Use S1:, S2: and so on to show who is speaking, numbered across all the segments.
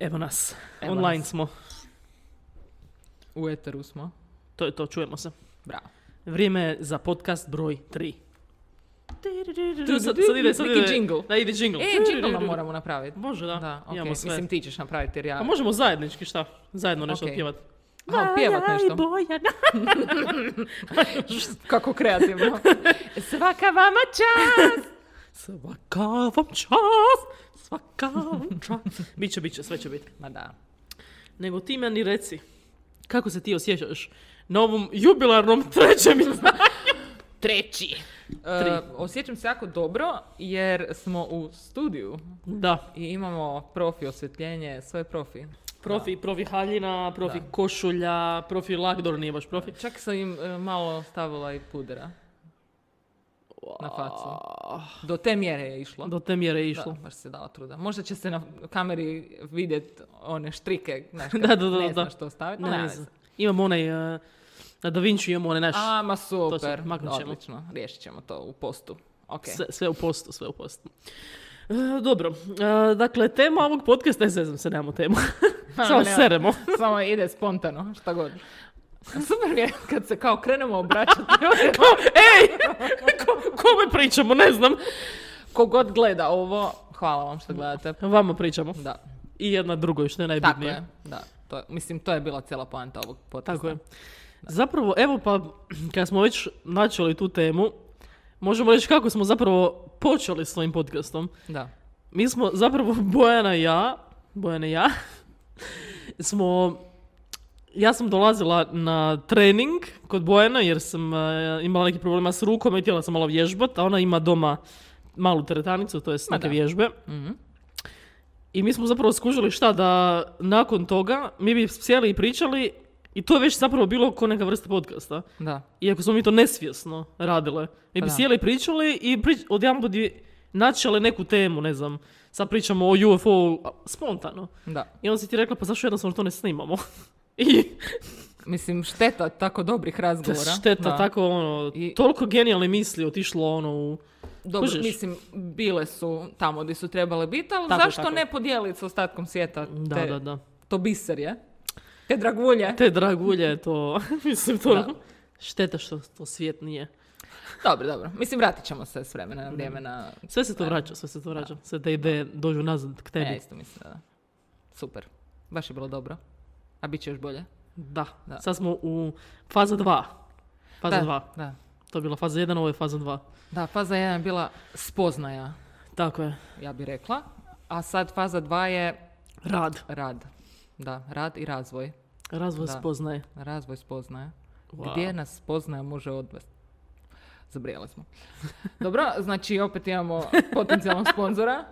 S1: Evo nas,
S2: Evo
S1: online
S2: nas.
S1: smo.
S2: U eteru smo.
S1: To je to, čujemo se.
S2: Bravo.
S1: Vrijeme je za podcast broj 3.
S2: Tu
S1: Sad, sad ide, sad ide.
S2: Neki jingle.
S1: Da, ide jingle.
S2: E, jingle nam moramo napraviti.
S1: Može, da.
S2: Da, ok.
S1: Imamo sve.
S2: Mislim, ti ćeš napraviti jer ja...
S1: A možemo zajednički, šta? Zajedno nešto
S2: Ok.
S1: okay. pjevat.
S2: Aha, pjevat nešto. Kako kreativno. Svaka vama čast!
S1: Svaka vam čast, svaka vam čast. biće, biće, sve će biti.
S2: Ma da.
S1: Nego ti meni reci, kako se ti osjećaš na ovom jubilarnom trećem izdanju?
S2: Treći.
S1: Tri.
S2: E, osjećam se jako dobro jer smo u studiju
S1: Da,
S2: i imamo profi osvjetljenje, sve profi.
S1: profi, profi haljina, profi košulja, profi lakdor nije baš profi.
S2: Čak sam im e, malo stavila i pudera. Na facu. Do te mjere je išlo.
S1: Do te mjere je
S2: Ah. Da,
S1: išlo.
S2: baš se dala truda. Možda će se na kameri vidjet one štrike, znaš,
S1: Da,
S2: kad
S1: da, da,
S2: ne
S1: da.
S2: znaš što staviti.
S1: Ne,
S2: No, nema
S1: ne
S2: veze. Ah,
S1: znam. Imamo onaj, uh, na Da Vinci imamo onaj naš,
S2: A, ma super,
S1: će- maknut ćemo.
S2: odlično, riješit ćemo to u postu. Ok,
S1: sve, sve u postu, sve u postu. E, dobro, E, dakle, tema ovog podcasta, ne zezam se, nemamo temu.
S2: Ma,
S1: Samo
S2: nema.
S1: seremo.
S2: samo ide spontano, šta god. Super je kad se kao krenemo obraćati ljudima.
S1: Kao, ej, ko- kome pričamo, ne znam.
S2: Kogod gleda ovo, hvala vam što gledate.
S1: Vama pričamo.
S2: Da,
S1: I jedna drugoj, što je najbitnije.
S2: tako je. Da, to, je- mislim, to je bila cijela poanta ovog podcasta.
S1: Tako je. Zapravo, evo pa, kad smo već načeli tu temu, možemo reći kako smo zapravo počeli s ovim podcastom.
S2: Da.
S1: Mi smo zapravo, Bojana i ja, Bojana i ja, smo, ja sam dolazila na trening kod Bojana jer sam e, imala neki problema s rukom i htjela sam malo vježbat, a ona ima doma malu teretanicu, to jest
S2: Ma
S1: neke
S2: da.
S1: vježbe.
S2: Mhm.
S1: I mi smo zapravo skužili šta da nakon toga mi bi sjeli i pričali i to je već zapravo bilo ko neka vrsta podcasta.
S2: Da.
S1: Iako smo mi to nesvjesno radile. Mi
S2: Pa
S1: bi
S2: da.
S1: sjeli i pričali i prič, odjedanput bi načeli neku temu, ne znam. Sad pričamo o UFO a, spontano.
S2: Da.
S1: I onda si ti rekla pa zašto jednostavno to ne snimamo? I
S2: Mislim, šteta tako dobrih razgovora.
S1: šteta
S2: Da.
S1: tako ono,
S2: I-
S1: toliko genijalne misli otišlo ono u...
S2: Dobro,
S1: Kužiš?
S2: mislim, bile su tamo gdje su trebale biti, ali
S1: Tako,
S2: zašto
S1: tako.
S2: ne podijeliti s ostatkom svijeta?
S1: Da,
S2: te-
S1: da, da.
S2: To biser je. Te dragulje.
S1: Te dragulje, to, mislim, to
S2: Da.
S1: šteta što to svijet nije.
S2: Dobro, dobro. Mislim, vratit ćemo se s vremena na vrijeme na...
S1: Sve se to
S2: Ajmo.
S1: vraća, sve se to vraća. Sve te ideje dođu nazad k tebi.
S2: Ja isto mislim, da, da. Super. Baš je bilo dobro. A bit će još bolje.
S1: Da.
S2: Da.
S1: Sad smo u faza 2. Faza
S2: da,
S1: 2.
S2: Da.
S1: To je bila faza 1, ovo je faza 2.
S2: Da, faza 1 je bila spoznaja,
S1: Tako je.
S2: ja bih rekla. A sad faza 2 je
S1: Rad.
S2: rad. Da, rad i razvoj.
S1: Razvoj
S2: Da.
S1: spoznaje.
S2: Razvoj spoznaje.
S1: Wow.
S2: Gdje nas spoznaja može odvesti? Zabrijali smo. Dobro, znači opet imamo potencijalnog sponzora.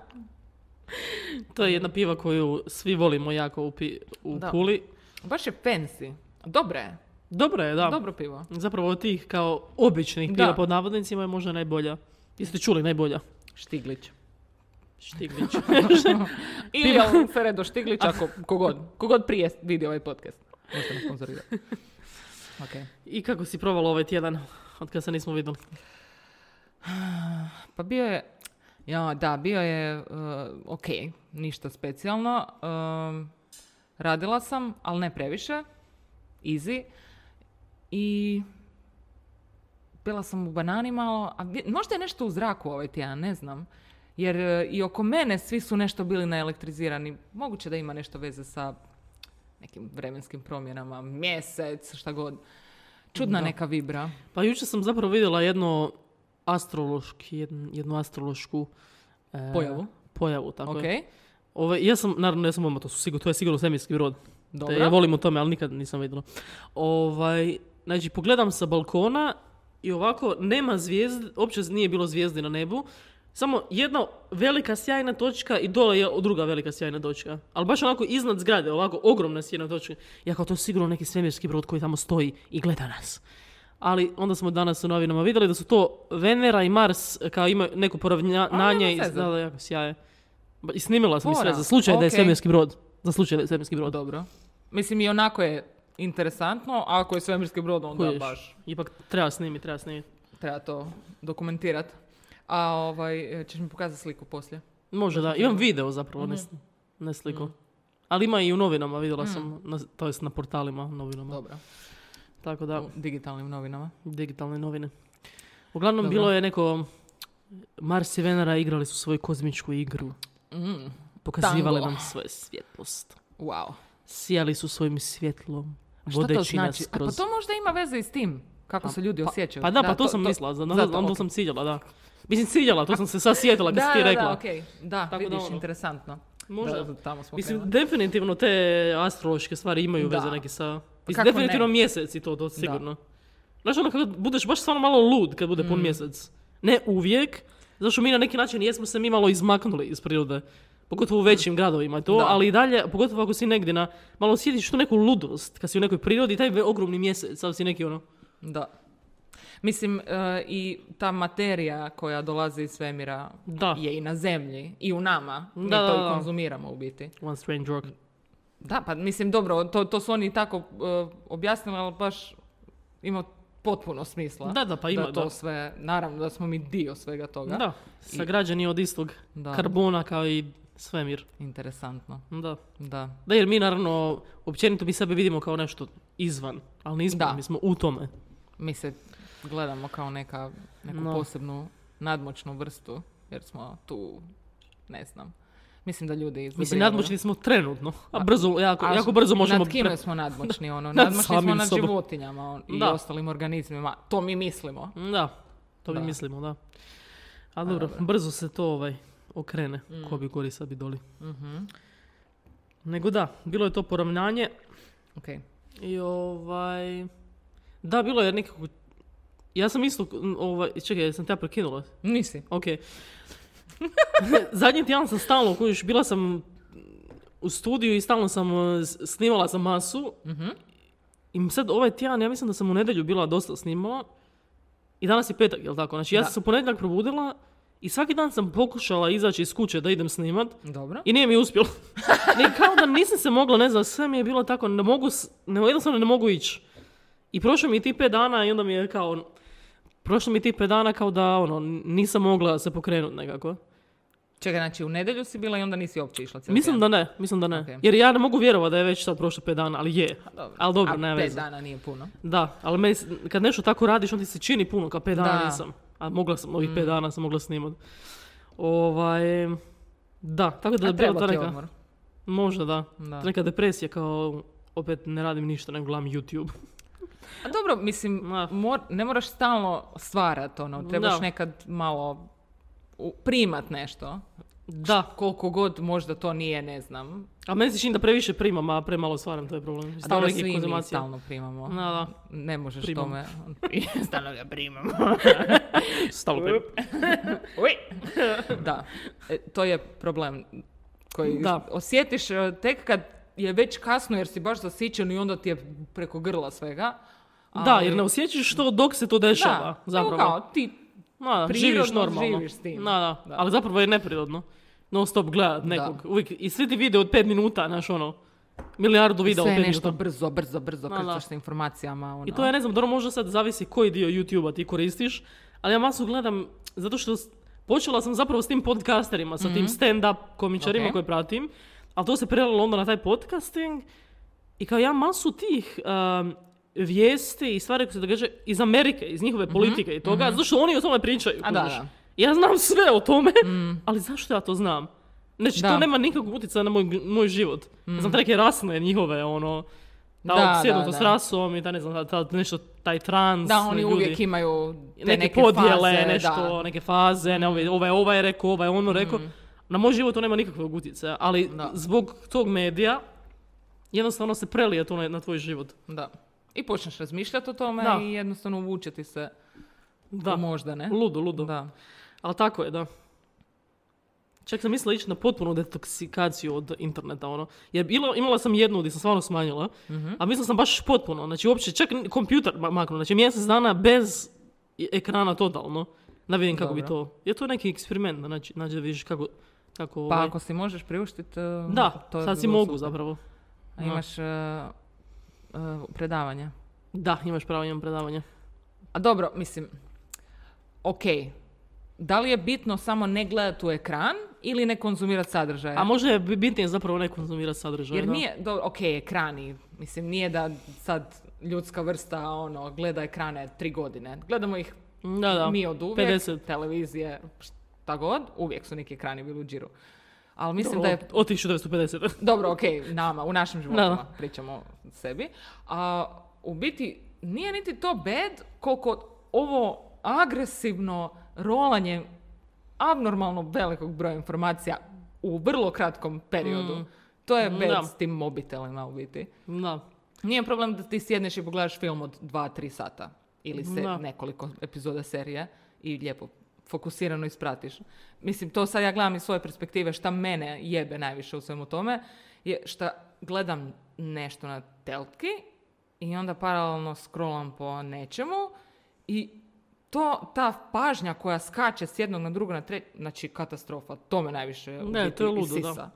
S1: To je jedna piva koju svi volimo jako u, pi- u
S2: Da.
S1: Puli.
S2: Baš je fancy. Dobro je.
S1: Dobro je, da.
S2: Dobro pivo.
S1: Zapravo od tih kao običnih
S2: Da.
S1: piva pod navodnicima je možda najbolja. Jeste čuli najbolja?
S2: Štiglić.
S1: Štiglić.
S2: Ili Alfredo Štiglić, ako kogod, kogod prije vidi ovaj podcast. Možete nas sponzorirati. Ok.
S1: I kako si provala ovaj tjedan? Od kada se nismo vidjeli.
S2: Pa bio je, ja, da, bio je uh, ok, ništa specijalno. Um, radila sam, ali ne previše, easy. I bila sam u banani malo, a vi- možda je nešto u zraku ovaj tjedan, ne znam. Jer e, i oko mene svi su nešto bili naelektrizirani. Moguće da ima nešto veze sa nekim vremenskim promjenama, mjesec, šta god. Čudna
S1: Da.
S2: neka vibra.
S1: Pa jučer sam zapravo vidjela jedno astrološki, jedn- jednu astrološku e,
S2: Pojavu?
S1: Pojavu, tako
S2: Ok,
S1: je. Ove, ja sam, naravno, ja sam odmah, to, su sigurno, to je sigurno svemirski brod.
S2: dobro.
S1: Ja volim o tome, ali nikad nisam vidjela. Ovaj, znači, pogledam sa balkona i ovako, nema zvijezdi, uopće nije bilo zvijezdi na nebu, samo jedna velika sjajna točka i dole je druga velika sjajna točka. Ali baš onako iznad zgrade, ovako ogromna sjajna točka. Ja kao to je sigurno neki svemirski brod koji tamo stoji i gleda nas. Ali onda smo danas u novinama vidjeli da su to Venera i Mars kao imaju neko
S2: A, nema
S1: poravnanje i
S2: veze.
S1: da, da, jako sjaje. Ba- I snimila sam i sve
S2: Fora,
S1: za slučaj da je
S2: okej.
S1: svemirski brod. Za slučaj da je svemirski brod.
S2: Pa Dobro. Mislim i onako je interesantno, a ako je svemirski brod onda
S1: Kužiš.
S2: baš
S1: Ipak treba snimiti, treba snimiti.
S2: treba to dokumentirati. A ovaj, e, ćeš mi pokazati sliku poslije. Mhm.
S1: Može da, imam video zapravo, ne, s- ne sliku. Ali ima i u novinama, vidjela sam, na, to jest na portalima novinama.
S2: Dobro.
S1: Tako da,
S2: U digitalnim novinama.
S1: digitalne novine. Uglavnom,
S2: Dobro.
S1: bilo je neko... Mars i Venera igrali su svoju kozmičku igru.
S2: Mm,
S1: Pokazivali
S2: Tango.
S1: nam svoje svjetlost.
S2: wow.
S1: Sijali su svojim svjetlom.
S2: A Šta to
S1: Vodeći
S2: znači?
S1: nas
S2: A pa
S1: kroz...
S2: to možda ima veze i s tim. Kako se ljudi osjećaju.
S1: Pa da, pa to, sam mislila, za, zato,
S2: ok.
S1: sam ciljala, da. Mislim, ciljala, to sam se sad sjetila kad
S2: da,
S1: si ti
S2: da,
S1: rekla.
S2: Da, okej. Da,
S1: Tako da
S2: vidiš,
S1: ono.
S2: interesantno.
S1: Možda.
S2: Da, tamo smo
S1: Mislim,
S2: krenuli.
S1: definitivno te astrološke stvari imaju
S2: Da. Pa
S1: veze neke sa... Mislim,
S2: kako ne?
S1: definitivno mjesec i to, to sigurno. Znaš ono kada budeš baš stvarno malo lud kad bude
S2: Mm.
S1: pun mjesec. Ne uvijek, zato što mi na neki način jesmo se mi malo izmaknuli iz prirode. Pogotovo u većim gradovima je to,
S2: Mm. Da.
S1: ali i dalje, pogotovo ako si negdje na... Malo osjetiš tu neku ludost kad si u nekoj prirodi, taj ve- ogromni mjesec, sad si neki ono...
S2: Da. Mislim, e, i ta materija koja dolazi iz svemira
S1: Da,
S2: je i na zemlji i u nama. Mi
S1: Da, da,
S2: to
S1: da.
S2: i konzumiramo u biti.
S1: one strange rock.
S2: Da, pa mislim, dobro, to, to su oni tako e, objasnili, ali baš ima potpuno smisla.
S1: Da, da, pa ima,
S2: da. to
S1: da.
S2: sve, naravno da smo mi dio svega toga.
S1: Da, sagrađeni od istog
S2: Da.
S1: karbona kao i svemir.
S2: Interesantno,
S1: Da.
S2: da.
S1: Da, jer mi naravno, općenito mi sebe vidimo kao nešto izvan, ali nismo,
S2: Da.
S1: mi smo u tome.
S2: Mi se gledamo kao neka, neku
S1: No.
S2: posebnu nadmoćnu vrstu, jer smo tu, ne znam. Mislim da ljudi
S1: Mislim,
S2: izabriraju-
S1: nadmoćni smo trenutno, a brzo, jako, jako brzo možemo...
S2: Nad kime
S1: pre-
S2: smo nadmoćni, ono,
S1: Nad
S2: nadmoćni smo
S1: samim
S2: nad
S1: sobom.
S2: životinjama on- i
S1: Da.
S2: ostalim organizmima. To mi mislimo.
S1: Da, to mi
S2: Da.
S1: mislimo, da. A dobro, brzo se to ovaj, okrene,
S2: Mm.
S1: ko bi gori sad bi doli. Mhm. Nego da, bilo je to poravnanje
S2: Ok.
S1: i ovaj... Da, bilo je nekako... Ja sam isto, ovaj, čekaj, jesam te ja prekinula?
S2: Nisi.
S1: Ok. Zadnji tjedan sam stalno, kojiš, bila sam u studiju i stalno sam e, s- snimala za masu. I sad ovaj tjedan, ja mislim da sam u nedjelju bila dosta snimala. I danas je petak, jel tako? Znači ja
S2: Da.
S1: sam se u ponedjeljak probudila i svaki dan sam pokušala izaći iz kuće da idem snimat.
S2: Dobro.
S1: I nije mi uspjelo. Ni kao da nisam se mogla, ne znam, sve mi je bilo tako, ne mogu, s- ne, jednostavno ne mogu ići. I prošlo mi je ti pet dana i onda mi je kao, prošlo mi je ti pet dana kao da, ono, nisam mogla se pokrenuti nekako.
S2: Čekaj, znači u nedjelju si bila i onda nisi uopće išla cijeli
S1: Mislim
S2: tjedan.
S1: da ne, mislim da ne.
S2: Ok.
S1: Jer ja ne mogu vjerovati da je već sad prošlo pet dana, ali je.
S2: Dobro.
S1: Ali dobro,
S2: A
S1: ne
S2: pet
S1: veze.
S2: dana nije puno.
S1: Da, ali meni, s- kad nešto tako radiš, onda ti se čini puno, kao pet dana
S2: Da. Mm.
S1: nisam. A mogla sam, ovih pet dana sam mogla snimati. Ovaj, da, tako da
S2: A
S1: je bila
S2: treba
S1: to
S2: ti
S1: neka...
S2: odmor.
S1: Možda da.
S2: Da.
S1: Neka depresija kao opet ne radim ništa, nego gledam YouTube.
S2: A dobro, mislim,
S1: Ma.
S2: mor- ne moraš stalno stvarat, ono, trebaš
S1: Da.
S2: nekad malo u- primat nešto.
S1: Da.
S2: Koliko god možda to nije, ne znam.
S1: A meni se čini da previše primam, a premalo stvaram, to je problem.
S2: A
S1: Stalno
S2: dobro,
S1: nekih
S2: svi mi
S1: konzumacija.
S2: stalno primamo.
S1: Da, da.
S2: Ne možeš
S1: Primam.
S2: tome. ono. stalno ga primamo.
S1: Stalno primam.
S2: da, E, to je problem koji
S1: Da.
S2: osjetiš e, tek kad je već kasno jer si baš zasićen i onda ti je preko grla svega.
S1: Da,
S2: ali-
S1: jer ne osjećaš to dok se to dešava.
S2: Da,
S1: zapravo.
S2: evo kao, ti
S1: Ma, da,
S2: prirodno
S1: živiš normalno.
S2: živiš s
S1: Da,
S2: tim.
S1: da.
S2: Da.
S1: Ali zapravo je neprirodno. Non stop gledat nekog. Uvijek. I svi ti video od pet minuta, znaš ono, milijardu videa od
S2: sve
S1: pet
S2: nešto
S1: minuta.
S2: brzo, brzo, brzo
S1: Da, da.
S2: krcaš sa informacijama. Ono.
S1: I to ja ne znam, dobro možda sad zavisi koji dio YouTube-a ti koristiš, ali ja masu gledam zato što s- počela sam zapravo s tim podcasterima, sa tim stand-up komičarima
S2: Mhm. Ok.
S1: koje pratim, ali to se prelilo onda na taj podcasting i kao ja masu tih um, vijesti i stvari koje se događaju iz Amerike, iz njihove politike i toga, zato što oni o tome pričaju.
S2: Mhm. A da,
S1: kužiš.
S2: da. Mhm.
S1: Ja znam sve o tome,
S2: Mm.
S1: ali zašto ja to znam? Znači,
S2: Da. Mm.
S1: to nema nikakvog utjecaja na moj, moj život. Ja Znam te neke rasne njihove, ono, ta
S2: Da,
S1: opsjednutost
S2: da, da.
S1: rasom i ta ne znam, ta, ta nešto, taj trans.
S2: Da, oni
S1: ljudi.
S2: uvijek imaju te
S1: neke,
S2: neke,
S1: podjele,
S2: faze,
S1: nešto,
S2: da.
S1: neke faze, ne, ovaj, ovaj, ovaj je rekao, ovaj je ono rekao. Na moj život to nema nikakvog utjecaja, ali
S2: Mm. Da.
S1: zbog tog medija jednostavno se prelije to na, na tvoj život.
S2: da. I počneš razmišljati o tome
S1: Da.
S2: i jednostavno uvuče ti se
S1: Da,
S2: u moždane.
S1: ludo, ludo.
S2: Da.
S1: Ali tako je, da. Čak sam mislila ići na potpunu detoksikaciju od interneta, ono. Jer bilo, imala sam jednu gdje sam stvarno smanjila,
S2: Mhm.
S1: a mislila sam baš potpuno, znači uopće, čak ni kompjuter ma- maknuo, znači mjesec dana bez i- ekrana totalno, da vidim kako bi
S2: Dobro.
S1: to, je to neki eksperiment, da znači, znači da vidiš kako, kako
S2: Pa
S1: ovaj-
S2: ako si možeš priuštiti...
S1: da,
S2: to je
S1: sad si
S2: bilo
S1: mogu
S2: super.
S1: zapravo.
S2: A
S1: Da.
S2: imaš e, e, predavanja.
S1: Da, imaš pravo, imam predavanje.
S2: A dobro, mislim, ok. Da li je bitno samo ne gledati u ekran ili ne konzumirati sadržaje.
S1: A možda je bitnije zapravo ne konzumirati sadržaj.
S2: E. Jer
S1: da.
S2: nije, do, ok, ekrani, mislim, nije da sad ljudska vrsta ono, gleda ekrane tri godine. Gledamo ih
S1: Da, da.
S2: mi od uvijek,
S1: 50.
S2: televizije, šta god, uvijek su neki ekrani bili u džiru. Ali mislim
S1: Dobro,
S2: da je
S1: Od 1950.
S2: dobro, ok, nama, u našim
S1: Da,
S2: životima
S1: da.
S2: pričamo o sebi. A u biti nije niti to bed koliko ovo agresivno rolanje abnormalno velikog broja informacija u vrlo kratkom periodu. To je bed
S1: Mm. Da.
S2: s tim mobitelima u biti.
S1: Da.
S2: Nije problem da ti sjedneš i pogledaš film od 2-3 sata ili se
S1: Da.
S2: nekoliko epizoda serije i lijepo fokusirano ispratiš. Mislim, to sad ja gledam iz svoje perspektive šta mene jebe najviše u svemu tome je šta gledam nešto na telki i onda paralelno scrollam po nečemu i to, ta pažnja koja skače s jednog na drugo na treće, znači katastrofa, to me najviše u
S1: Ne,
S2: biti
S1: to je ludo, da.
S2: isisa.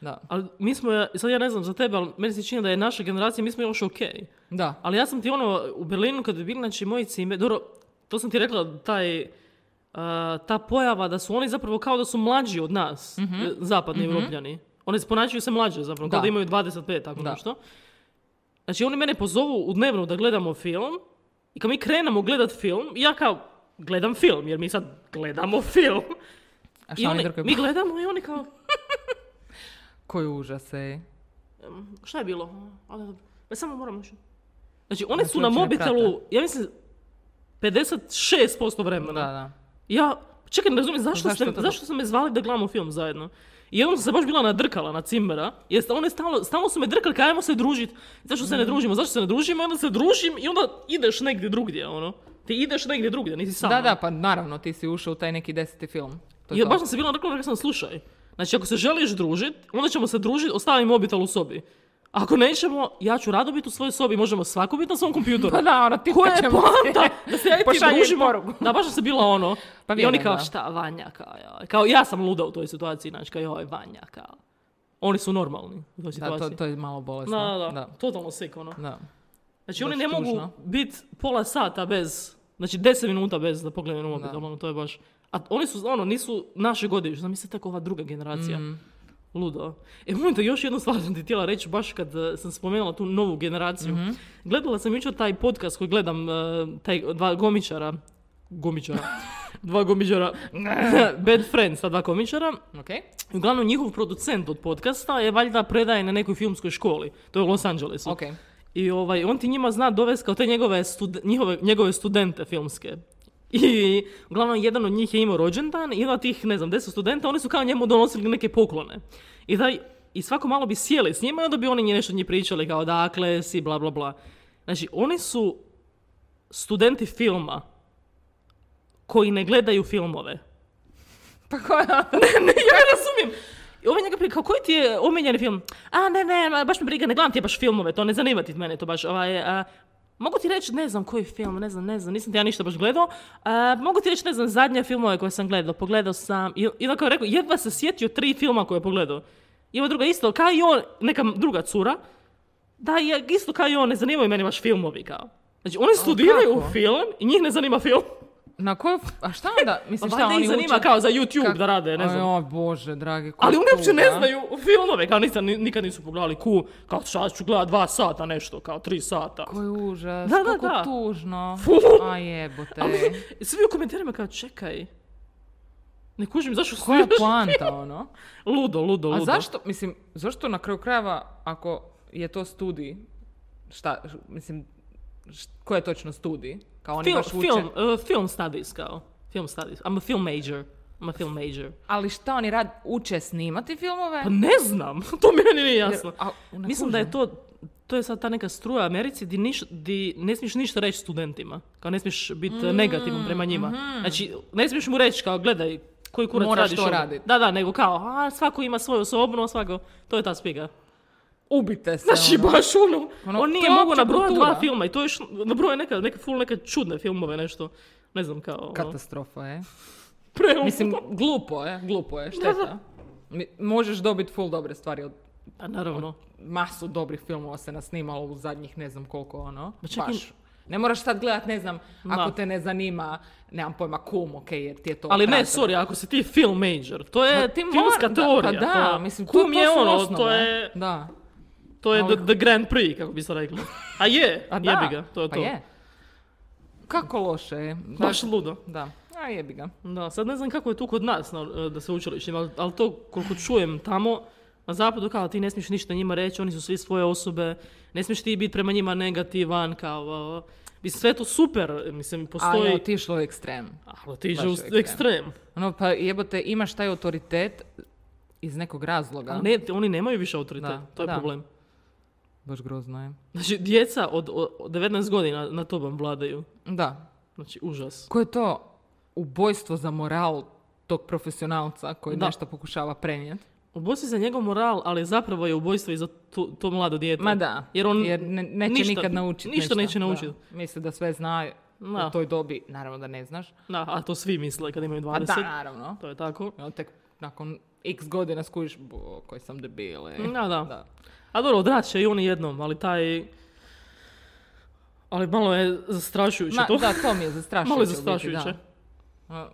S2: Da.
S1: Ali mi smo, sad ja ne znam za tebe, ali meni se čini da je naša generacija, mi smo još okej.
S2: Da.
S1: Ali ja sam ti ono, u Berlinu kad bi bili, znači moji cime, dobro, to sam ti rekla, taj, uh, ta pojava da su oni zapravo kao da su mlađi od nas, eh, zapadni europljani. Oni se ponašaju se mlađe zapravo, kao
S2: Mhm. Da.
S1: da imaju 25, tako
S2: Da.
S1: nešto. Znači oni mene pozovu u dnevnu da gledamo film i kad mi krenemo gledat film, ja kao gledam film, jer mi sad gledamo film.
S2: A
S1: I
S2: šta oni
S1: oni,
S2: drkaju?
S1: mi gledamo i oni kao,
S2: Koji užas, ej.
S1: Šta je bilo? A, da, dobro. Ma samo moram još. Znači, one
S2: Znači,
S1: su na
S2: uopće ne
S1: mobitelu, ja mislim, 56%
S2: Da,
S1: vremena.
S2: da.
S1: Ja, čekaj, ne razumijem, zašto,
S2: Zašto
S1: ste,
S2: to?
S1: zašto su me zvali da gledamo film zajedno? I jednom sam se baš bila nadrkala na Cimbera, jer sta- one stalno, stalno su me drkali, kaj ajmo se družit, zašto
S2: Mhm.
S1: se ne družimo, zašto se ne družimo, I onda se družim i onda ideš negdje drugdje, ono. Ti ideš negdje drugdje, nisi sam.
S2: Da, da, pa naravno, ti si ušao u taj neki deseti film. To je
S1: Jer
S2: to.
S1: baš sam se bila rekla, rekla sam, slušaj, znači ako se želiš družit, onda ćemo se družit, ostavi mobitel u sobi. Ako nećemo, ja ću rado biti u svojoj sobi, možemo svako biti na svom kompjutoru.
S2: Pa da, ono, ti
S1: Koja je poanta da se ja i ti
S2: Pošalji
S1: družimo?
S2: Pa poruku.
S1: Da, baš sam se bila ono.
S2: Pa
S1: I oni
S2: vjerujem,
S1: kao,
S2: da.
S1: šta, Vanja, kao, joj. kao, ja sam luda u toj situaciji, znači, kao, joj, Vanja, kao. Oni su normalni u toj
S2: Da, to,
S1: situaciji.
S2: to je malo
S1: Da,
S2: bolesno.
S1: da, da,
S2: da.
S1: totalno sick, ono.
S2: da.
S1: Znači,
S2: Baš
S1: oni ne mogu
S2: tužno.
S1: biti pola sata bez, znači 10 minuta bez da pogledaju mobitel,
S2: Da.
S1: ono, to je baš... A oni su, ono, nisu naše godište, zamislite tako ova druga generacija.
S2: Mhm. Mm,
S1: Ludo. E, molim te, još jednu stvar sam ti htjela reći, baš kad eh, sam spomenula tu novu generaciju.
S2: Mhm.
S1: Gledala sam jučer taj podcast koji gledam, eh, taj dva gomičara, gomičara, dva gomičara, Bad Friends, ta dva komičara,
S2: Ok?
S1: i Uglavnom, njihov producent od podcasta je valjda predaje na nekoj filmskoj školi. To je u Los Angelesu.
S2: Ok.
S1: I ovaj, on ti njima zna dovesti kao te njegove, stud- njihove, njegove studente filmske. I uglavnom jedan od njih je imao rođendan i jedan od tih, ne znam, deset studenta, oni su kao njemu donosili neke poklone. I, taj, i svako malo bi sjeli s njima i onda bi oni nešto njih pričali kao dakle si, bla, bla, bla. Znači, oni su studenti filma koji ne gledaju filmove.
S2: Pa koja?
S1: Ne, ja ne razumijem. I ovaj njega pita, kao koji ti je omiljeni film? A ne, ne, ma, baš me briga, ne gledam ti baš filmove, to ne zanima ti mene to baš. Ovaj, a, mogu ti reći, ne znam koji film, ne znam, ne znam, nisam ti ja ništa baš gledao. A, mogu ti reći, ne znam, zadnje filmove koje sam gledao, pogledao sam. I, i onda kao rekao, jedva se sjetio tri filma koje je pogledao. I ova druga isto, kao i on, neka druga cura. Da, je, isto kao i on, ne zanimaju meni baš filmovi, kao. Znači, oni studiraju
S2: kako?
S1: film i njih ne zanima film.
S2: Na koju... A šta onda?
S1: Pa
S2: Mislim, šta
S1: valjda
S2: oni
S1: ih zanima
S2: uče?
S1: kao za YouTube
S2: Kak-
S1: da rade, ne znam.
S2: Aj, O, bože, dragi. koja
S1: Ali oni uopće ne
S2: tuga.
S1: znaju filmove, kao nisam, ni- nikad nisu pogledali ku, kao šta ću gledat dva sata nešto, kao tri sata.
S2: Koji užas,
S1: Da, da,
S2: kako
S1: da.
S2: tužno.
S1: Fu.
S2: A jebote.
S1: Ali svi u komentarima kao čekaj, ne kužim zašto su
S2: Koja je
S1: još-
S2: poanta, ono?
S1: Ludo, ludo, ludo.
S2: A zašto, mislim, zašto na kraju krajeva, ako je to studij, šta, š- mislim, š- ko je točno studij? Kao oni
S1: Film,
S2: baš uče.
S1: film, uh, film studies kao. Film studies. I'm a film major. I'm a film major.
S2: Ali šta oni rad, uče snimati filmove?
S1: Pa ne znam, to meni nije
S2: Jer-
S1: jasno.
S2: a, ne
S1: Mislim da je
S2: kužim.
S1: to, to je sad ta neka struja u Americi di, niš, di ne smiješ ništa reći studentima. Kao ne smiješ biti
S2: Mm,
S1: eh, negativan prema njima. Znači, ne smiješ mu reći kao gledaj koji kurac
S2: mhm. Moraš
S1: radiš
S2: to
S1: ovo.
S2: radit.
S1: Da, da, nego kao, a svako ima svoju osobnost, svako, to je ta spiga.
S2: Ubite se,
S1: Znači,
S2: ono.
S1: baš ono,
S2: Ono,
S1: on
S2: to
S1: nije
S2: je
S1: mogu
S2: opća
S1: nabrojati
S2: kultura.
S1: dva filma i to je još nabrojao neka, neke full, neke čudne filmove, nešto. Ne znam, kao, ono,
S2: Katastrofa je.
S1: pre-
S2: Mislim, glupo je, glupo je, šteta. Mi- Možeš dobiti full dobre stvari od
S1: Pa naravno.
S2: masu dobrih filmova se nasnimalo u zadnjih ne znam koliko ono.
S1: Ma čekaj,
S2: baš. Ne moraš sad gledat, ne znam,
S1: Da.
S2: ako te ne zanima, nemam pojma, kum, ok, jer ti je to...
S1: Ali ne,
S2: opravdano.
S1: sorry, ako si ti film major, to je
S2: Pa
S1: ti
S2: mora-
S1: filmska
S2: da,
S1: teorija.
S2: Pa da,
S1: to-
S2: mislim, to,
S1: kum
S2: to
S1: je
S2: su
S1: ono,
S2: osnove.
S1: to je,
S2: Da.
S1: to je
S2: Ali-
S1: the, the Grand Prix, kako bi se reklo. A je,
S2: A da,
S1: jebi ga, to je
S2: pa
S1: to.
S2: je. Kako loše je.
S1: Baš
S2: Da,
S1: ludo.
S2: Da, a jebi ga.
S1: Da, sad ne znam kako je tu kod nas na, da se učilištima, ali, ali to koliko čujem tamo, na zapadu kao ti ne smiješ ništa njima reći, oni su svi svoje osobe, ne smiješ ti biti prema njima negativan, kao... uh, Mislim, sve je to super, mislim,
S2: Ali je
S1: postoji...
S2: otišlo u ekstrem.
S1: Ali ti
S2: baš
S1: je u
S2: ekstrem.
S1: ekstrem.
S2: Ono, pa jebote, imaš taj autoritet iz nekog razloga.
S1: Ali ne, te- oni nemaju više autoritet,
S2: Da,
S1: to je
S2: da.
S1: problem.
S2: Baš grozno je.
S1: Znači, djeca od, od 19 godina na tobom vladaju.
S2: Da.
S1: Znači, užas.
S2: Koje je to ubojstvo za moral tog profesionalca koji
S1: Da.
S2: nešto pokušava prenijeti?
S1: Ubojstvo je za njegov moral, ali zapravo je ubojstvo i za to, to mlado dijete.
S2: Ma da,
S1: Jer on
S2: ne- neće
S1: ništa-
S2: nikad naučiti
S1: ništa neće naučit.
S2: Misli da sve zna
S1: Da.
S2: u toj dobi. Naravno da ne znaš.
S1: Da, a to svi misle kad imaju
S2: A
S1: 20.
S2: da, naravno.
S1: To je tako.
S2: I onda tek nakon x godina skužiš, "Bo, koji sam debil. e."
S1: Da, da. A dobro, odrat će i oni jednom, ali taj... Ali malo je zastrašujuće
S2: Ma,
S1: to.
S2: da, to mi je zastrašujuće.
S1: malo je
S2: u biti,
S1: zastrašujuće.
S2: da. A,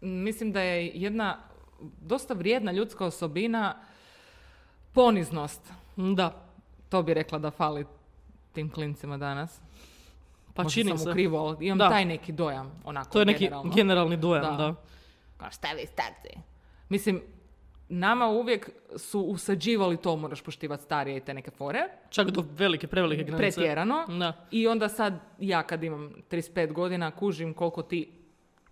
S2: Mislim da je jedna dosta vrijedna ljudska osobina poniznost.
S1: Da.
S2: To bi rekla da fali tim klincima danas.
S1: Pa
S2: Možda
S1: čini
S2: sam
S1: se.
S2: u krivu, ali imam
S1: Da.
S2: taj neki dojam. Onako,
S1: To je neki
S2: generalno.
S1: generalni, dojam,
S2: Da.
S1: da.
S2: Kao, šta vi starci? Mislim, nama uvijek su usađivali to moraš poštivati starije i te neke fore.
S1: Čak do velike, prevelike granice.
S2: Pretjerano.
S1: Da.
S2: I onda sad ja kad imam 35 godina kužim koliko ti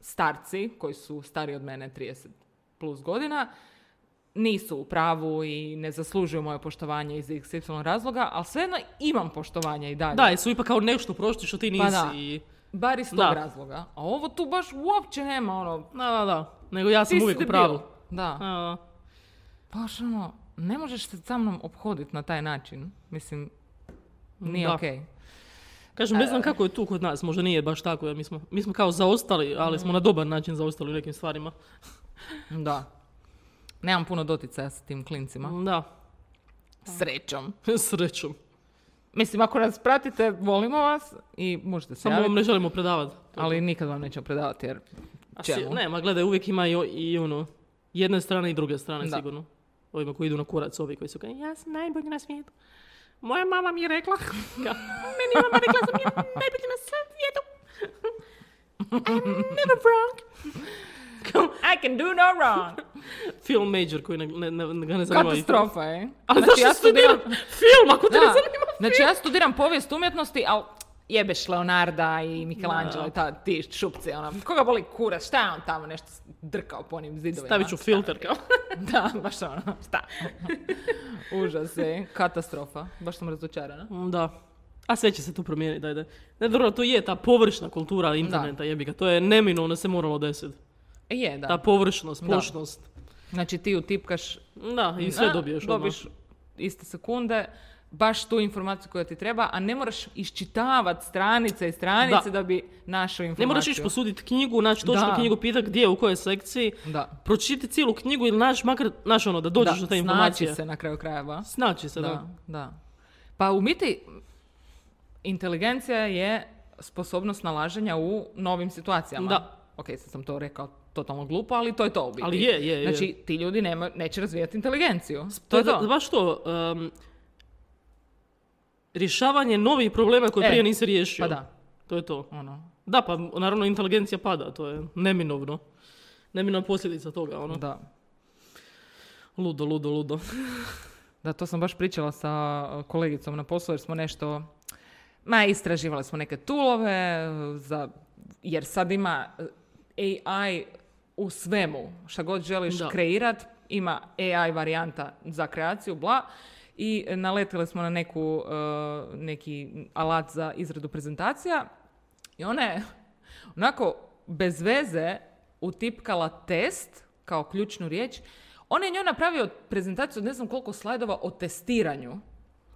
S2: starci koji su stari od mene 30 plus godina nisu u pravu i ne zaslužuju moje poštovanje iz XY razloga, ali svejedno imam poštovanje i dalje.
S1: Da, jer su ipak kao nešto prošli što ti nisi.
S2: Pa da.
S1: i-
S2: Bar iz tog
S1: Da.
S2: razloga. A ovo tu baš uopće nema ono...
S1: Da, da, da. Nego ja sam
S2: ti si
S1: uvijek u
S2: debil.
S1: pravu.
S2: Da.
S1: Da, da.
S2: Baš ono, ne možeš se sa mnom obhoditi na taj način. Mislim, nije
S1: Da.
S2: okej.
S1: Kažem, ne znam kako je tu kod nas, možda nije baš tako, jer mi smo, mi smo kao zaostali, ali
S2: Mhm.
S1: smo na dobar način zaostali u nekim stvarima.
S2: Da. Nemam puno doticaja sa tim klincima.
S1: Da,
S2: Srećom.
S1: srećom.
S2: Mislim, ako nas pratite, volimo vas i možete se
S1: Samo
S2: javiti,
S1: vam ne želimo predavati.
S2: ali nikad vam nećemo predavati jer
S1: A si-
S2: čemu?
S1: ne, ma gledaj, uvijek ima i, o- i ono, jedne strane i druge strane,
S2: Da.
S1: sigurno. Ovima koji idu na kurac, ovi koji su kao, ja sam najbolji na svijetu. Moja mama mi je rekla. Kao, Meni mama rekla da sam ja najbolji na svijetu. I'm never wrong. Kao,
S2: I can do no wrong.
S1: film major koji ne, ne, ne, ga ne zanima.
S2: Katastrofa je.
S1: Ali
S2: Znači,
S1: zašto
S2: ja
S1: studiram
S2: studiram-
S1: film ako te ne
S2: Da.
S1: zanima?
S2: Znači ja studiram povijest umjetnosti, ali jebeš Leonarda i Michelangelo i ta, ti šupci. Ono. Koga boli kurac, šta je on tamo nešto drkao po onim zidovima?
S1: Stavit ću filter kao.
S2: Da, baš ono, šta? Užas je, katastrofa. Babaš sam razočarana.
S1: Mm, Da. A sve će se tu promijeniti, ajde. Ne, dobro, to je ta površna kultura interneta, jebi ga. To je neminovno se moralo desiti.
S2: E, Je, da.
S1: Ta površnost,
S2: Da.
S1: plošnost.
S2: Znači ti utipkaš
S1: Da, i sve
S2: na,
S1: dobiješ ono. odmah.
S2: Dobiš iste sekunde, baš tu informaciju koja ti treba, a ne moraš iščitavati stranice i stranice da,
S1: Da.
S2: bi našao
S1: Ne
S2: informaciju.
S1: moraš ići posuditi knjigu, naći točno
S2: Da.
S1: knjigu, pitak gdje, u kojoj sekciji.
S2: Da.
S1: Pročiti cijelu knjigu ili naš, makar, naš ono, da dođeš do te informacije.
S2: Snaći se na kraju krajeva.
S1: Snaći se, da.
S2: Da, da. Pa u biti, inteligencija je sposobnost nalaženja u novim situacijama.
S1: Da.
S2: Ok, sad sam to rekao totalno glupo, ali to je to u biti.
S1: Ali je, je, je.
S2: Znači, ti ljudi nema, neće razvijati inteligenciju.
S1: To je
S2: to.
S1: za- baš to. em, rješavanje novih problema koje
S2: E,
S1: prije nisi riješio.
S2: Pa da,
S1: To je to.
S2: ono.
S1: Da, pa naravno inteligencija pada, to je neminovno. Neminovna posljedica toga, ono.
S2: Da.
S1: Ludo, ludo, ludo.
S2: Da, to sam baš pričala sa e, kolegicom na poslu jer smo nešto, ma istraživali smo neke tulove, e, za, jer sad ima e, AI u svemu, šta god želiš
S1: Da.
S2: kreirat, ima AI varijanta za kreaciju, bla, i e, naletili smo na neku, e, neki alat za izradu prezentacija i ona je onako bez veze utipkala test kao ključnu riječ. On je njoj napravio prezentaciju od ne znam koliko slajdova o testiranju.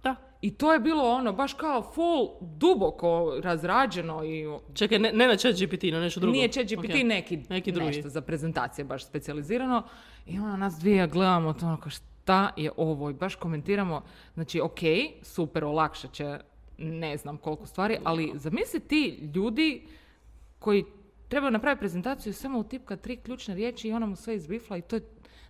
S1: Da.
S2: I to je bilo ono baš kao full duboko razrađeno i
S1: Čekaj, ne, ne na chat GPT, na nešto drugo.
S2: nije ChatGPT
S1: Ok.
S2: neki,
S1: Neki drugi.
S2: nešto za prezentacije baš specijalizirano. I ono nas dvije gledamo to ono kao šta je ovo i baš komentiramo. Znači ok, super, olakšat će ne znam koliko stvari, ali zamisli ti ljudi koji trebaju napraviti prezentaciju samo utipka tri ključne riječi i ona mu sve izbifla i to je,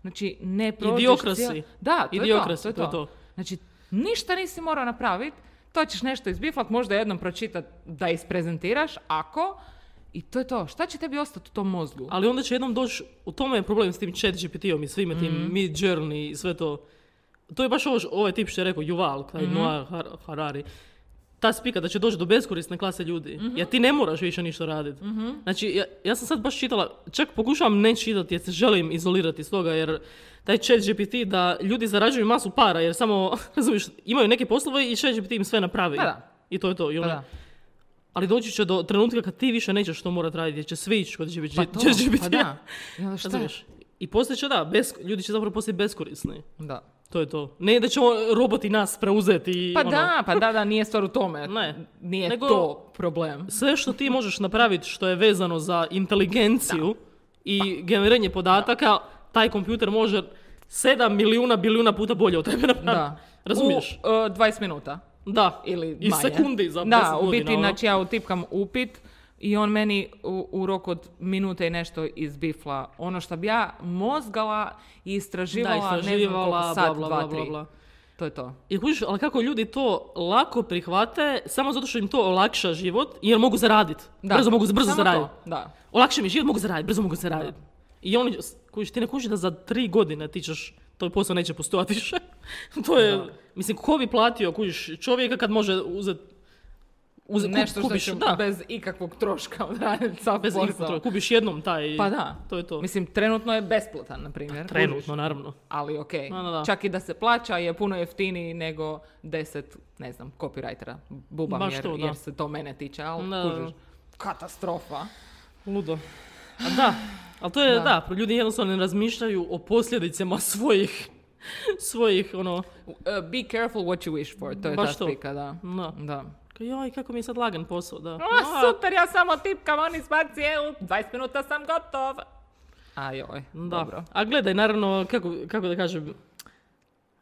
S2: znači, ne prođeš
S1: Idiokrasi.
S2: cijel- Da, to je to,
S1: Idiokrasi,
S2: to je
S1: to je
S2: to.
S1: to.
S2: Znači, ništa nisi morao napraviti, to ćeš nešto izbiflat, možda jednom pročitat da isprezentiraš, ako, i to je to. Šta će tebi ostati u tom mozgu?
S1: Ali onda će jednom doći, u tome je problem s tim chat GPT-om i svime tim
S2: Mhm.
S1: Mid Journey i sve to. To je baš ovo, š- ovaj tip što je rekao, Juval, taj
S2: Mhm.
S1: Noah Har- Harari. Ta spika da će doći do beskorisne klase ljudi.
S2: Mhm.
S1: Jer ti ne moraš više ništa raditi. Znači, ja, ja sam sad baš čitala, čak pokušavam ne čitati jer se želim izolirati iz toga jer taj chat GPT da ljudi zarađuju masu para jer samo, razumiješ, imaju neke poslove i chat GPT im sve napravi.
S2: Pa da.
S1: I to je to. I
S2: Pa
S1: ono-
S2: da.
S1: ali doći će do trenutka kad ti više nećeš to morat raditi, jer će svi ići kod GPT.
S2: Pa to,
S1: ChatGPT.
S2: pa da. I onda šta?
S1: Razumiješ? I poslije će da, bez, ljudi će zapravo poslije beskorisni.
S2: Da.
S1: To je to. Ne da će on- roboti nas preuzeti i
S2: Pa
S1: ono,
S2: da, pa da, da, nije stvar u tome.
S1: Ne.
S2: Nije
S1: Nego-
S2: to problem.
S1: sve što ti možeš napraviti što je vezano za inteligenciju i generiranje podataka, taj kompjuter može 7 milijuna bilijuna puta bolje od tebe napraviti.
S2: Da.
S1: Razumiješ?
S2: U, e, 20 minuta.
S1: Da.
S2: Ili
S1: I
S2: manje.
S1: sekundi za
S2: Da,
S1: 10
S2: u biti,
S1: godina, ono.
S2: znači ja utipkam upit i on meni u, u roku od minute i nešto izbifla. Ono što bi ja mozgala i istraživala,
S1: Da,
S2: ne znam koliko,
S1: istraživala,
S2: sat,
S1: bla, bla, bla,
S2: dva,
S1: bla,
S2: tri.
S1: bla.
S2: To je to.
S1: I kužiš, ali kako ljudi to lako prihvate, samo zato što im to olakša život, jer mogu zaraditi.
S2: Da.
S1: Brzo mogu brzo
S2: Samo
S1: zaraditi.
S2: to, Da.
S1: Olakša mi život, mogu zaraditi, brzo mogu zaraditi. I oni, kužiš, ti ne kužiš da za tri godine ti ćeš, to posao neće postojati više. to je, mislim, ko bi platio, kužiš, čovjeka kad može uzeti uzet,
S2: Nešto što
S1: kupiš,
S2: ću
S1: da,
S2: bez ikakvog troška odraditi sav
S1: bez
S2: posao.
S1: infrastrukture, kupiš jednom taj,
S2: Pa da.
S1: to je to. Pa
S2: Mislim, trenutno je besplatan, na primjer. Kužiš?
S1: Trenutno, naravno.
S2: ali ok,
S1: Da, da, da.
S2: čak i da se plaća je puno jeftiniji nego 10, ne znam, copywritera, bubam
S1: Baš
S2: jer,
S1: to, da.
S2: jer se to mene tiče, ali
S1: Da, da, da.
S2: kužiš, katastrofa.
S1: Ludo. A da, ali to je,
S2: Da.
S1: da. ljudi jednostavno ne razmišljaju o posljedicama svojih, svojih, ono,
S2: Uh, be careful what you wish for, to je
S1: Baš
S2: ta
S1: to.
S2: spika, da.
S1: da.
S2: Da.
S1: Kao, Joj, kako mi je sad lagan posao, da.
S2: O, super, ja samo tipkam, on izbaci, evo, 20 minuta sam gotov. Ajoj,
S1: Da.
S2: dobro.
S1: A gledaj, naravno, kako, kako da kažem,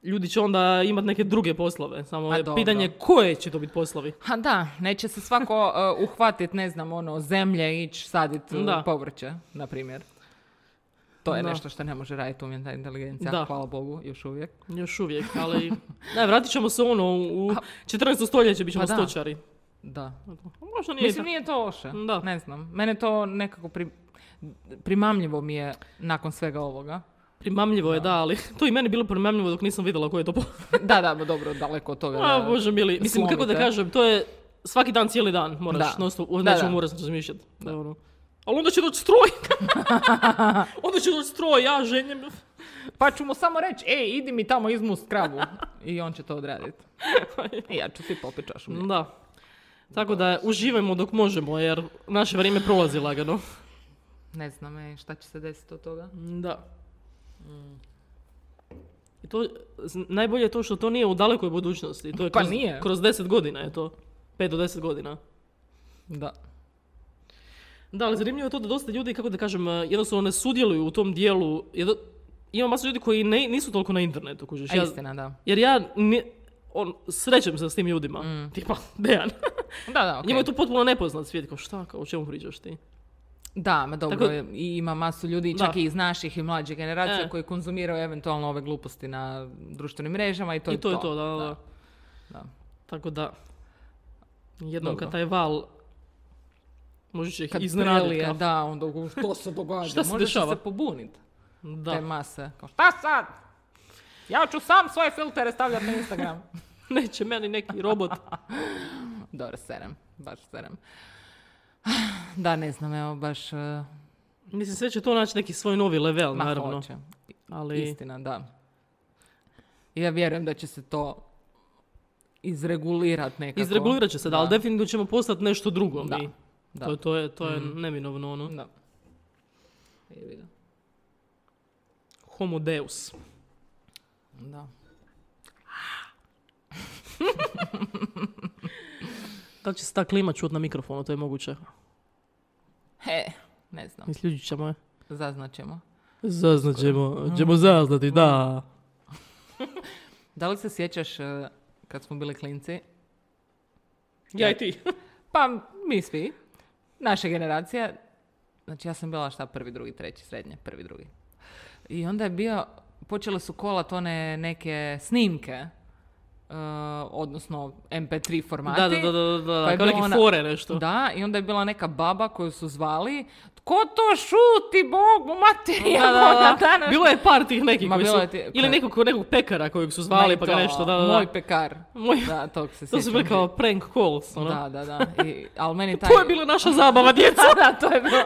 S1: ljudi će onda imati neke druge poslove. Samo
S2: A
S1: je
S2: dobro.
S1: pitanje koje će to biti poslovi.
S2: Ha da, neće se svako uh, uhvatit, ne znam, ono, zemlje, ići sadit uh,
S1: Da.
S2: povrće, na primjer. To je
S1: Da.
S2: nešto što ne može raditi umjetna inteligencija,
S1: Da.
S2: hvala Bogu, još uvijek.
S1: Još uvijek, ali... Ne, vratit ćemo se ono, u 14. stoljeće bit ćemo
S2: Pa da.
S1: stočari.
S2: Da.
S1: Možda nije
S2: Mislim,
S1: tako-
S2: nije to loše.
S1: Da.
S2: Ne znam. Mene to nekako pri- primamljivo mi je nakon svega ovoga.
S1: primamljivo je, da, ali to i meni bilo primamljivo dok nisam vidjela koje je to po...
S2: Da, da, dobro, daleko od toga.
S1: A,
S2: da-
S1: bože mili. Mislim, kako da
S2: slomite.
S1: kažem, to je svaki dan, cijeli dan moraš,
S2: Da.
S1: da. non-stop, o
S2: Da,
S1: nečemu
S2: da.
S1: moraš razmišljati. Da. ono. Ali onda će doći stroj. onda će doći stroj, ja ženjem.
S2: Pa ću mu samo reći, ej, idi mi tamo izmu skrabu. I on će to odraditi. I ja ću ti popit čašu mlijeka.
S1: Da. Tako da uživajmo dok možemo, jer naše vrijeme prolazi lagano.
S2: Ne znam, ej, šta će se desiti od toga.
S1: Da. I to, z- najbolje je to što to nije u dalekoj budućnosti. To je
S2: Pa
S1: kroz,
S2: nije.
S1: Kroz 10 godina je to. 5 do 10 godina.
S2: Da.
S1: Da, ali zanimljivo je to da dosta ljudi, kako da kažem, eh, jednostavno ne sudjeluju u tom dijelu. jer do- Ima masu ljudi koji ne, nisu toliko na internetu, kužiš.
S2: A
S1: Ja-
S2: istina, da.
S1: jer ja ne, on, srećem se s tim ljudima.
S2: Mm.
S1: Tipa, Dejan.
S2: Da, da, okej.
S1: Njemu je to potpuno nepoznat svijet. Kao šta, kao o čemu pričaš ti?
S2: Da, ma dobro,
S1: Tako-
S2: i ima masu ljudi,
S1: Da.
S2: čak i iz naših i mlađe generacije,
S1: E.
S2: koji konzumiraju eventualno ove gluposti na društvenim mrežama i to
S1: I
S2: je
S1: to je to, da, da.
S2: Da.
S1: da.
S2: Da.
S1: Tako da, jednom
S2: Dobro.
S1: kad taj val možda će ih
S2: kad
S1: iznenaditi.
S2: prelije,
S1: kao-
S2: da, onda u- što se događa,
S1: Šta se
S2: možda će
S1: dešava?
S2: se pobunit te
S1: da.
S2: mase. Kao, šta sad? Ja ću sam svoje filtere stavljati na Instagram.
S1: Neće meni neki robot.
S2: Dobro, serem, baš serem. Da, ne znam, evo, baš, eh,
S1: Mislim, sve će to naći neki svoj novi level,
S2: ma
S1: naravno.
S2: hoće.
S1: Ali,
S2: Istina, da. I ja vjerujem da će se to izregulirat nekako.
S1: izregulirat će se, da, ali definitivno ćemo postati nešto drugo.
S2: Da,
S1: mi.
S2: da. Mhm.
S1: To, to je, to je neminovno, ono.
S2: Da. Jebi ga.
S1: Homo deus.
S2: Da.
S1: Da li će se ta klima čut na mikrofonu, to je moguće.
S2: He, ne znam,
S1: Mislim, ljudi ćemo je.
S2: zaznaćemo.
S1: Zaznat ćemo, ćemo zaznati, da.
S2: Da li se sjećaš eh, kad smo bili klinci
S1: Ja i ti.
S2: Pa, mi svi. Naša generacija. Znači, ja sam bila šta prvi, drugi, treći, srednje, prvi, drugi. I onda je bio, počele su kolat one neke snimke, eh, odnosno MP3 formati.
S1: Da, da, da, da, da, da,
S2: Pa je
S1: kao
S2: bila
S1: neki
S2: ona-
S1: fore nešto.
S2: Da, i onda je bila neka baba koju su zvali, tko to šuti, Bog, materija, ona danas
S1: Bilo je par tih nekih
S2: Ma,
S1: koji su,
S2: bilo je ti-
S1: ili nekog, nekog pekara kojeg su zvali
S2: Ma i
S1: pa ga
S2: to,
S1: nešto, da, da, da.
S2: Moj pekar.
S1: Moj-
S2: Da, tog se
S1: to su bili
S2: sjećam.
S1: kao prank calls, ono.
S2: Da, da, da. I, ali meni taj...
S1: To je bila naša zabava, djeca.
S2: Da, to je bilo.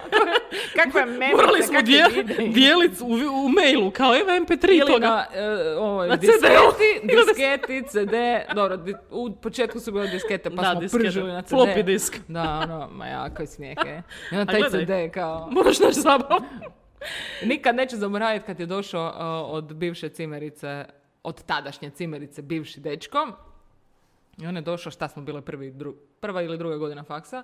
S2: Kakva je meni,
S1: Morali smo dijel, dijelit u, u mailu, kao evo MP3
S2: Ili
S1: toga.
S2: na, e, ovoj,
S1: Na CD-u.
S2: disketi,
S1: Ili na-
S2: disketi, CD, dobro, di- u početku su bile diskete, pa
S1: Da,
S2: smo
S1: diskete.
S2: pržili na CD.
S1: Floppy disk.
S2: Da, ono, ma ja, koji smijeh je. I onda
S1: A
S2: taj
S1: gledaj.
S2: CD kao...
S1: Moraš naš zabavu.
S2: Nikad neću zaboraviti kad je došao uh, od bivše cimerice, od tadašnje cimerice, bivši dečko. I on je došao, šta smo bile prvi, dru- prva ili druga godina faksa.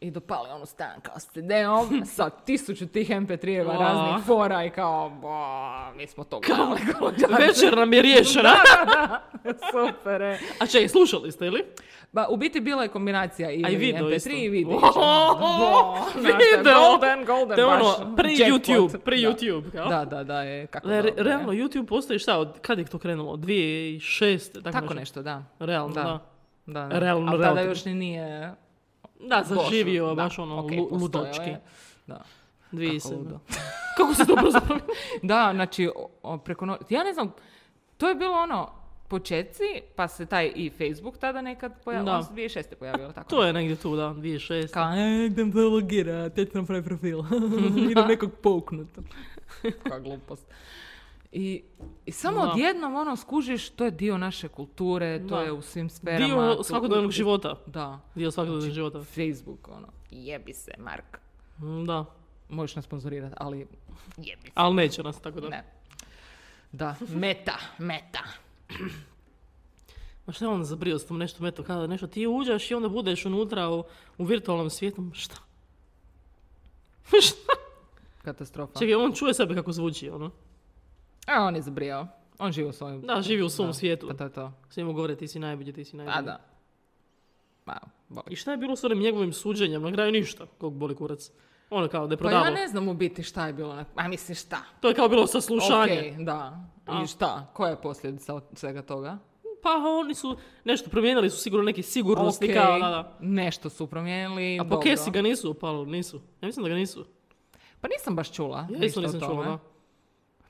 S2: I dopali onu stan kao s CD-om sa tisuću tih MP3-eva
S1: O.
S2: raznih fora i kao, bo, mi smo to gledali. kao da.
S1: Večer nam je riješena.
S2: Super, je.
S1: A čekaj, slušali ste ili?
S2: Ba, u biti bila je kombinacija i,
S1: A i video
S2: MP3
S1: isto.
S2: i video.
S1: Ohoho,
S2: Bo, znaš,
S1: video.
S2: Golden, golden,
S1: To je ono,
S2: baš
S1: pre
S2: jackpot.
S1: YouTube, pre
S2: Da.
S1: YouTube, kao.
S2: Da, da, da, je kako
S1: Da, re-
S2: dobro, e. je.
S1: realno, YouTube postoji šta, od kad je to krenulo? 2006? Tako,
S2: Tako nešto, da.
S1: Realno, da.
S2: Da.
S1: Da,
S2: da,
S1: Realno,
S2: Ali tada
S1: relativno.
S2: još ni nije
S1: zaživio
S2: došlo.
S1: baš
S2: Da,
S1: ono,
S2: okej,
S1: lu-
S2: postojao
S1: ludočki.
S2: je. Da.
S1: 2007.
S2: ludo.
S1: Kako se to brzo promijeni?
S2: da, znači, o- o, preko no- Ja ne znam, to je bilo ono, početci, pa se taj i Facebook tada nekad pojavio,
S1: Da.
S2: on se 2006. pojavio, tako.
S1: To je negdje tu, da, 2006.
S2: Kao, e, idem se logirat, ja ću napraviti profil. idem nekog poknut. Kakva glupost. I, I samo
S1: Da.
S2: odjednom ono skužiš, to je dio naše kulture, to
S1: Da.
S2: je u svim sferama.
S1: Dio
S2: to-
S1: svakodnevnog života.
S2: Da.
S1: Dio
S2: Znači-
S1: svakodnevnog života.
S2: Facebook, ono, jebi se, Mark.
S1: Mm, Da,
S2: Možeš nas sponzorirati, ali jebi se.
S1: ali neće nas, tako da.
S2: Ne. Da, meta, meta.
S1: Ma šta je on zabrio s tom nešto meto, kada nešto ti uđeš i onda budeš unutra u, u virtualnom svijetu, Ma šta? Ma šta?
S2: Katastrofa.
S1: Čekaj, on čuje sebe kako zvuči, ono.
S2: A, on je zabrijao. On živi u svojem...
S1: Da, živi u svom
S2: Da,
S1: svijetu.
S2: Pa to je to.
S1: Svi mu govore ti si najbolji, ti si najbolji.
S2: A, da. Ma, Pa boli.
S1: I šta je bilo s onim njegovim suđenjem? Na kraju ništa, kog boli kurac. Ono kao da je
S2: Pa
S1: prodavao.
S2: ja ne znam u biti šta je bilo. Na... A mislim šta?
S1: To je kao bilo saslušanje.
S2: Ok, da.
S1: A.
S2: I šta? Koja je posljedica od svega toga?
S1: Pa oni su nešto promijenili su sigurno neki sigurnosni
S2: Ok,
S1: kao, da, da.
S2: nešto su promijenili.
S1: A po
S2: dobro.
S1: kesi ga nisu upalili, nisu. Ja mislim da ga nisu.
S2: Pa nisam baš čula.
S1: Ja
S2: ništa
S1: isto
S2: o
S1: nisam čula,
S2: tome.
S1: da.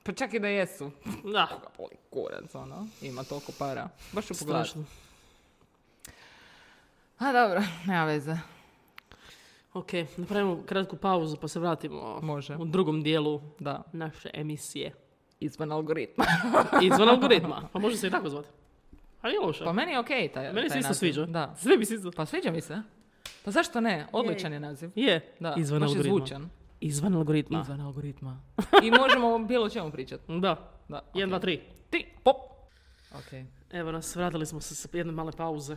S2: Pa čak i da jesu.
S1: Da,
S2: Koga boli kurac, ono. Ima toliko para. Baš u pogledu.
S1: strašno.
S2: A dobro, nema veze.
S1: Ok, napravimo kratku pauzu pa se vratimo
S2: Može.
S1: u drugom dijelu
S2: Da,
S1: naše emisije.
S2: izvan algoritma.
S1: Izvan algoritma, pa može se i tako zvati. A nije loše.
S2: Pa meni je okej taj
S1: Meni se
S2: taj
S1: isto
S2: naziv.
S1: sviđa.
S2: Da.
S1: Sve mi se isto.
S2: Pa sviđa mi se. Pa zašto ne? Odličan je naziv.
S1: Je,
S2: Da,
S1: izvan
S2: baš je
S1: algoritma.
S2: zvučan.
S1: Izvan algoritma.
S2: Izvan algoritma. I možemo o bilo čemu pričati.
S1: Da,
S2: Da,
S1: jedan, dva,
S2: okej.
S1: tri.
S2: Ti, pop. Ok,
S1: Evo nas, vratili smo se sa jedne male pauze.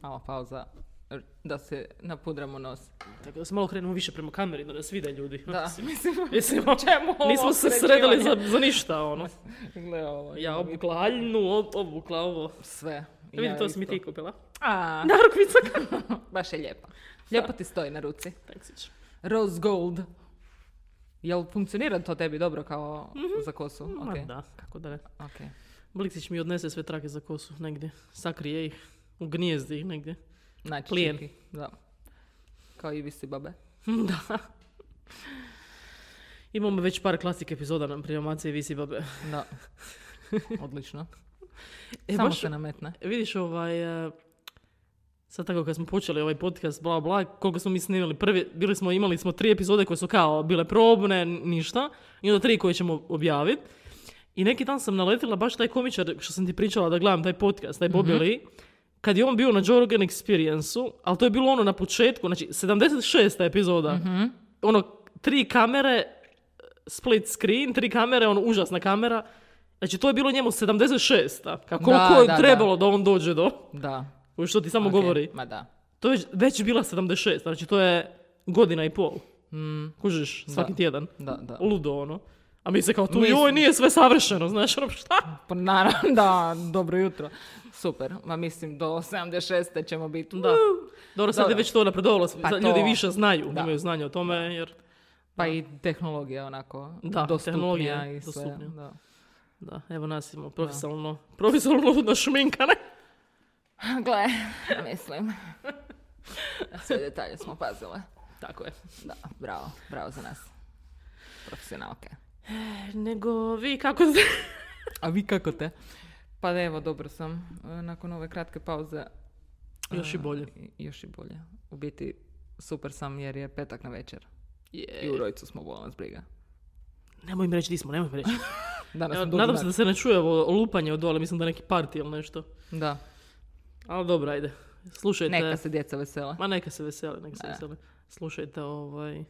S2: mala pauza da se napudramo nos.
S1: Tako da se malo krenemo više prema kameri da nas vide ljudi.
S2: Da, mislim,
S1: Mislim,
S2: čemu ovo
S1: nismo se
S2: sređivanje?
S1: sredili za, za ništa, ono.
S2: Gle ovo.
S1: Ja obukla haljnu, ob- obukla ovo.
S2: Sve. I
S1: Vidi,
S2: ja
S1: to si mi
S2: isto.
S1: ti kupila.
S2: A,
S1: Narukvica kao.
S2: baš je lijepa. Lijepo ti stoji na ruci.
S1: Taksić.
S2: Rose gold. Jel funkcionira to tebi dobro kao za kosu?
S1: Mhm. Ma
S2: Ok,
S1: da, kako da ne.
S2: ok.
S1: Bliksić mi odnese sve trake za kosu negdje. Sakrije ih. Ugnijezdi ih negdje.
S2: Znači,
S1: Plijen.
S2: čiki, Da. Kao i visi babe.
S1: da. Imamo već par klasik epizoda nam prije Mace i Visi Babe.
S2: Da. Odlično.
S1: E,
S2: Samo
S1: baš-
S2: se nametne.
S1: Vidiš ovaj... e, Sad tako kad smo počeli ovaj podcast, bla bla, koliko smo mi snimili, prvi, bili smo, imali smo tri epizode koje su kao bile probne, n- ništa, i onda tri koje ćemo objaviti. I neki dan sam naletila baš taj komičar, što sam ti pričala da gledam taj podcast, taj
S2: Mhm.
S1: Bobby Lee, kad je on bio na Joe Rogan Experience-u, ali to je bilo ono na početku, znači 76. epizoda,
S2: Mhm.
S1: ono tri kamere, e, split screen, tri kamere, ono užasna kamera, znači to je bilo njemu 76. Kako
S2: Da,
S1: koliko je
S2: da, da.
S1: trebalo da on dođe do,
S2: Da.
S1: u što ti samo
S2: ok,
S1: govori.
S2: Ma da.
S1: To je već- već bila 76, znači to je godina i pol,
S2: Mm,
S1: kužiš, svaki
S2: Da.
S1: tjedan.
S2: da, da.
S1: Ludo ono. A mi se kao tu,
S2: Mi-
S1: joj, nije sve savršeno, znaš, ono, šta?
S2: Pa naravno, da, dobro jutro. Super, ma mislim do 76. ćemo biti.
S1: Da. Dobro, sad je
S2: Dobro.
S1: već to napredovalo,
S2: Pa
S1: sad ljudi
S2: to-
S1: više znaju,
S2: da.
S1: imaju znanje o tome, jer,
S2: Pa i tehnologija onako
S1: Da,
S2: dostupnija
S1: tehnologija je
S2: i sve.
S1: dostupnija.
S2: Da.
S1: da, evo nas imamo profesionalno, profesionalno ludno šminkane.
S2: Gle, mislim. Sve detalje smo pazile.
S1: Tako je.
S2: Da, bravo, bravo za nas. Profesionalke.
S1: E, Nego vi kako ste...
S2: A vi kako te? Pa evo, dobro sam. E, Nakon ove kratke pauze e,
S1: Još i bolje.
S2: i- još i bolje. U biti super sam jer je petak na večer. I u
S1: Je.
S2: rojicu smo bolna briga.
S1: Nemoj mi reći di smo, nemoj mi reći.
S2: Danas
S1: Evo,
S2: smo dugo
S1: nadam se
S2: nakon.
S1: da se ne čuje ovo lupanje od dole, mislim da je neki parti ili nešto.
S2: Da,
S1: Ali dobro, ajde. Slušajte.
S2: neka se djeca vesela.
S1: Ma neka se veseli, neka se
S2: Da.
S1: veseli. Slušajte ovaj,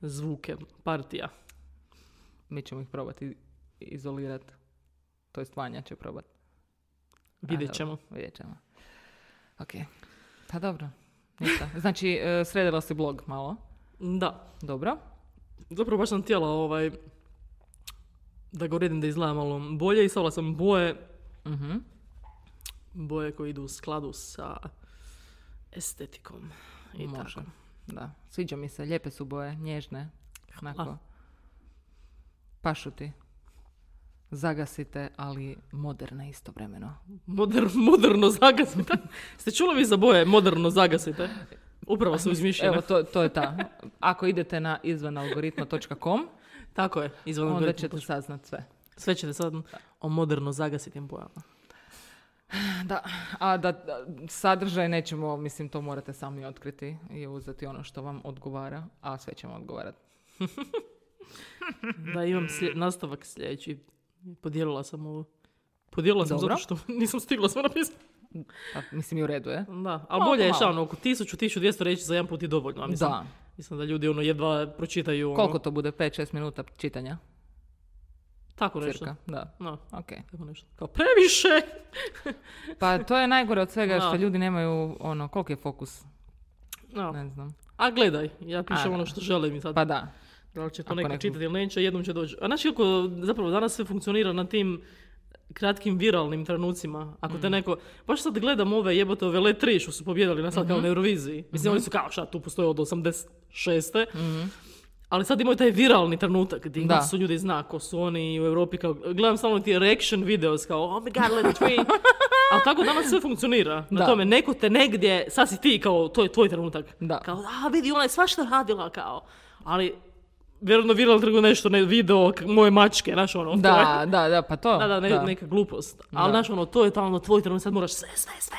S1: zvuke partija.
S2: Mi ćemo ih probati izolirati. To je Vanja će probati.
S1: Vidjet
S2: A,
S1: ćemo.
S2: dobro, Vidjet ćemo. Ok. Pa dobro. Ništa. Znači, e, sredila si blog malo.
S1: Da.
S2: Dobro.
S1: Zapravo baš sam htjela ovaj, da ga uredim da izgleda malo bolje i stavila sam boje,
S2: Mhm.
S1: boje koje idu u skladu sa estetikom. I
S2: Može.
S1: tako.
S2: Da. Sviđa mi se. Lijepe su boje. Nježne. Onako. Pašu ti. Zagasite, ali moderne istovremeno.
S1: Moder- moderno zagasite. Ste čuli vi za boje moderno zagasite? Upravo su izmišljene.
S2: Evo, to, to je ta. Ako idete na izvanalgoritma.com,
S1: Tako je. Izvan
S2: onda
S1: algoritma.
S2: ćete saznat sve.
S1: Sve ćete sad o moderno zagasitim bojama.
S2: Da, a da, da, sadržaj nećemo, mislim, to morate sami otkriti i uzeti ono što vam odgovara, a sve ćemo odgovarati.
S1: Da, imam slje- nastavak sljedeći. Podijelila sam ovo. Podijelila sam
S2: Dobro.
S1: zato što nisam stigla sve napisati.
S2: Pa, mislim, i u redu je.
S1: Da, ali
S2: Malo,
S1: bolje je
S2: malo.
S1: šta, ono, oko 1000, 1200 reći za jedan put je dovoljno. a Mislim,
S2: Da.
S1: mislim da ljudi ono jedva pročitaju ono,
S2: Koliko to bude? 5-6 minuta čitanja?
S1: tako nešto.
S2: Cirka, da.
S1: No,
S2: Ok.
S1: tako nešto. Kao previše!
S2: Pa to je najgore od svega
S1: Da.
S2: što ljudi nemaju, ono, koliki je fokus?
S1: No.
S2: Ne znam.
S1: A gledaj, ja pišem
S2: A,
S1: ono
S2: da.
S1: što želim i sad.
S2: Pa da.
S1: Da li će to
S2: Ako
S1: neko
S2: nekom-
S1: čitati ili neće, jednom će doći. A znaš kako zapravo danas sve funkcionira na tim kratkim viralnim trenucima. Ako
S2: Mhm.
S1: te neko, baš sad gledam ove jebote ove Le 3 što su pobjedali na sad
S2: Mhm.
S1: kao na Euroviziji. Mislim, oni su kao šta, tu postoje od 86. Ali sad imaju taj viralni trenutak gdje
S2: Da.
S1: su ljudi zna ko su oni i u Europi kao, gledam samo ti reaction videos kao oh my god, let it free. Ali tako danas sve funkcionira. Na
S2: Da.
S1: tome, neko te negdje, sad si ti kao, to je tvoj trenutak.
S2: Da.
S1: Kao, a vidi, ona je svašta radila kao. Ali, vjerojatno viral trgu nešto, ne video k- moje mačke, znaš ono. to je-
S2: Da, da, da, pa to.
S1: da, da, ne- neka glupost. Ali
S2: Da.
S1: znaš ono, to je tamo tvoj trenutak, sad moraš sve, sve, sve.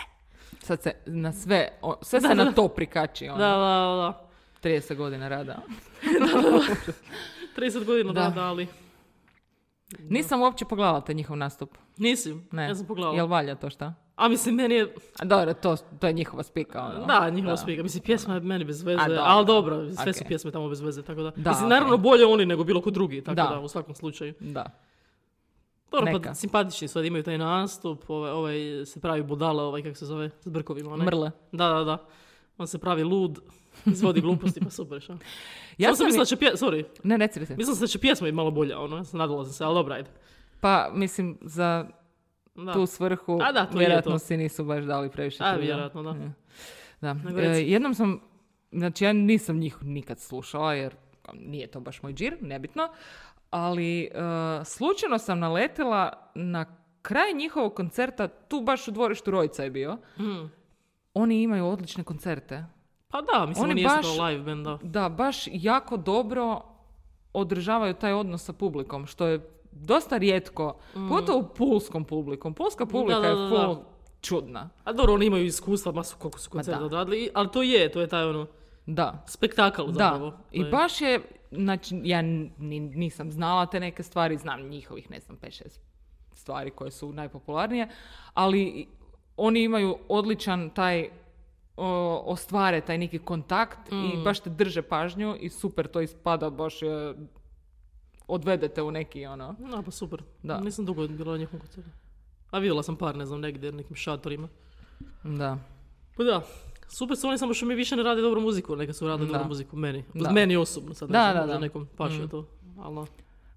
S2: Sad se na sve, o, sve
S1: Da,
S2: se
S1: da.
S2: na to prikači, ono.
S1: Da, da, da.
S2: 30 godina rada.
S1: da. 30 godina da.
S2: Da.
S1: da, ali
S2: Nisam uopće pogledala taj njihov nastup.
S1: nisi.
S2: Ne.
S1: Ja sam pogledala.
S2: Jel valja to šta?
S1: A mislim, meni je,
S2: A dobro, to, to je njihova spika, ono.
S1: da, njihova spika. Mislim, pjesma je meni bez veze,
S2: A, dobro.
S1: ali dobro, sve su
S2: Ok.
S1: pjesme tamo bez veze, tako da.
S2: Da,
S1: mislim,
S2: ok.
S1: naravno bolje oni nego bilo ko drugi, tako da,
S2: Da.
S1: u svakom slučaju.
S2: Da.
S1: Dobro, pa
S2: Neka.
S1: simpatični su, imaju taj nastup, ovaj, ovaj se pravi budala, ovaj kako se zove, s brkovima. Onaj.
S2: Mrle.
S1: Da, da, da. On se pravi lud, izvodi gluposti, pa super, šta? Ja
S2: Ja
S1: sam,
S2: sam
S1: mislila da
S2: i-
S1: će pje... sorry,
S2: Ne, reci, reci.
S1: mislila sam da će pjesma biti malo bolja, ono, ja sam nadala sam se, ali dobra, ajde.
S2: Pa, mislim, za
S1: Da.
S2: tu svrhu
S1: A da, to je
S2: vjerojatno
S1: to.
S2: si nisu baš dali previše
S1: A,
S2: truda.
S1: vjerojatno, da.
S2: Mm. Da.
S1: Nego
S2: E,
S1: reci.
S2: jednom sam, znači ja nisam njih nikad slušala jer kao, nije to baš moj džir, nebitno, ali e, slučajno sam naletila na kraj njihovog koncerta, tu baš u dvorištu Rojca je bio.
S1: Mm.
S2: Oni imaju odlične koncerte.
S1: Pa da, mislim, oni,
S2: Oni
S1: jesu
S2: baš-
S1: kao live band, da.
S2: Da, baš jako dobro održavaju taj odnos sa publikom, što je dosta rijetko, pogotovo pulskom publikom. Pulska publika
S1: Mm. da, da, da.
S2: je full čudna.
S1: A dobro, oni imaju iskustva, masu koliko su koncerta
S2: Pa da.
S1: odradili, i- ali to je, to je taj ono,
S2: Da.
S1: spektakl zapravo.
S2: Da, i
S1: To je-
S2: baš je, znači ja n- ni- nisam znala te neke stvari, znam njihovih, ne znam, 5-6 stvari koje su najpopularnije, ali i- oni imaju odličan taj, o, ostvare taj neki kontakt
S1: Mm.
S2: i baš te drže pažnju i super to ispada, baš je, odvedete u neki ono,
S1: No, pa super.
S2: Da.
S1: Nisam dugo bila na njihovom koncertu. A vidjela sam par, ne znam, negdje, nekim šatorima.
S2: da.
S1: Pa da, super su oni, samo što mi više ne rade dobru muziku, neka su radili
S2: Da.
S1: dobru muziku meni.
S2: Da.
S1: Meni osobno sad,
S2: Da, Mhm.
S1: ne znam,
S2: da,
S1: možda
S2: da.
S1: nekom paše to. Ali, da.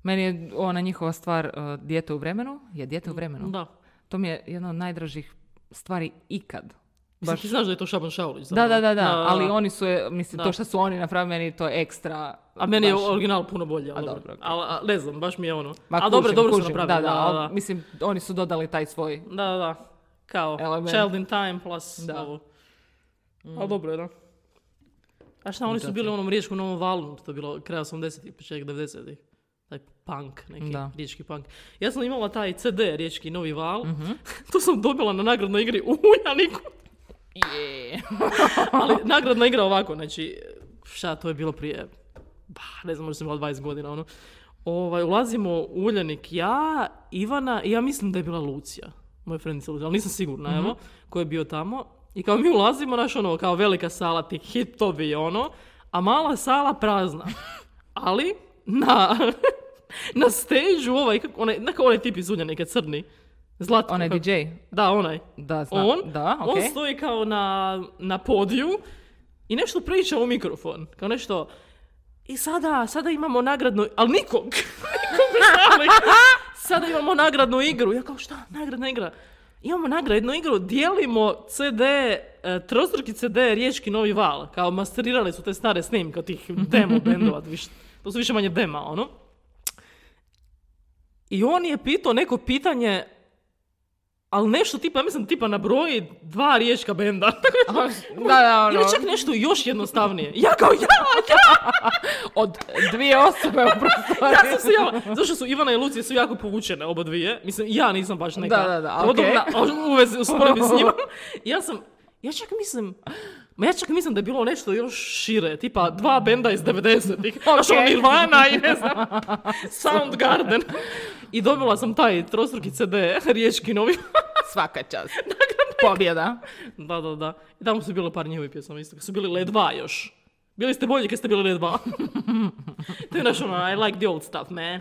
S2: Meni je ona njihova stvar e, dijete u vremenu, je dijete u vremenu.
S1: Mm, Da.
S2: To mi je jedna od najdražih stvari ikad.
S1: Mislim, ti znaš da je to Šaban Šaulić.
S2: Da,
S1: zapravo.
S2: da, da, da, ali oni su, je- mislim,
S1: Da.
S2: to što su oni napravili, meni je to ekstra.
S1: A meni je
S2: baš-
S1: original puno bolji, ali
S2: A,
S1: dobro.
S2: dobro, okej.
S1: Ali, a, ne znam, baš mi je ono.
S2: Ma,
S1: a dobro,
S2: kužim,
S1: dobro su
S2: kužim.
S1: napravili.
S2: Da, da,
S1: da,
S2: ali mislim, oni su dodali taj svoj.
S1: da. Da, da. Kao
S2: Element.
S1: Child in Time plus
S2: Da.
S1: ovo. Ali dobro je, da. A šta, oni su bili u onom riječkom novom valu, to je bilo kraj 80-ih, početak 90-ih. Taj punk, neki
S2: Da.
S1: riječki punk. Ja sam imala taj CD, riječki novi val,
S2: Mhm.
S1: to sam dobila na nagradnoj igri u Uljaniku.
S2: Je.
S1: Ali nagradna igra ovako, znači, šta, to je bilo prije, bah, ne znam, možda sam imala 20 godina, ono. Ovaj, ulazimo u Uljanik ja, Ivana i ja mislim da je bila Lucija, moja frendica Lucija, ali nisam sigurna,
S2: Mhm.
S1: evo, ko je bio tamo. I kao mi ulazimo, naš ono, kao velika sala, ti hitovi, ono, a mala sala prazna. Ali, na, na stage ovaj, kako, onaj, onaj, onaj tip iz Uljanika, crni, Zlatko.
S2: Onaj
S1: kako-
S2: DJ.
S1: Da, onaj
S2: Da, znam.
S1: on,
S2: da, okej.
S1: on stoji kao na, na podiju i nešto priča u mikrofon. Kao nešto, i sada, sada imamo nagradnu, ali nikog, nikog ne Sada imamo nagradnu igru. Ja kao šta, nagradna igra? Imamo nagradnu igru, dijelimo CD, e, trostruki CD Riječki Novi Val. Kao masterirali su te stare snimke od tih demo bendova. viš- To su više manje dema, ono. I on je pitao neko pitanje, ali nešto tipa, ja mislim tipa nabroji dva riječka benda.
S2: A, da, da, ono,
S1: Ili čak nešto još jednostavnije. Ja kao ja,
S2: od dvije osobe u prostoriji.
S1: ja sam se ja. Zašto su Ivana i Lucija su jako povučene oba dvije. Mislim, ja nisam baš neka.
S2: Da, da, da, okej.
S1: podobna, a u vezi u sporedbi s njima. Ja sam, ja čak mislim, ma ja čak mislim da je bilo nešto još šire, tipa dva benda iz 90-ih. Znaš, ono Nirvana i ne znam, Soundgarden. I dobila sam taj trostruki CD, riječki novi.
S2: Svaka čast.
S1: Dakle,
S2: Pobjeda.
S1: Da, da, da. I tamo su bilo par njihovih pjesama isto. Kad su bili L2 još. Bili ste bolji kad ste bili L2. to je naš ono, I like the old stuff, man.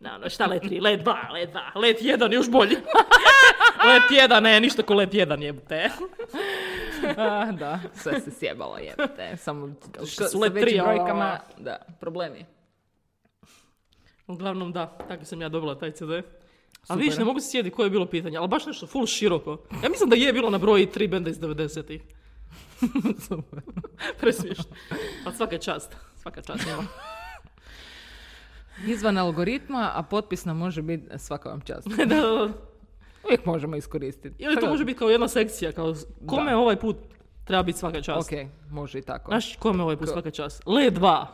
S1: Da, ono, šta let 3? Let 2, let 2. Let 1 još bolji. let 1, ne, ništa ko let 1 jebate.
S2: A, da, sve se sjebalo, jebite. Samo
S1: što
S2: što
S1: su
S2: sa
S1: let
S2: većim
S1: tri, ono.
S2: brojkama, da, problemi.
S1: Uglavnom da, tako sam ja dobila taj CD. A vidiš, ne mogu se sjediti koje je bilo pitanje, ali baš nešto full široko. Ja mislim da je bilo na broji tri benda iz 90-ih. Presmiješno. Pa svaka čast, svaka čast njima.
S2: Izvan algoritma, a potpis nam može biti svaka vam čast.
S1: da, da, da.
S2: Uvijek možemo iskoristiti.
S1: Ili to može biti kao jedna sekcija, kao s- kome ovaj put treba biti svaka čast.
S2: Ok, može i tako.
S1: Znaš kome ovaj put svaka čast? Le 2.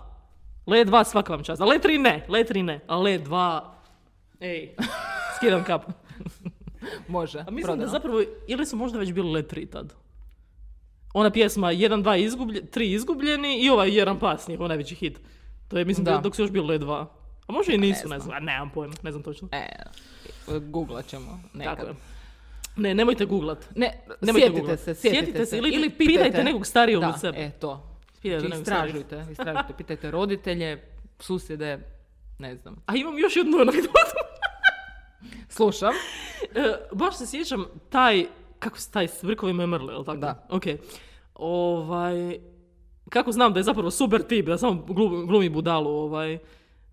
S1: Le 2 svaka vam čast. A le 3 ne, le 3 ne. A le 2... Ej, skidam kapu.
S2: Može,
S1: A mislim da
S2: prodano.
S1: zapravo, ili su možda već bili le 3 tad? Ona pjesma 1, 2 izgubljeni, 3 izgubljeni i ovaj jedan pas njihov najveći hit. To je mislim
S2: Da.
S1: bilo dok su još bili le 2. A može i nisu, ne znam, a nemam pojma, ne znam točno.
S2: E, googlat ćemo nekad. Znači,
S1: Tako je. Ne, nemojte googlat.
S2: Ne,
S1: Nemojte
S2: sjetite
S1: googlat.
S2: se, sjetite, se.
S1: ili, pitajte nekog starijog
S2: da,
S1: od sebe.
S2: e, to.
S1: Pitajte
S2: Znači,
S1: nekog starijeg.
S2: istražujte, istražujte. Pitajte roditelje, susjede, ne znam.
S1: A imam još jednu anegdotu.
S2: Slušam.
S1: E, baš se sjećam taj, kako se taj s vrkovima mrle, jel tako?
S2: Da.
S1: Ok. Ovaj, kako znam da je zapravo super tip, da samo glumi, glumi budalu, ovaj.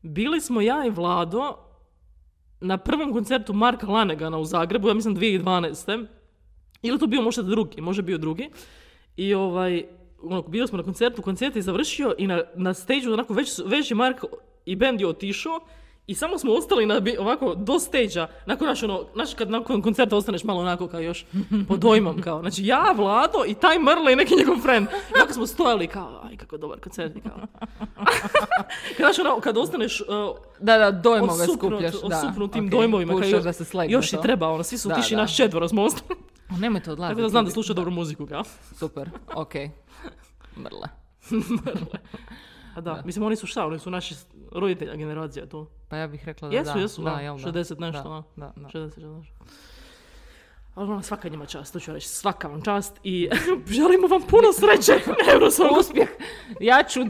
S1: Bili smo ja i Vlado na prvom koncertu Marka Lanegana u Zagrebu, ja mislim 2012. Ili to bio možda drugi, možda bio drugi. I ovaj, ono, bili smo na koncertu, koncert je završio i na, na stage onako već, su- već je Mark i band je otišao i samo smo ostali na, bi- ovako do stage nakon naš, ono, znaš kad nakon koncerta ostaneš malo onako kao još pod dojmom kao, znači ja, Vlado i taj Mrle i neki njegov friend. I Ovako smo stojali kao, aj kako dobar koncert i kao. kad, znaš, ono, kad ostaneš uh,
S2: Da, da, dojmove
S1: osupnut,
S2: skupljaš. da.
S1: osupnut tim
S2: Ok,
S1: dojmovima.
S2: kušaš
S1: kao,
S2: da se slegne
S1: još i
S2: to.
S1: treba, ono, svi su
S2: Da,
S1: otišli
S2: da.
S1: naš četvoro smo ostali.
S2: O, Nemojte odlaziti.
S1: Tako da znam da
S2: ljudi.
S1: sluša dobru muziku, kao.
S2: Super, ok. Mrle.
S1: A da, mislim oni su šta, oni su naši roditelja generacija tu.
S2: Pa ja bih rekla da
S1: Jesu,
S2: da.
S1: jesu, da,
S2: jel da.
S1: 60 nešto, ono.
S2: Da,
S1: a.
S2: da, da.
S1: 60, znaš. Ali ono, svaka njima čast, to ću reći, svaka vam čast i želimo vam puno sreće na Eurosongu.
S2: Uspjeh. Ja ću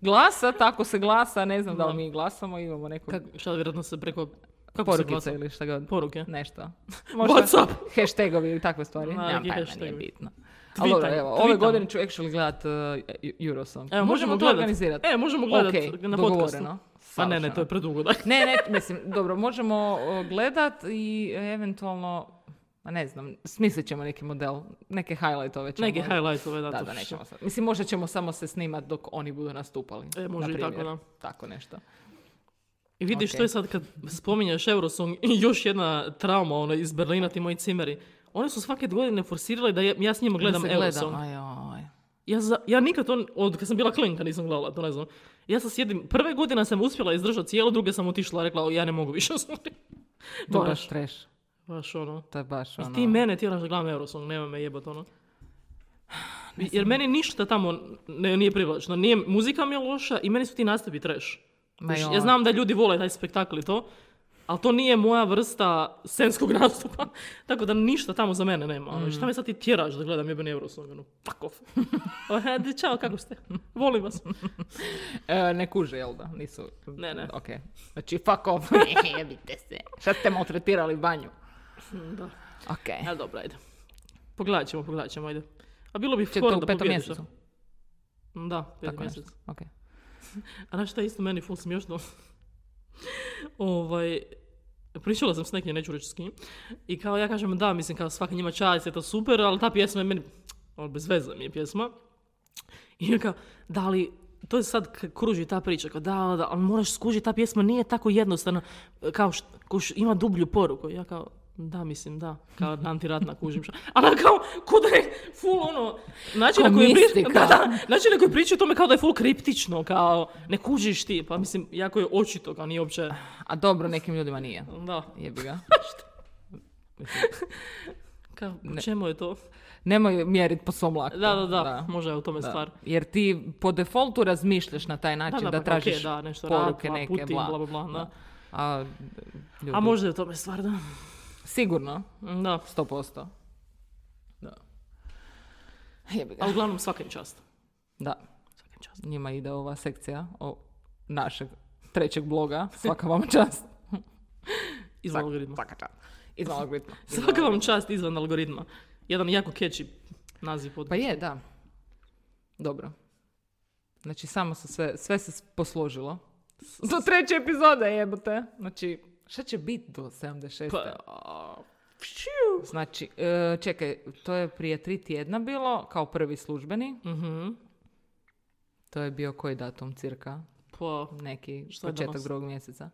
S2: glasa, tako se glasa, ne znam da li
S1: Da.
S2: mi glasamo, imamo nekog...
S1: Šta, vjerojatno se preko Kako se
S2: Porukice
S1: glasa?
S2: ili šta god.
S1: Poruke.
S2: Možda
S1: Whatsapp.
S2: hashtagovi ili takve stvari.
S1: Ma,
S2: Nemam
S1: neki
S2: pojma, nije
S1: hashtagovi.
S2: bitno. Ali dobro,
S1: Tweetam,
S2: evo, ove
S1: tweetam.
S2: godine ću actually gledat uh, Eurosong.
S1: Evo, možemo
S2: to
S1: gledat.
S2: organizirati.
S1: E, možemo gledat na podcastu.
S2: dogovoreno.
S1: Pa ne, ne, to
S2: Savršeno.
S1: je predugo. Da.
S2: Ne, ne, mislim, dobro, možemo o, gledat i e, eventualno, ma ne znam, smislit ćemo neki model, neke highlightove ćemo.
S1: Neke highlightove, da.
S2: Da,
S1: to
S2: da,
S1: što-
S2: nećemo sad. Mislim, možda ćemo samo se snimat dok oni budu nastupali.
S1: E, može
S2: na
S1: i tako,
S2: primjer.
S1: da.
S2: Tako nešto.
S1: I vidiš
S2: Ok.
S1: što je sad kad spominješ Eurosong i još jedna trauma ono, iz Berlina, ti moji cimeri. Oni su svake godine forsirali da ja, ja s njima Pa gledam
S2: Da se
S1: Eurosong.
S2: Gledam, ajoj.
S1: Ja, za- ja nikad to, od kad sam bila klinka nisam gledala, to ne znam. Ja sam sjedim, prve godine sam uspjela izdržati cijelo, druge sam otišla, rekla, "O, ja ne mogu više, sorry.
S2: To je
S1: Baš,
S2: baš trash.
S1: baš ono.
S2: To je baš ono...
S1: I ti mene tjeraš da gledam Eurosong, nema me jebat ono. Jer meni ništa tamo ne, nije privlačno. Nije, muzika mi je loša i meni su ti nastupi trash.
S2: Ma
S1: Znaš,
S2: joj.
S1: ja znam da ljudi vole taj spektakl i to, ali to nije moja vrsta scenskog nastupa. Tako da ništa tamo za mene nema.
S2: Mm.
S1: ono. I Šta me sad ti tjeraš da gledam jebeni Eurosong? Ono, fuck off. Ajde, Ćao, kako ste? Volim vas.
S2: E, ne kuže, jel da? Nisu...
S1: Ne, ne.
S2: Ok. Znači, fuck off. Jebite se. Šta ste maltretirali banju? Mm,
S1: Da.
S2: Ok.
S1: A dobro, ajde. Pogledat ćemo, pogledat ćemo, ajde. A bilo bi
S2: Če to
S1: fora
S2: u
S1: da
S2: petom
S1: pobijediš.
S2: mjesecu?
S1: Da, peti
S2: Tako nešto.
S1: mjesec.
S2: Ok.
S1: A znaš šta je isto meni ful smiješno? ovaj, pričala sam s nekim, neću reći s kim. I kao ja kažem, da, mislim, kao svaka njima čast je to super, ali ta pjesma je meni, ono, bez veze mi je pjesma. I on kao, da li, to je sad k- kruži ta priča, kao da, da, da, ali moraš skužiti, ta pjesma nije tako jednostavna, kao što, ima dublju poruku. Ja kao, da, mislim, da, kao antiratna kužim što. Ali kao, ko da je full ono, način
S2: Ko
S1: na koji je priča,
S2: mistika.
S1: da, da, način na koji priča o tome kao da je full kriptično, kao, ne kužiš ti, pa mislim, jako je očito, kao nije uopće,
S2: A dobro, nekim ljudima nije.
S1: da,
S2: Jebi ga.
S1: kao, po čemu je to?
S2: Nemoj mjerit po svom laktu.
S1: Da, da, da, možda je u tome stvar.
S2: Jer ti po defaultu razmišljaš na taj način Znači da,
S1: pa,
S2: tražiš
S1: ok, da, nešto
S2: poruke
S1: rat, pa
S2: neke,
S1: Putin,
S2: bla.
S1: bla, bla, bla, da.
S2: A, ljudi,
S1: A možda je u tome stvar, da.
S2: sigurno,
S1: Da,
S2: 100%. Da. Jebi ga.
S1: a uglavnom svaka im čast.
S2: Da.
S1: Svaka im čast.
S2: njima ide ova sekcija o našeg trećeg bloga. Svaka vam čast.
S1: Iz algoritma.
S2: Svaka pa- čast. Iz malog ritma. Iz
S1: Svaka
S2: malog-
S1: vam čast izvan algoritma. Jedan jako catchy naziv pod...
S2: Pa je, da. Dobro. Znači, samo se sve, sve se posložilo. Do treće epizode jebote. Znači, šta će biti do 76.
S1: Pa, a, pšiu.
S2: Znači, e, čekaj, to je prije tri tjedna bilo, kao prvi službeni.
S1: Mhm.
S2: To je bio koji datum cirka?
S1: Pa,
S2: Neki
S1: Što je
S2: početak
S1: danas?
S2: drugog mjeseca.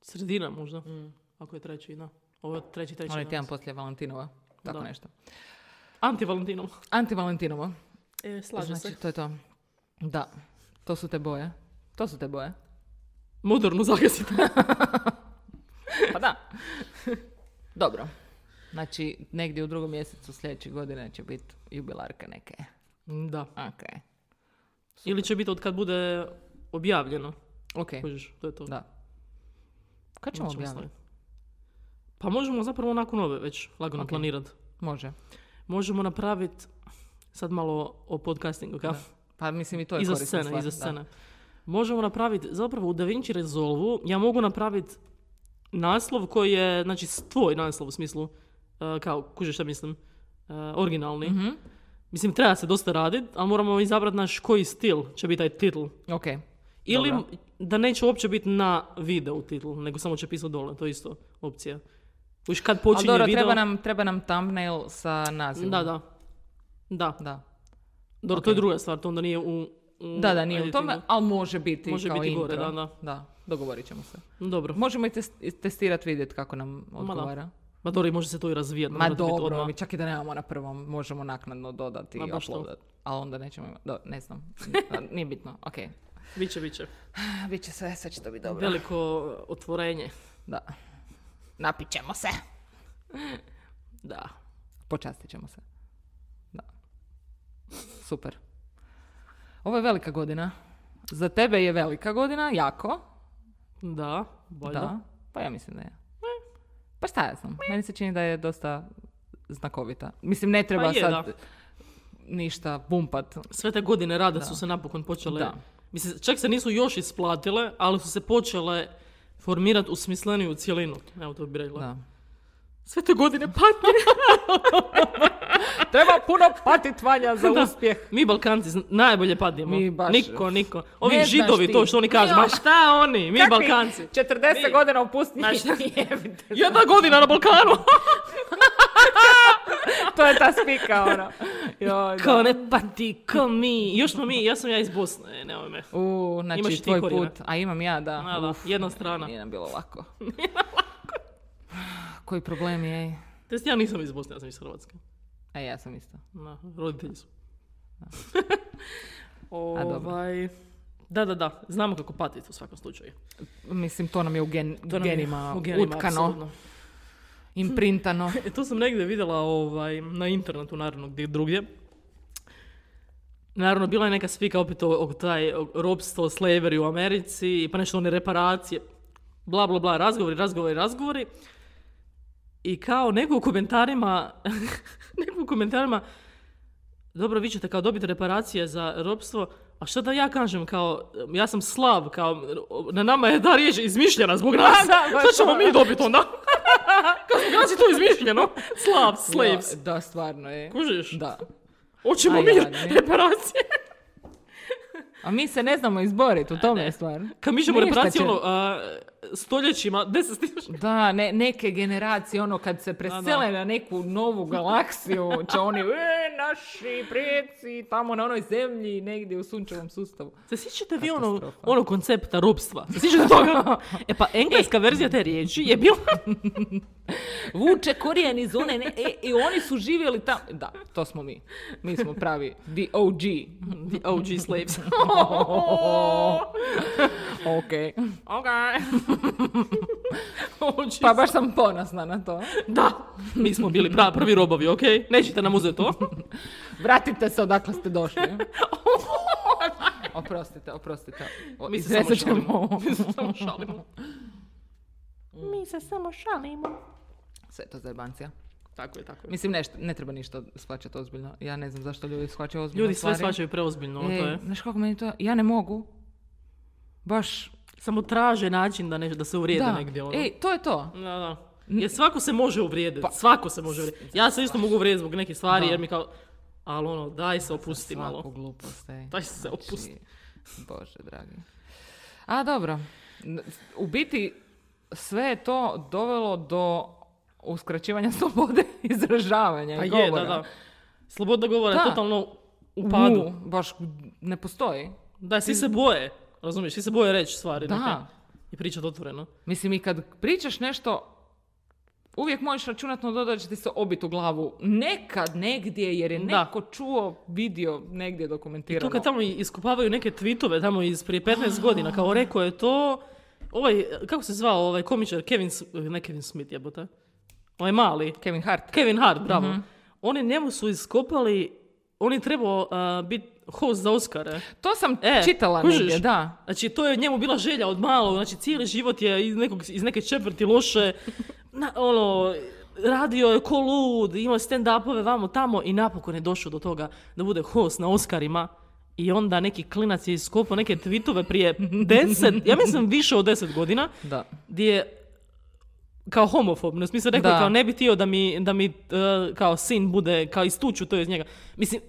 S1: sredina možda.
S2: Mm.
S1: Ako je treći, da. Ovo je treći, treći.
S2: Onaj Ono tjedan
S1: danas.
S2: poslije Valentinova. Tako
S1: Da.
S2: nešto.
S1: Anti-Valentinov.
S2: Anti-Valentinovo.
S1: E, slažem
S2: znači,
S1: se.
S2: to je to. Da, to su te boje. To su te boje.
S1: Modernu zagasite.
S2: Pa da. Dobro. Znači, negdje u drugom mjesecu sljedeće godine će biti jubilarka neke.
S1: da.
S2: Ok.
S1: Ili će biti od kad bude objavljeno.
S2: Ok,
S1: Kužiš, to je to.
S2: da. Kad ćemo
S1: Onda ćemo
S2: objaviti?
S1: staviti. Pa možemo zapravo nakon ove već lagano
S2: Ok.
S1: planirati.
S2: Može.
S1: Možemo napraviti sad malo o podcastingu, kao?
S2: Pa mislim i to je
S1: iza
S2: korisna
S1: scene,
S2: stvar,
S1: iza
S2: da.
S1: scene. Možemo napraviti, zapravo u DaVinci Resolve ja mogu napraviti naslov koji je, znači s- tvoj naslov u smislu, uh, kao, kuže šta mislim, uh, originalni.
S2: Mhm.
S1: Mislim, treba se dosta raditi, ali moramo izabrati naš koji stil će biti taj titl.
S2: Ok.
S1: Ili
S2: Dobro.
S1: da neće uopće biti na videu titl, nego samo će pisati dole, to je isto opcija. Už kad
S2: Ali
S1: počinje
S2: dobro,
S1: video...
S2: treba nam, treba nam thumbnail sa nazivom.
S1: Da, da. Da,
S2: Da,
S1: dobro, to je druga stvar, to onda nije u... u
S2: da, da, nije u
S1: editingu.
S2: tome, ali može biti
S1: Može
S2: kao
S1: biti gore,
S2: intro.
S1: da, da.
S2: dogovorit ćemo se.
S1: Dobro.
S2: Možemo i tes- i testirati, vidjeti kako nam odgovara.
S1: Ma dobro, i može se to i razvijati. ne
S2: Ma
S1: mora to biti
S2: dobro,
S1: odmah.
S2: mi čak i da nemamo na prvom, možemo naknadno dodati i
S1: Ma baš to.
S2: uploadat. Ali onda nećemo imati, do- ne znam, nije bitno, ok.
S1: Biće, biće.
S2: Biće sve, sve Ah, će to biti dobro.
S1: Veliko otvorenje.
S2: Da. Napit ćemo se.
S1: Da.
S2: Počastit ćemo se. Da. Super. Ovo je velika godina. Za tebe je velika godina, jako.
S1: Da, valjda.
S2: Da. Pa ja mislim da je. Pa šta ja znam, meni se čini da je dosta znakovita. Mislim, ne treba
S1: Pa je,
S2: sad
S1: da.
S2: ništa bumpat.
S1: Sve te godine rada su se napokon počele...
S2: Da.
S1: Mislim, čak se nisu još isplatile, ali su se počele formirati u smisleniju cjelinu. Evo to bi rekla.
S2: Da.
S1: Sve te godine Pa patnje.
S2: Treba puno patit vanja za
S1: Da.
S2: uspjeh.
S1: Mi Balkanci zna- najbolje padimo.
S2: Mi baš-
S1: Niko, niko. Ovi
S2: Ne znaš ti.
S1: židovi, to što oni kažu. Ma šta oni? Mi
S2: Kakvi
S1: Balkanci.
S2: 40
S1: Mi.
S2: godina u pustinji.
S1: Znaš šta?
S2: Jebite.
S1: Jedna godina na Balkanu.
S2: to je ta spika, ono. Joj, da.
S1: Ko ne pati, ko mi. Još smo mi, ja sam ja iz Bosne, nemoj me.
S2: U, znači
S1: Imaš i ti
S2: tvoj
S1: korijena.
S2: put. A imam ja, da.
S1: Da, da,
S2: Uf,
S1: jedna strana.
S2: Nije nam bilo lako. Koji problem je? ej?
S1: To jest ja nisam iz Bosne, ja sam iz Hrvatske.
S2: A ja sam isto.
S1: Da, roditelji su.
S2: A, dobro.
S1: ovaj... Da, da, da. Znamo kako patiti u svakom slučaju.
S2: Mislim, to nam je u gen,
S1: To nam je
S2: genima,
S1: u genima,
S2: utkano,
S1: apsolutno.
S2: imprintano.
S1: E, to sam negdje vidjela ovaj, na internetu, naravno, gdje drugdje. Naravno, bila je neka spika opet o, o taj o robstvo, slaveri u Americi, pa nešto one reparacije, bla, bla, bla, razgovori, razgovori, razgovori. I kao neko u komentarima, neko u komentarima, dobro, vi ćete kao dobiti reparacije za robstvo, a šta da ja kažem, kao, ja sam slav, kao, na nama je da riječ izmišljena zbog nas,
S2: Da, baš
S1: šta ćemo
S2: ono.
S1: mi dobiti onda? Kao znači to izmišljeno. Slav, slaves.
S2: Da, da, stvarno je.
S1: Kužiš?
S2: Da.
S1: Hoćemo
S2: A
S1: mir,
S2: jadni.
S1: reparacije.
S2: A mi se ne znamo izboriti, u tome je stvar.
S1: Kad mi ćemo
S2: Ništa
S1: reparacije,
S2: će-
S1: ono, a, stoljećima, deset tisuća.
S2: Da, ne, neke generacije, ono, kad se presele na neku novu galaksiju, će oni, e, naši preci, tamo na onoj zemlji, negdje u sunčevom sustavu.
S1: Se sjećate vi ono,
S2: Katastrofa.
S1: ono koncepta robstva? Se sjećate toga? E pa engleska verzija te riječi je bila...
S2: Vuče korijen iz one, ne, e, i oni su živjeli tamo. Da, to smo mi. Mi smo pravi, the OG.
S1: The OG slaves.
S2: Ok.
S1: ok. OG
S2: Pa baš sam ponosna na to.
S1: Da, mi smo bili pra- prvi robovi, ok? Nećete nam uzeti to?
S2: Vratite se odakle ste došli. oprostite, oprostite. O,
S1: Mi se
S2: izrezat
S1: samo
S2: ćemo
S1: šalimo.
S2: ovo.
S1: Mi
S3: Mi se
S1: se samo šalimo.
S3: samo šalimo.
S2: Sve je to zajebancija.
S1: Tako je, tako je.
S2: Mislim, nešto, ne treba ništa shvaćati ozbiljno. Ja ne znam zašto ljudi shvaćaju ozbiljno
S1: Ljudi sve
S2: stvari.
S1: shvaćaju preozbiljno, ono to
S2: E,
S1: je.
S2: Znaš kako meni to... Ja ne mogu. Baš...
S1: Samo traže način da, ne, da se uvrijede
S2: Da.
S1: negdje. Ono.
S2: Ej, to je to.
S1: Da, da. Jer svako se može uvrijediti.
S2: Pa-
S1: Svako se može uvrijediti. Ja se isto mogu uvrijediti zbog nekih stvari
S2: Da.
S1: jer mi kao, ali ono, daj se opusti malo.
S2: Svaku glupost, ej.
S1: Daj se opusti.
S2: Znači, Bože, dragi. A, dobro. N- U biti, sve je to dovelo do uskraćivanja slobode izražavanja
S1: Pa
S2: i
S1: je, da,
S2: govora.
S1: da. Sloboda govora
S2: Da.
S1: je totalno u
S2: U,
S1: padu.
S2: baš ne postoji.
S1: Da, svi se boje. Razumiješ, svi se boje reći stvari.
S2: Da.
S1: neke I pričati otvoreno.
S2: Mislim, i kad pričaš nešto, uvijek možeš računati na to da će ti se obiti u glavu. Nekad, negdje, jer je
S1: Da.
S2: neko čuo, vidio, negdje dokumentirano.
S1: To kad tamo iskopavaju neke tweetove tamo iz prije
S2: Ah.
S1: 15 godina, kao rekao je to, ovaj, kako se zvao ovaj komičar, Kevin, S- ne Kevin Smith jebote, ovaj mali,
S2: Kevin Hart.
S1: Kevin Hart, bravo. Oni njemu su iskopali, on je trebao biti host za Oscare.
S2: To sam
S1: E,
S2: čitala
S1: kužiš?
S2: negdje, da.
S1: Znači, to je njemu bila želja od malo, znači cijeli život je iz, nekog, iz neke četvrti loše, na, ono, radio je ko lud, imao je stand-upove vamo tamo i napokon je došao do toga da bude host na Oscarima. I onda neki klinac je iskopao neke tweetove prije 10, ja mislim više od 10 godina,
S2: Da.
S1: gdje je kao homofob, u smislu rekao
S2: Da.
S1: kao ne bi htio da mi, da mi e, kao sin bude, kao istuču to iz njega. Mislim,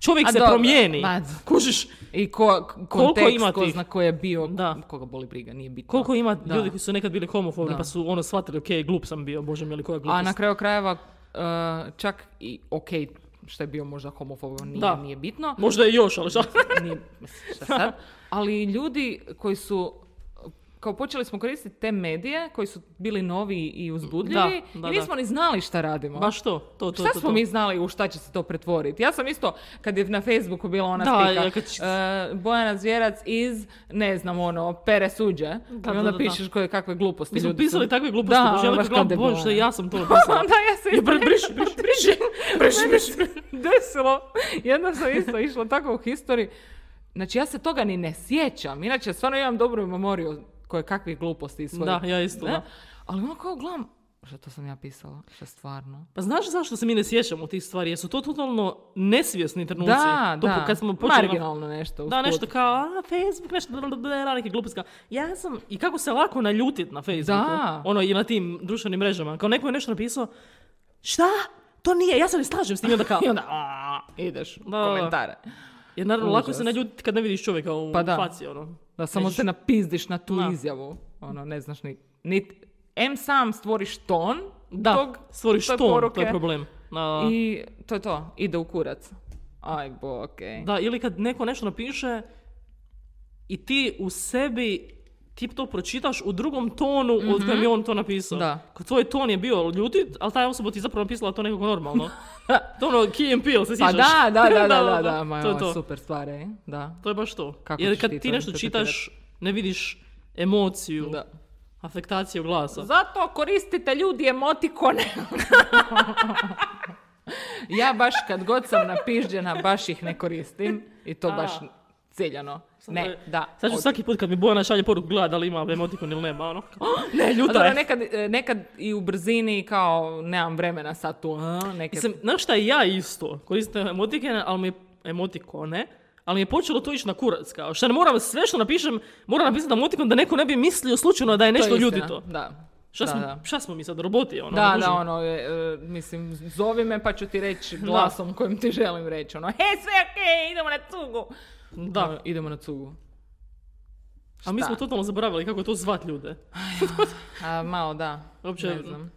S1: čovjek
S2: A
S1: se
S2: dobro,
S1: promijeni,
S2: ma-
S1: kužiš,
S2: I ko, k- kontekst
S1: ima
S2: ko
S1: tih?
S2: zna ko je bio,
S1: Da.
S2: koga boli briga, nije bitno.
S1: koliko ima
S2: Da.
S1: ljudi koji su nekad bili homofobni
S2: Da.
S1: pa su ono shvatili, ok, glup sam bio, bože mi, ili koja glupost.
S2: A na kraju krajeva, eh, čak i ok, što je bio možda homofob, nije,
S1: Da.
S2: nije bitno.
S1: Možda i još, ali šta?
S2: Nije, mislim, šta sad? Ali ljudi koji su kao počeli smo koristiti te medije koji su bili novi i uzbudljivi
S1: Da, da,
S2: i nismo ni znali šta radimo.
S1: Baš to, to, to,
S2: šta
S1: to,
S2: smo
S1: to.
S2: mi znali u šta će se to pretvoriti? Ja sam isto, kad je na Facebooku bila ona
S1: Da,
S2: spika,
S1: ja kad či-
S2: eh, Bojana Zvjerac iz, ne znam, ono, pere suđe.
S1: Da,
S2: I onda
S1: da, da,
S2: pišeš koje kakve gluposti
S1: Mi smo
S2: ljudi su-
S1: pisali takve gluposti,
S2: Da,
S1: bože, ja
S2: ono,
S1: uvijek
S2: baš
S1: gledam,
S2: kao
S1: bože,
S2: debilne.
S1: ja sam to napisala.
S2: da, ja sam
S1: Je,
S2: isto
S1: bre, briši, briši, briši, briši, briši, briši.
S2: desilo. Jednom sam isto išla tako u historiji. Znači ja se toga ni ne sjećam. Inače, stvarno imam dobru memoriju koje kakvih gluposti iz svojih.
S1: Da, ja isto,
S2: ne?
S1: da.
S2: Ali ono kao gledam, Šta to sam ja pisala? Šta stvarno?
S1: Pa znaš zašto se mi ne sjećamo tih stvari? Jesu to totalno nesvjesni trenuci?
S2: Da,
S1: To
S2: da.
S1: Kad smo počeli... ono,
S2: Marginalno nešto.
S1: Da,
S2: usput.
S1: nešto kao, a, Facebook, nešto, blablabla, neke gluposti. kao, Ja sam, i kako se lako naljutit na Facebooku,
S2: Da.
S1: ono i na tim društvenim mrežama. Kao neko je nešto napisao, šta? To nije, ja se ne slažem s tim, I onda kao.
S2: I onda a, ideš u
S1: Da, da, da.
S2: komentare.
S1: Jer naravno, lako
S2: Užas.
S1: se naljutiti kad ne vidiš čovjeka u
S2: Pa da.
S1: faci, ono.
S2: Da samo
S1: Nećeš-
S2: se napizdiš na tu
S1: Da.
S2: izjavu. Ono, ne znaš ni... nit- em sam stvoriš ton
S1: Da,
S2: tog,
S1: stvoriš
S2: toj
S1: ton, to
S2: poruke
S1: je problem. Da.
S2: i to je to. Ide u kurac. Aj, bo, okej.
S1: Da, ili kad neko nešto napiše i ti u sebi ti to pročitaš u drugom tonu od kojem je on to napisao.
S2: Mhm. Da.
S1: Kad tvoj ton je bio ljutit, ali ta osoba ti je zapravo napisala to nekako normalno. to ono key and peel, se
S2: Pa
S1: sjećaš? Ono,
S2: da, da, da, da, da, da, ma
S1: to je
S2: joj,
S1: to.
S2: super stvar, ej. Da.
S1: To je baš to.
S2: Kako
S1: Jer
S2: ćeš
S1: kad
S2: ti
S1: ti,
S2: to
S1: nešto čitaš, ne vidiš emociju,
S2: Da.
S1: afektaciju glasa.
S2: Zato koristite ljudi emotikone. ja baš kad god sam napižđena, baš ih ne koristim. I to
S1: A.
S2: baš ciljano. Ne, da.
S1: Sad ću
S2: od-
S1: svaki put kad mi Bojana šalje poruku gleda da li ima emotikon ili nema, ono. ne,
S2: A
S1: ljuta
S2: dobro,
S1: je.
S2: nekad, e, nekad i u brzini kao nemam vremena sad tu, a, neke...
S1: Mislim, znaš šta, i ja isto koristim emotikone, ali mi je, emotikone, ali mi je počelo to ići na kurac, kao šta ne moram sve što napišem, moram napisati emotikon da neko ne bi mislio slučajno da je
S2: To je
S1: nešto
S2: istina,
S1: ljudito.
S2: Da.
S1: Šta,
S2: da,
S1: smo,
S2: da.
S1: šta smo mi sad, roboti, ono?
S2: Da,
S1: ne
S2: da,
S1: možemo.
S2: ono, e, e, mislim, zovi me pa ću ti reći glasom kojim ti želim reći, ono, he, sve je okej, idemo na cugu.
S1: Da.
S2: Ono, idemo na cugu.
S1: A mi
S2: šta?
S1: smo totalno zaboravili kako je to zvat ljude.
S2: A, malo, da.
S1: Uopće-
S2: ne znam.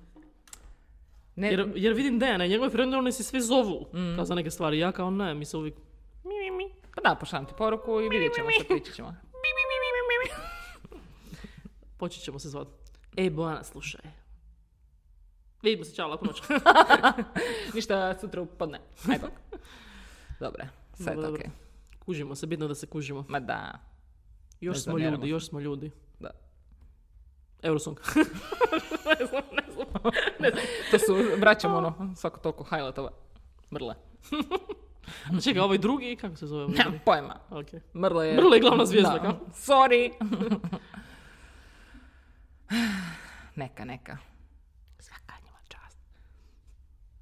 S2: Ne, Mm.
S1: Jer, jer vidim Dejana i njegove frendove, oni se sve zovu, kao za neke stvari. Ja kao ne, mi se uvijek...
S3: Mi, mi, mi.
S2: pa da, pošaljam ti poruku i vidjet ćemo što pričat ćemo.
S3: Mi, mi, mi, mi, mi, mi, mi.
S1: Počet ćemo se zvati. Ej, Bojana, slušaj. Vidimo se, čao, laku noć.
S2: Ništa, sutra u podne. Aj bok. Dobre, sve je
S1: Dobro,
S2: to
S1: dobro.
S2: okej.
S1: kužimo se, bitno da se kužimo.
S2: Ma da,
S1: Još
S2: Ne
S1: smo
S2: zamjeramo
S1: ljudi,
S2: se.
S1: još smo ljudi.
S2: da.
S1: Eurosong. ne znam, ne znam.
S2: To su, vraćamo ono, svako toliko highlightova. Mrle.
S1: A Čekaj, ovaj drugi, kako se zove ovaj drugi?
S2: Nemam pojma.
S1: Okay.
S2: Mrle je...
S1: Mrle je glavna zvijezda,
S2: Da.
S1: kao.
S2: Sorry. neka, neka. Svaka njima Pa čast.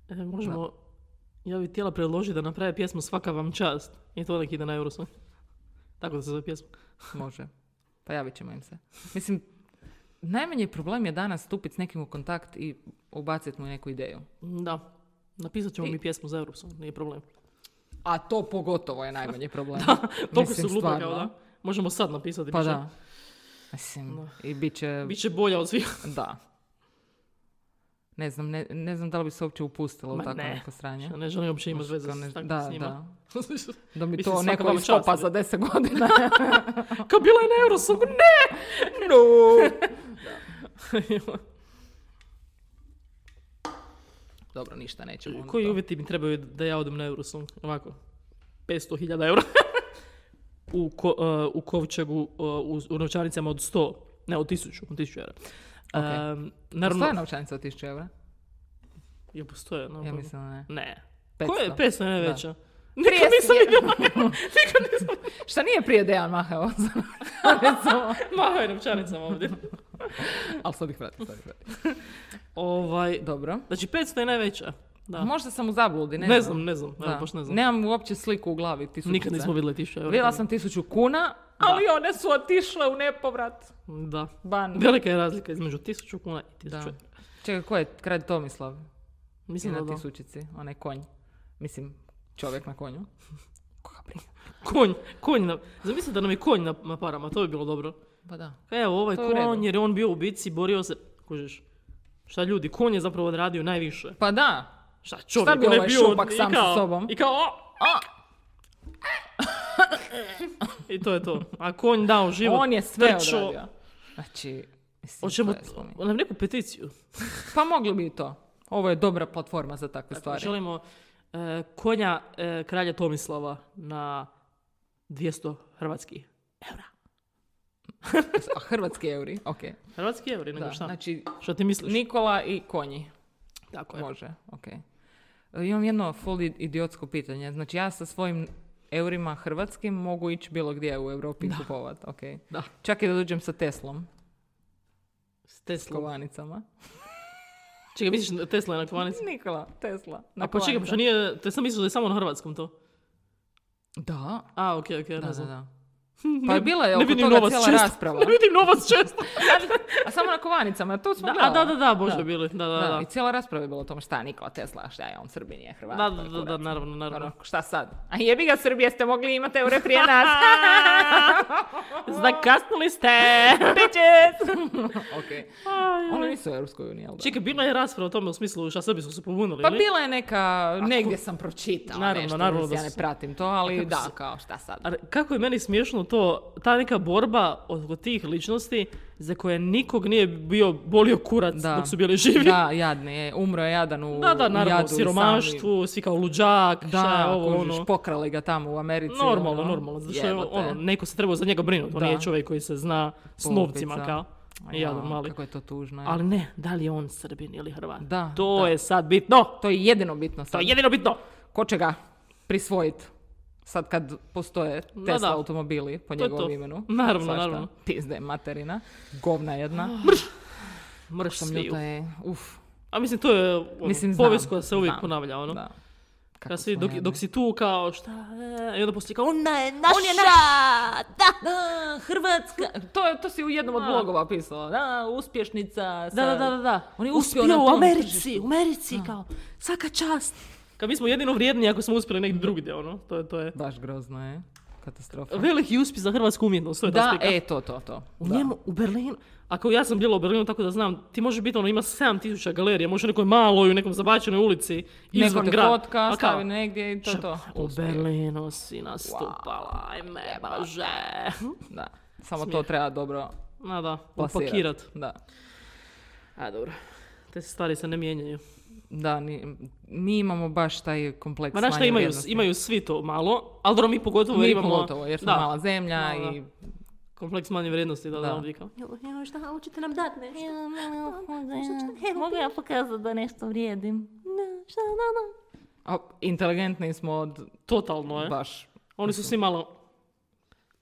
S1: E, možemo, ja bih htjela predložiti da naprave pjesmu Svaka vam čast. I to nek ide na Eurosong. Tako da se zove pjesma.
S2: Može. Pojavit ćemo im se. Mislim, najmanji problem je danas stupiti s nekim u kontakt i ubaciti mu neku ideju.
S1: Da. Napisat ćemo
S2: I-
S1: mi pjesmu za Eurosong, nije problem.
S2: A to pogotovo je najmanji problem.
S1: Toliko
S2: Mislim,
S1: su glupe kao
S2: stvarno.
S1: da. Možemo sad napisati.
S2: Pa
S1: biće-
S2: da. Mislim, i bit će,
S1: Biće bolja od svih.
S2: da. Ne znam, ne, ne znam da li bi se uopće upustila u
S1: Ma
S2: tako
S1: ne.
S2: neko sranje.
S1: Ne želim uopće imati
S2: Možda
S1: veze
S2: kao ne-
S1: s, tak-
S2: da,
S1: s njima.
S2: da. Da mi
S1: Mislim,
S2: to
S1: svaka
S2: neko
S1: vam čast,
S2: iskopa
S1: ali-
S2: za deset godina.
S1: Kao bila je na Eurosongu, ne!
S2: no. Dobro, ništa nećemo. onda
S1: Koji
S2: to.
S1: uvjeti mi trebaju da ja odem na Eurosong? Ovako, 500.000 eura. u, ko, e, u kovčegu, e, u, u novčanicama od 100, ne, od 1000, od 1000 eura.
S2: Ok.
S1: Em,
S2: Naravno.
S1: naravno,
S2: Postoje novčanica od 1000 eura?
S1: je postoje, no,
S2: Ja
S1: pa-
S2: mislim da ne.
S1: Ne.
S2: 500.
S1: Koja je 500 najveća?
S2: Prije
S1: Nikad nisam
S2: si-
S1: vidjela. Nikad nisam
S2: Šta nije prije Dejan mahao?
S1: Mahao je novčanicama ovdje.
S2: Ali sad ih vrati, sad ih vrati.
S1: ovaj,
S2: Dobro.
S1: znači 500 je najveća. Da.
S2: Možda sam u zabludi, ne,
S1: Ne znam, ne znam, evo,
S2: Da.
S1: baš ne znam.
S2: Nemam uopće sliku u glavi tisućice.
S1: Nikad nismo vidjeli 1000 eura.
S2: Vidjela sam tisuću kuna, ali one su otišle u nepovrat.
S1: Da.
S2: Ban.
S1: Velika je razlika između 1000 kuna i 1000
S2: Da.
S1: eura.
S2: Čekaj, ko je kralj Tomislav? Je
S1: Mislim da
S2: na
S1: da.
S2: tisućici, onaj konj. Mislim, čovjek na konju. Koga briga.
S1: Konj, konj na... Zamisli da nam je konj na, na parama, to bi bilo dobro.
S2: Pa da.
S1: Kaj evo, ovaj
S2: To je u redu.
S1: konj, jer je on bio u bici, borio se... Kužiš, šta ljudi, konj je zapravo odradio najviše.
S2: Pa da.
S1: Šta čovjek,
S2: bi
S1: on je
S2: ovaj
S1: bio...
S2: šupak
S1: i
S2: sam sa
S1: kao-
S2: sobom?
S1: I kao... "O!" I to je to. A konj dao život.
S2: On je sve
S1: trčao.
S2: odradio. Znači, mislim,
S1: Hoćemo
S2: to je spomen.
S1: nam neku peticiju.
S2: Pa mogli bi i to. Ovo je dobra platforma za takve stvari.
S1: Želimo e, konja e, kralja Tomislava na 200 hrvatskih eura.
S2: A hrvatski euri, ok.
S1: Hrvatski evri, nego
S2: Da.
S1: šta?
S2: Znači,
S1: Šta ti misliš?
S2: Nikola i konji.
S1: Tako je.
S2: Može, ok. E, Imam jedno full i- idiotsko pitanje. Znači, ja sa svojim eurima hrvatskim mogu ići bilo gdje u Europi kupovat, ok.
S1: Da.
S2: Čak i da dođem sa Teslom,
S1: S
S2: s
S1: Teslom.
S2: kovanicama.
S1: Čekaj, misliš na Tesla je na kvanici?
S2: Nikola, Tesla.
S1: A pa čekaj, pa što nije, te sam mislila da je samo na hrvatskom to.
S2: Da,
S1: A, okej, okej,
S2: da,
S1: ne
S2: da,
S1: znam.
S2: da. Pa je bila je
S1: Ne
S2: oko
S1: vidim
S2: toga
S1: novac
S2: cijela
S1: često.
S2: rasprava.
S1: Ne vidim novac često.
S2: A samo na kovanicama, to smo
S1: Da, a
S2: gledali.
S1: da, da, da, bože bili, da, da, da.
S2: I cijela rasprava je bila o tom šta je Nikola Tesla, šta je on Srbin, je Hrvat.
S1: Da,
S2: to
S1: da,
S2: je
S1: da, da,
S2: kurac.
S1: naravno, naravno.
S2: Ono, šta sad? A jebi ga Srbije ste mogli imati eure prije nas.
S1: Zakasnili ste!
S2: Bitches! ok.
S1: Aj, aj.
S2: Oni nisu u Europskoj uniji, jel da?
S1: Čekaj, bila je rasprava o tome u smislu šta Srbi su se pobunili,
S2: Pa
S1: ili?
S2: bila je neka, negdje sam pročitala
S1: Naravno,
S2: nešto,
S1: naravno
S2: mislim,
S1: da
S2: ja ne
S1: su-
S2: pratim to, ali
S1: Kako
S2: da,
S1: se-
S2: kao šta sad.
S1: A re- kako je meni smiješno to, ta neka borba oko tih ličnosti za koje nikog nije bio bolio kurac
S2: Da.
S1: dok su bili živi.
S2: Da, jadni je, umro je jadan u
S1: Da, da, naravno,
S2: jadu
S1: u
S2: i sami.
S1: siromaštvu, svi kao luđak, šta je
S2: Da,
S1: ovo,
S2: kužiš,
S1: ono.
S2: pokrali ga tamo u Americi.
S1: Normalno,
S2: ono.
S1: normalno, zato što je
S2: Jebote.
S1: ono, neko se trebao za njega brinuti, on
S2: Da.
S1: nije čovjek koji se zna s
S2: Popica.
S1: novcima kao.
S2: Aj,
S1: Jadan
S2: ja,
S1: mali.
S2: Kako je to tužno. je.
S1: Ali ne, da li je on Srbin ili Hrvat?
S2: Da,
S1: To
S2: da.
S1: je sad bitno!
S2: To je jedino bitno
S1: To
S2: sad.
S1: je jedino bitno!
S2: Ko će ga prisvojiti? Sad kad postoje
S1: Da,
S2: Tesla
S1: da.
S2: automobili po
S1: To je
S2: njegovom
S1: to.
S2: imenu.
S1: Naravno,
S2: Svašta.
S1: naravno. Ah,
S2: Pizde materina. Govna jedna.
S1: Mrš
S2: Sam
S1: sviju.
S2: ljuta je. Uf.
S1: A mislim, to je ono,
S2: Mislim, znam,
S1: povijest koja se uvijek
S2: znam,
S1: ponavlja, ono.
S2: Da. Kako
S1: Kad svi,
S2: smo
S1: dok,
S2: jadni.
S1: dok si tu kao šta, e, i onda poslije kao ona je naša,
S2: On je naša! Da! da, Hrvatska! To, je- to si u jednom od
S1: Da.
S2: blogova pisala. Da, uspješnica. Sa...
S1: da, da, da, da, da.
S2: On je uspio
S1: uspio,
S2: na
S1: u
S2: tom
S1: Americi,
S2: tržištu.
S1: u Americi, kao, svaka čast. Kao mi smo jedino vrijedni ako smo uspjeli negdje drugdje, ono, to je, to je.
S2: Baš grozno je. Katastrofa.
S1: Veliki uspjeh za hrvatsku umjetnost, to je ta
S2: Da,
S1: slika.
S2: e, to, to, to.
S1: U
S2: Da.
S1: njemu, u Berlinu, ako ja sam bila u Berlinu, tako da znam, ti može biti ono, ima 7000 galerija, može u nekoj maloj, u nekom zabačenoj ulici,
S2: Neko
S1: izvan
S2: te
S1: grada.
S2: fotka,
S1: A kao,
S2: stavi negdje i to,
S1: "Čep,
S2: to.
S1: U
S2: Uspjeh.
S1: Berlinu si nastupala, ajme,
S2: jebala
S1: bože.
S2: Da. Samo to
S1: Smijeh.
S2: treba dobro
S1: Na da,
S2: plasirat.
S1: upakirat.
S2: Da.
S1: A dobro, te stvari se ne mijenjaju.
S2: Da, ni, mi imamo baš taj kompleks
S1: Ma znaš šta,
S2: manje
S1: imaju,
S2: vrijednosti.
S1: imaju svi to malo, ali dobro mi pogotovo
S2: Mi
S1: jer imamo...
S2: pogotovo, jer smo
S1: da,
S2: mala zemlja
S1: Da, da.
S2: i...
S1: kompleks manje vrijednosti, da, da,
S2: Da.
S1: ovdje kao.
S4: Evo šta, hoćete nam dat nešto?
S5: Mogu ja pokazati da nešto vrijedim?
S4: Ne, šta, da, da.
S2: A, inteligentni smo od...
S1: Totalno je.
S2: Baš,
S1: Oni su svi malo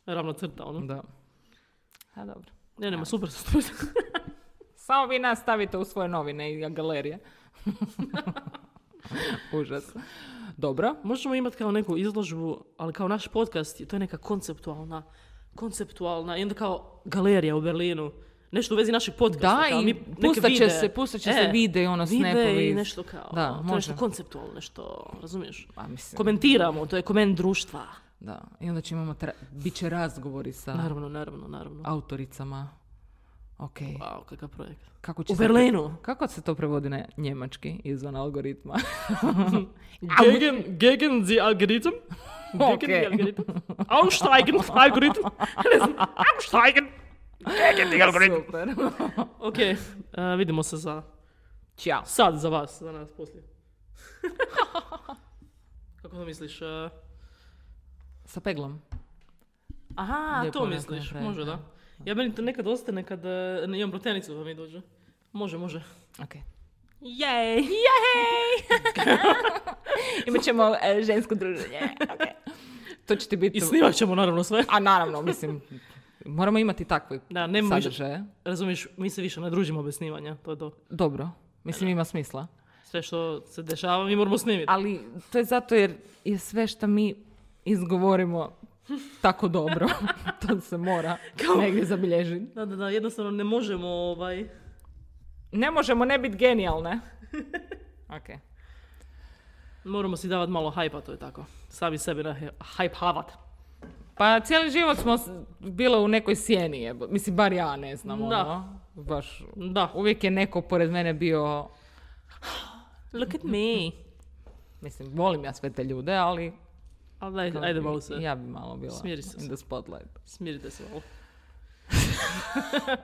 S1: ravna crta, ono.
S2: da. A dobro.
S1: Ne, nema, super su to.
S2: Samo vi nas stavite u svoje novine i galerije. Užas. Dobro.
S1: Možemo imati kao neku izložbu, ali kao naš podcast, je- to je neka konceptualna, konceptualna, i onda kao galerija u Berlinu. Nešto u vezi našeg podcasta.
S2: Da,
S1: kao
S2: i
S1: mi neke
S2: pustat će
S1: videe.
S2: se, pustat će se vide i ono
S1: Vide
S2: snapovi.
S1: i nešto kao,
S2: Da,
S1: to je
S2: može.
S1: nešto konceptualno, nešto, razumiješ?
S2: Pa mislim,
S1: Komentiramo, to je koment društva.
S2: da. I onda će imamo, tra... bit će razgovori sa
S1: Naravno, naravno, naravno.
S2: autoricama. Ok.
S1: Wow, kakav projekt.
S2: Kako će
S1: U
S2: se-
S1: Berlinu.
S2: Kako se to prevodi na njemački izvan algoritma?
S1: Gegen, gegen the algoritam. Gegen
S2: Okej.
S1: the algoritam. Aussteigen algoritam. Ne znam.
S3: Aussteigen! Gegen die Algorithmen!
S2: Super.
S1: Ok, a, vidimo se za
S2: Ćao.
S1: sad, za vas, za nas poslije. Kako to misliš? e, a?
S2: Sa peglom.
S1: Aha,
S2: Lijepo
S1: to
S2: onako
S1: misliš,
S2: napraviti,
S1: može da.
S2: da.
S1: Ja meni to nekad ostane kad e, ne, imam brotenicu pa mi dođe. Može, može.
S2: Ok.
S4: Jej.
S2: Imat ćemo
S1: e,
S2: žensko druženje. To će ti biti...
S1: I snimat ćemo naravno sve.
S2: A naravno, mislim, moramo imati takve
S1: Da, nemamo više-
S2: sadržaje.
S1: Razumiješ, mi se više ne družimo bez snimanja, to je to.
S2: Dobro. Mislim, ima smisla.
S1: Sve što se dešava mi moramo snimiti.
S2: Ali to je zato jer je sve što mi izgovorimo tako dobro. to se mora negdje zabilježiti.
S1: Da, da, da, jednostavno ne možemo ovaj...
S2: Ne možemo ne biti genijalne. Ok.
S1: Moramo si davati malo hajpa, to je tako. Sami sebi na hajp havat.
S2: Pa cijeli život smo s- bile u nekoj sjeni, jebo- mislim, bar ja ne znam,
S1: Da.
S2: ono, baš,
S1: Da.
S2: uvijek je neko pored mene bio,
S1: Look at me.
S2: mislim, volim ja sve te ljude, ali...
S1: Ali daj, ajde malo se.
S2: Ja bi malo bila
S1: Smiri se
S2: in
S1: se.
S2: the spotlight.
S1: Smirite se malo.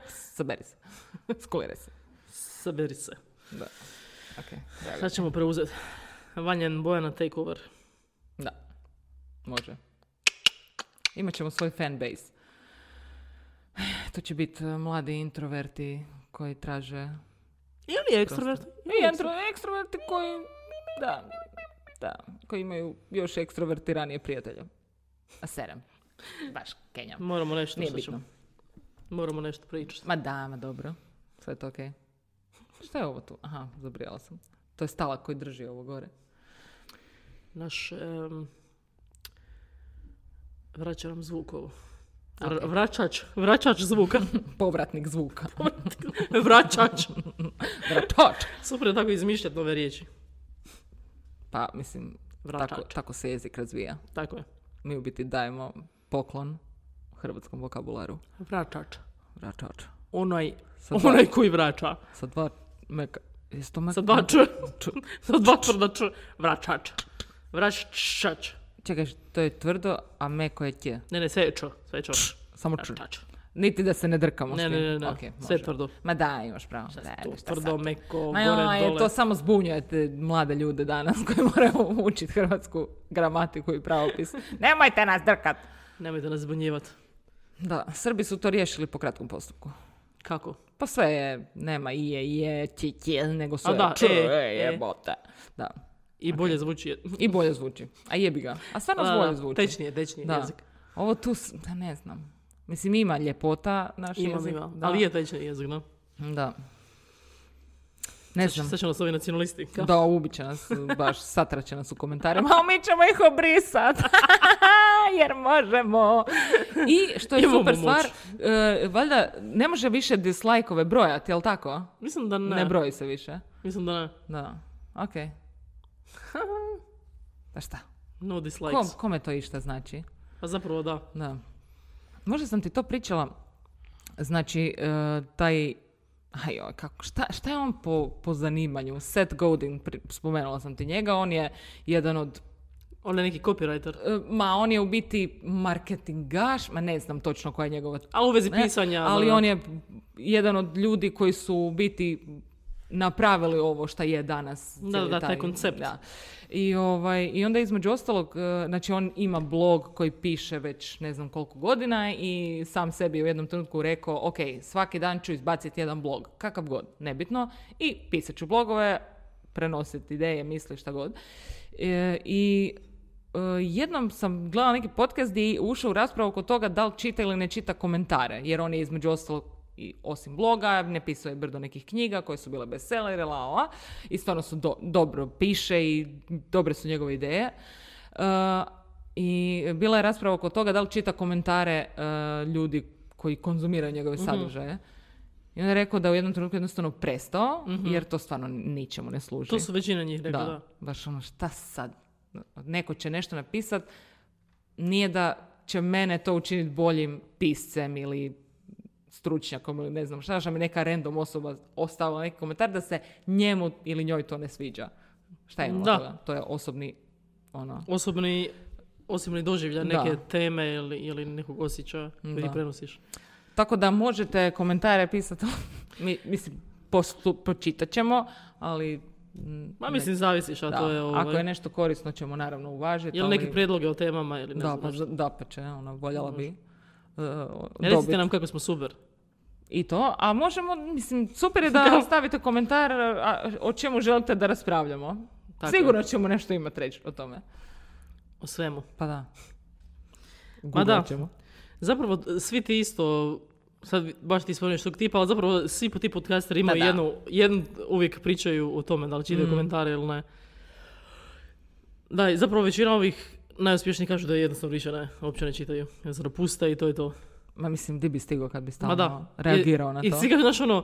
S2: Saberi se. Skuliraj se.
S1: Saberi se.
S2: Da. Ok, drago.
S1: Sad ćemo preuzeti. Vanjan Bojana takeover.
S2: Da. Može. Imat ćemo svoj fanbase. To će biti eh, mladi introverti koji traže...
S1: Ili ekstrovert.
S2: I intro, ekstroverti koji... Da. Da. Koji imaju još ekstrovertiranije prijatelje. A sedam. Baš kenjam.
S1: Moramo nešto
S2: Nije
S1: što
S2: bitno.
S1: ćemo- Moramo nešto pričati.
S2: Ma da, ma dobro. Sve je to okej. Šta je ovo tu? Aha, zabrijala sam. To je stala koji drži ovo gore.
S1: Naš... em, vraća nam zvuk ovo. Vra- Vraćač, vraćač zvuka.
S2: Povratnik zvuka.
S1: vraćač.
S2: Vratač.
S1: Super je tako izmišljati nove riječi.
S2: Pa, mislim,
S1: Vratač.
S2: tako, tako se jezik razvija.
S1: Tako je.
S2: Mi u biti dajemo poklon hrvatskom vokabularu.
S1: Vraćač.
S2: Vratač.
S1: Onaj,
S2: Sa dva,
S1: onaj koji vraća.
S2: sa dva meka... Jesu to meka?
S1: Sa dva č. Sa dva tvrda č. Vraćač. Vraćač.
S2: Čekaj, to je tvrdo, a meko je tje.
S1: Ne, ne, sve je č. Sve je č.
S2: Samo ču.
S1: Vraćač.
S2: Niti da se ne drkamo s
S1: Ne,
S2: tim.
S1: ne, ne, ne.
S2: Ok,
S1: sve
S2: može.
S1: tvrdo.
S2: Ma da, imaš pravo. Da,
S1: To
S2: šta sad.
S1: tvrdo, meko,
S2: Ma
S1: gore,
S2: joj,
S1: dole.
S2: to samo zbunjujete mlade ljude danas koji moraju učiti hrvatsku gramatiku i pravopis. Nemojte nas drkat!
S1: Nemojte nas zbunjivati.
S2: Da, Srbi su to riješili po kratkom postupku.
S1: Kako?
S2: Pa sve je, nema i je, i je, ti, ti, nego sve
S1: A da,
S2: č,
S1: e,
S2: e,
S1: e.
S2: jebote. Da,
S1: I bolje zvuči.
S2: i bolje zvuči. A jebi ga. A stvarno
S1: Da,
S2: bolje
S1: da,
S2: zvuči.
S1: Tečnije, tečnije
S2: da.
S1: jezik.
S2: Ovo tu, s- da ne znam. Mislim, ima ljepota naš
S1: Imam,
S2: jezik.
S1: imam.
S2: da.
S1: Ali je tečniji jezik, no.
S2: Da. Ne znam.
S1: Sad će nas ovi nacionalisti. Ka?
S2: Da, ubiće nas, baš satraće nas u komentarima. A mi ćemo ih obrisat, jer možemo. I što je
S1: Imamo
S2: super
S1: moć.
S2: stvar, e, valjda ne može više dislajkove brojati, jel tako?
S1: Mislim da ne.
S2: Ne. broji se više.
S1: Mislim da ne.
S2: Da, ok. Da šta?
S1: No
S2: Kom,
S1: dislikes.
S2: kome to išta znači?
S1: Pa zapravo da.
S2: Da. Možda sam ti to pričala. Znači, e, taj... Aj, joj, kako, šta, šta je on po, po zanimanju? Seth Godin, pri- spomenula sam ti njega, on je jedan od...
S1: On je neki copywriter.
S2: e, Ma, on je u biti marketingaš, ma ne znam točno koja je njegova...
S1: A u vezi
S2: ne,
S1: pisanja. ono,
S2: ali on je jedan od ljudi koji su u biti napravili ovo šta je danas.
S1: Da,
S2: cijeli
S1: da, taj koncept.
S2: Da. I, ovaj, I onda između ostalog, e, znači on ima blog koji piše već ne znam koliko godina i sam sebi je u jednom trenutku rekao, ok, svaki dan ću izbaciti jedan blog, kakav god, nebitno, i pisat ću blogove, prenositi ideje, misli, šta god. E, I e, jednom sam gledala neki podcast gdje je ušao u raspravu oko toga da li čita ili ne čita komentare, jer on je između ostalog i osim bloga, ne pisao je brdo nekih knjiga koje su bile bestselleri, la, la, la. I stvarno su do- dobro piše i dobre su njegove ideje. Uh, I bila je rasprava oko toga da li čita komentare uh, ljudi koji konzumiraju njegove sadržaje. I onda je rekao da je u jednom trenutku jednostavno prestao, jer to stvarno ničemu ne služi.
S1: To su većina njih
S2: da,
S1: rekla, da.
S2: baš ono šta sad? Neko će nešto napisat, nije da će mene to učiniti boljim piscem ili stručnjakom ili ne znam šta, šta mi neka random osoba ostavila neki komentar da se njemu ili njoj to ne sviđa. Šta je
S1: Da.
S2: toga? To je osobni ono,
S1: Osobni, osobni doživlja
S2: Da.
S1: neke teme ili, ili nekog osjećaja koji
S2: Da.
S1: ti prenosiš.
S2: Tako da možete komentare pisati. Mi, mislim, postu, pročitat ćemo, ali... mm,
S1: Ma mislim, zavisiš, a
S2: da.
S1: to je ovaj...
S2: Ako je nešto korisno ćemo naravno uvažiti.
S1: Je li
S2: ali-
S1: neki predloge o temama ili ne
S2: da,
S1: znam
S2: pa,
S1: nešto?
S2: da, pa će, ono, voljela bi uh,
S1: Ne
S2: dobit.
S1: recite nam kako smo super.
S2: I to, a možemo, mislim, super je da ostavite komentar a, o čemu želite da raspravljamo.
S1: Tako
S2: Sigurno ćemo nešto imati reći o tome.
S1: O svemu.
S2: Pa da.
S1: Ma da.
S2: Googlat ćemo.
S1: Zapravo, svi ti isto, sad baš ti spomeniš tog tipa, ali zapravo svi po ti podcasteri imaju
S2: da. Mm.
S1: jednu, jednu, uvijek pričaju o tome da li čitaju komentare ili ne. Da, i zapravo većina ovih najuspješnijih kažu da je jednostavno više ne, uopće ne čitaju. Jednostavno puste i to je to.
S2: Ma mislim, di bi stigao kad bi
S1: Ma
S2: stalno
S1: da.
S2: reagirao
S1: I-
S2: na
S1: I
S2: to?
S1: svi kažu, znaš, ono,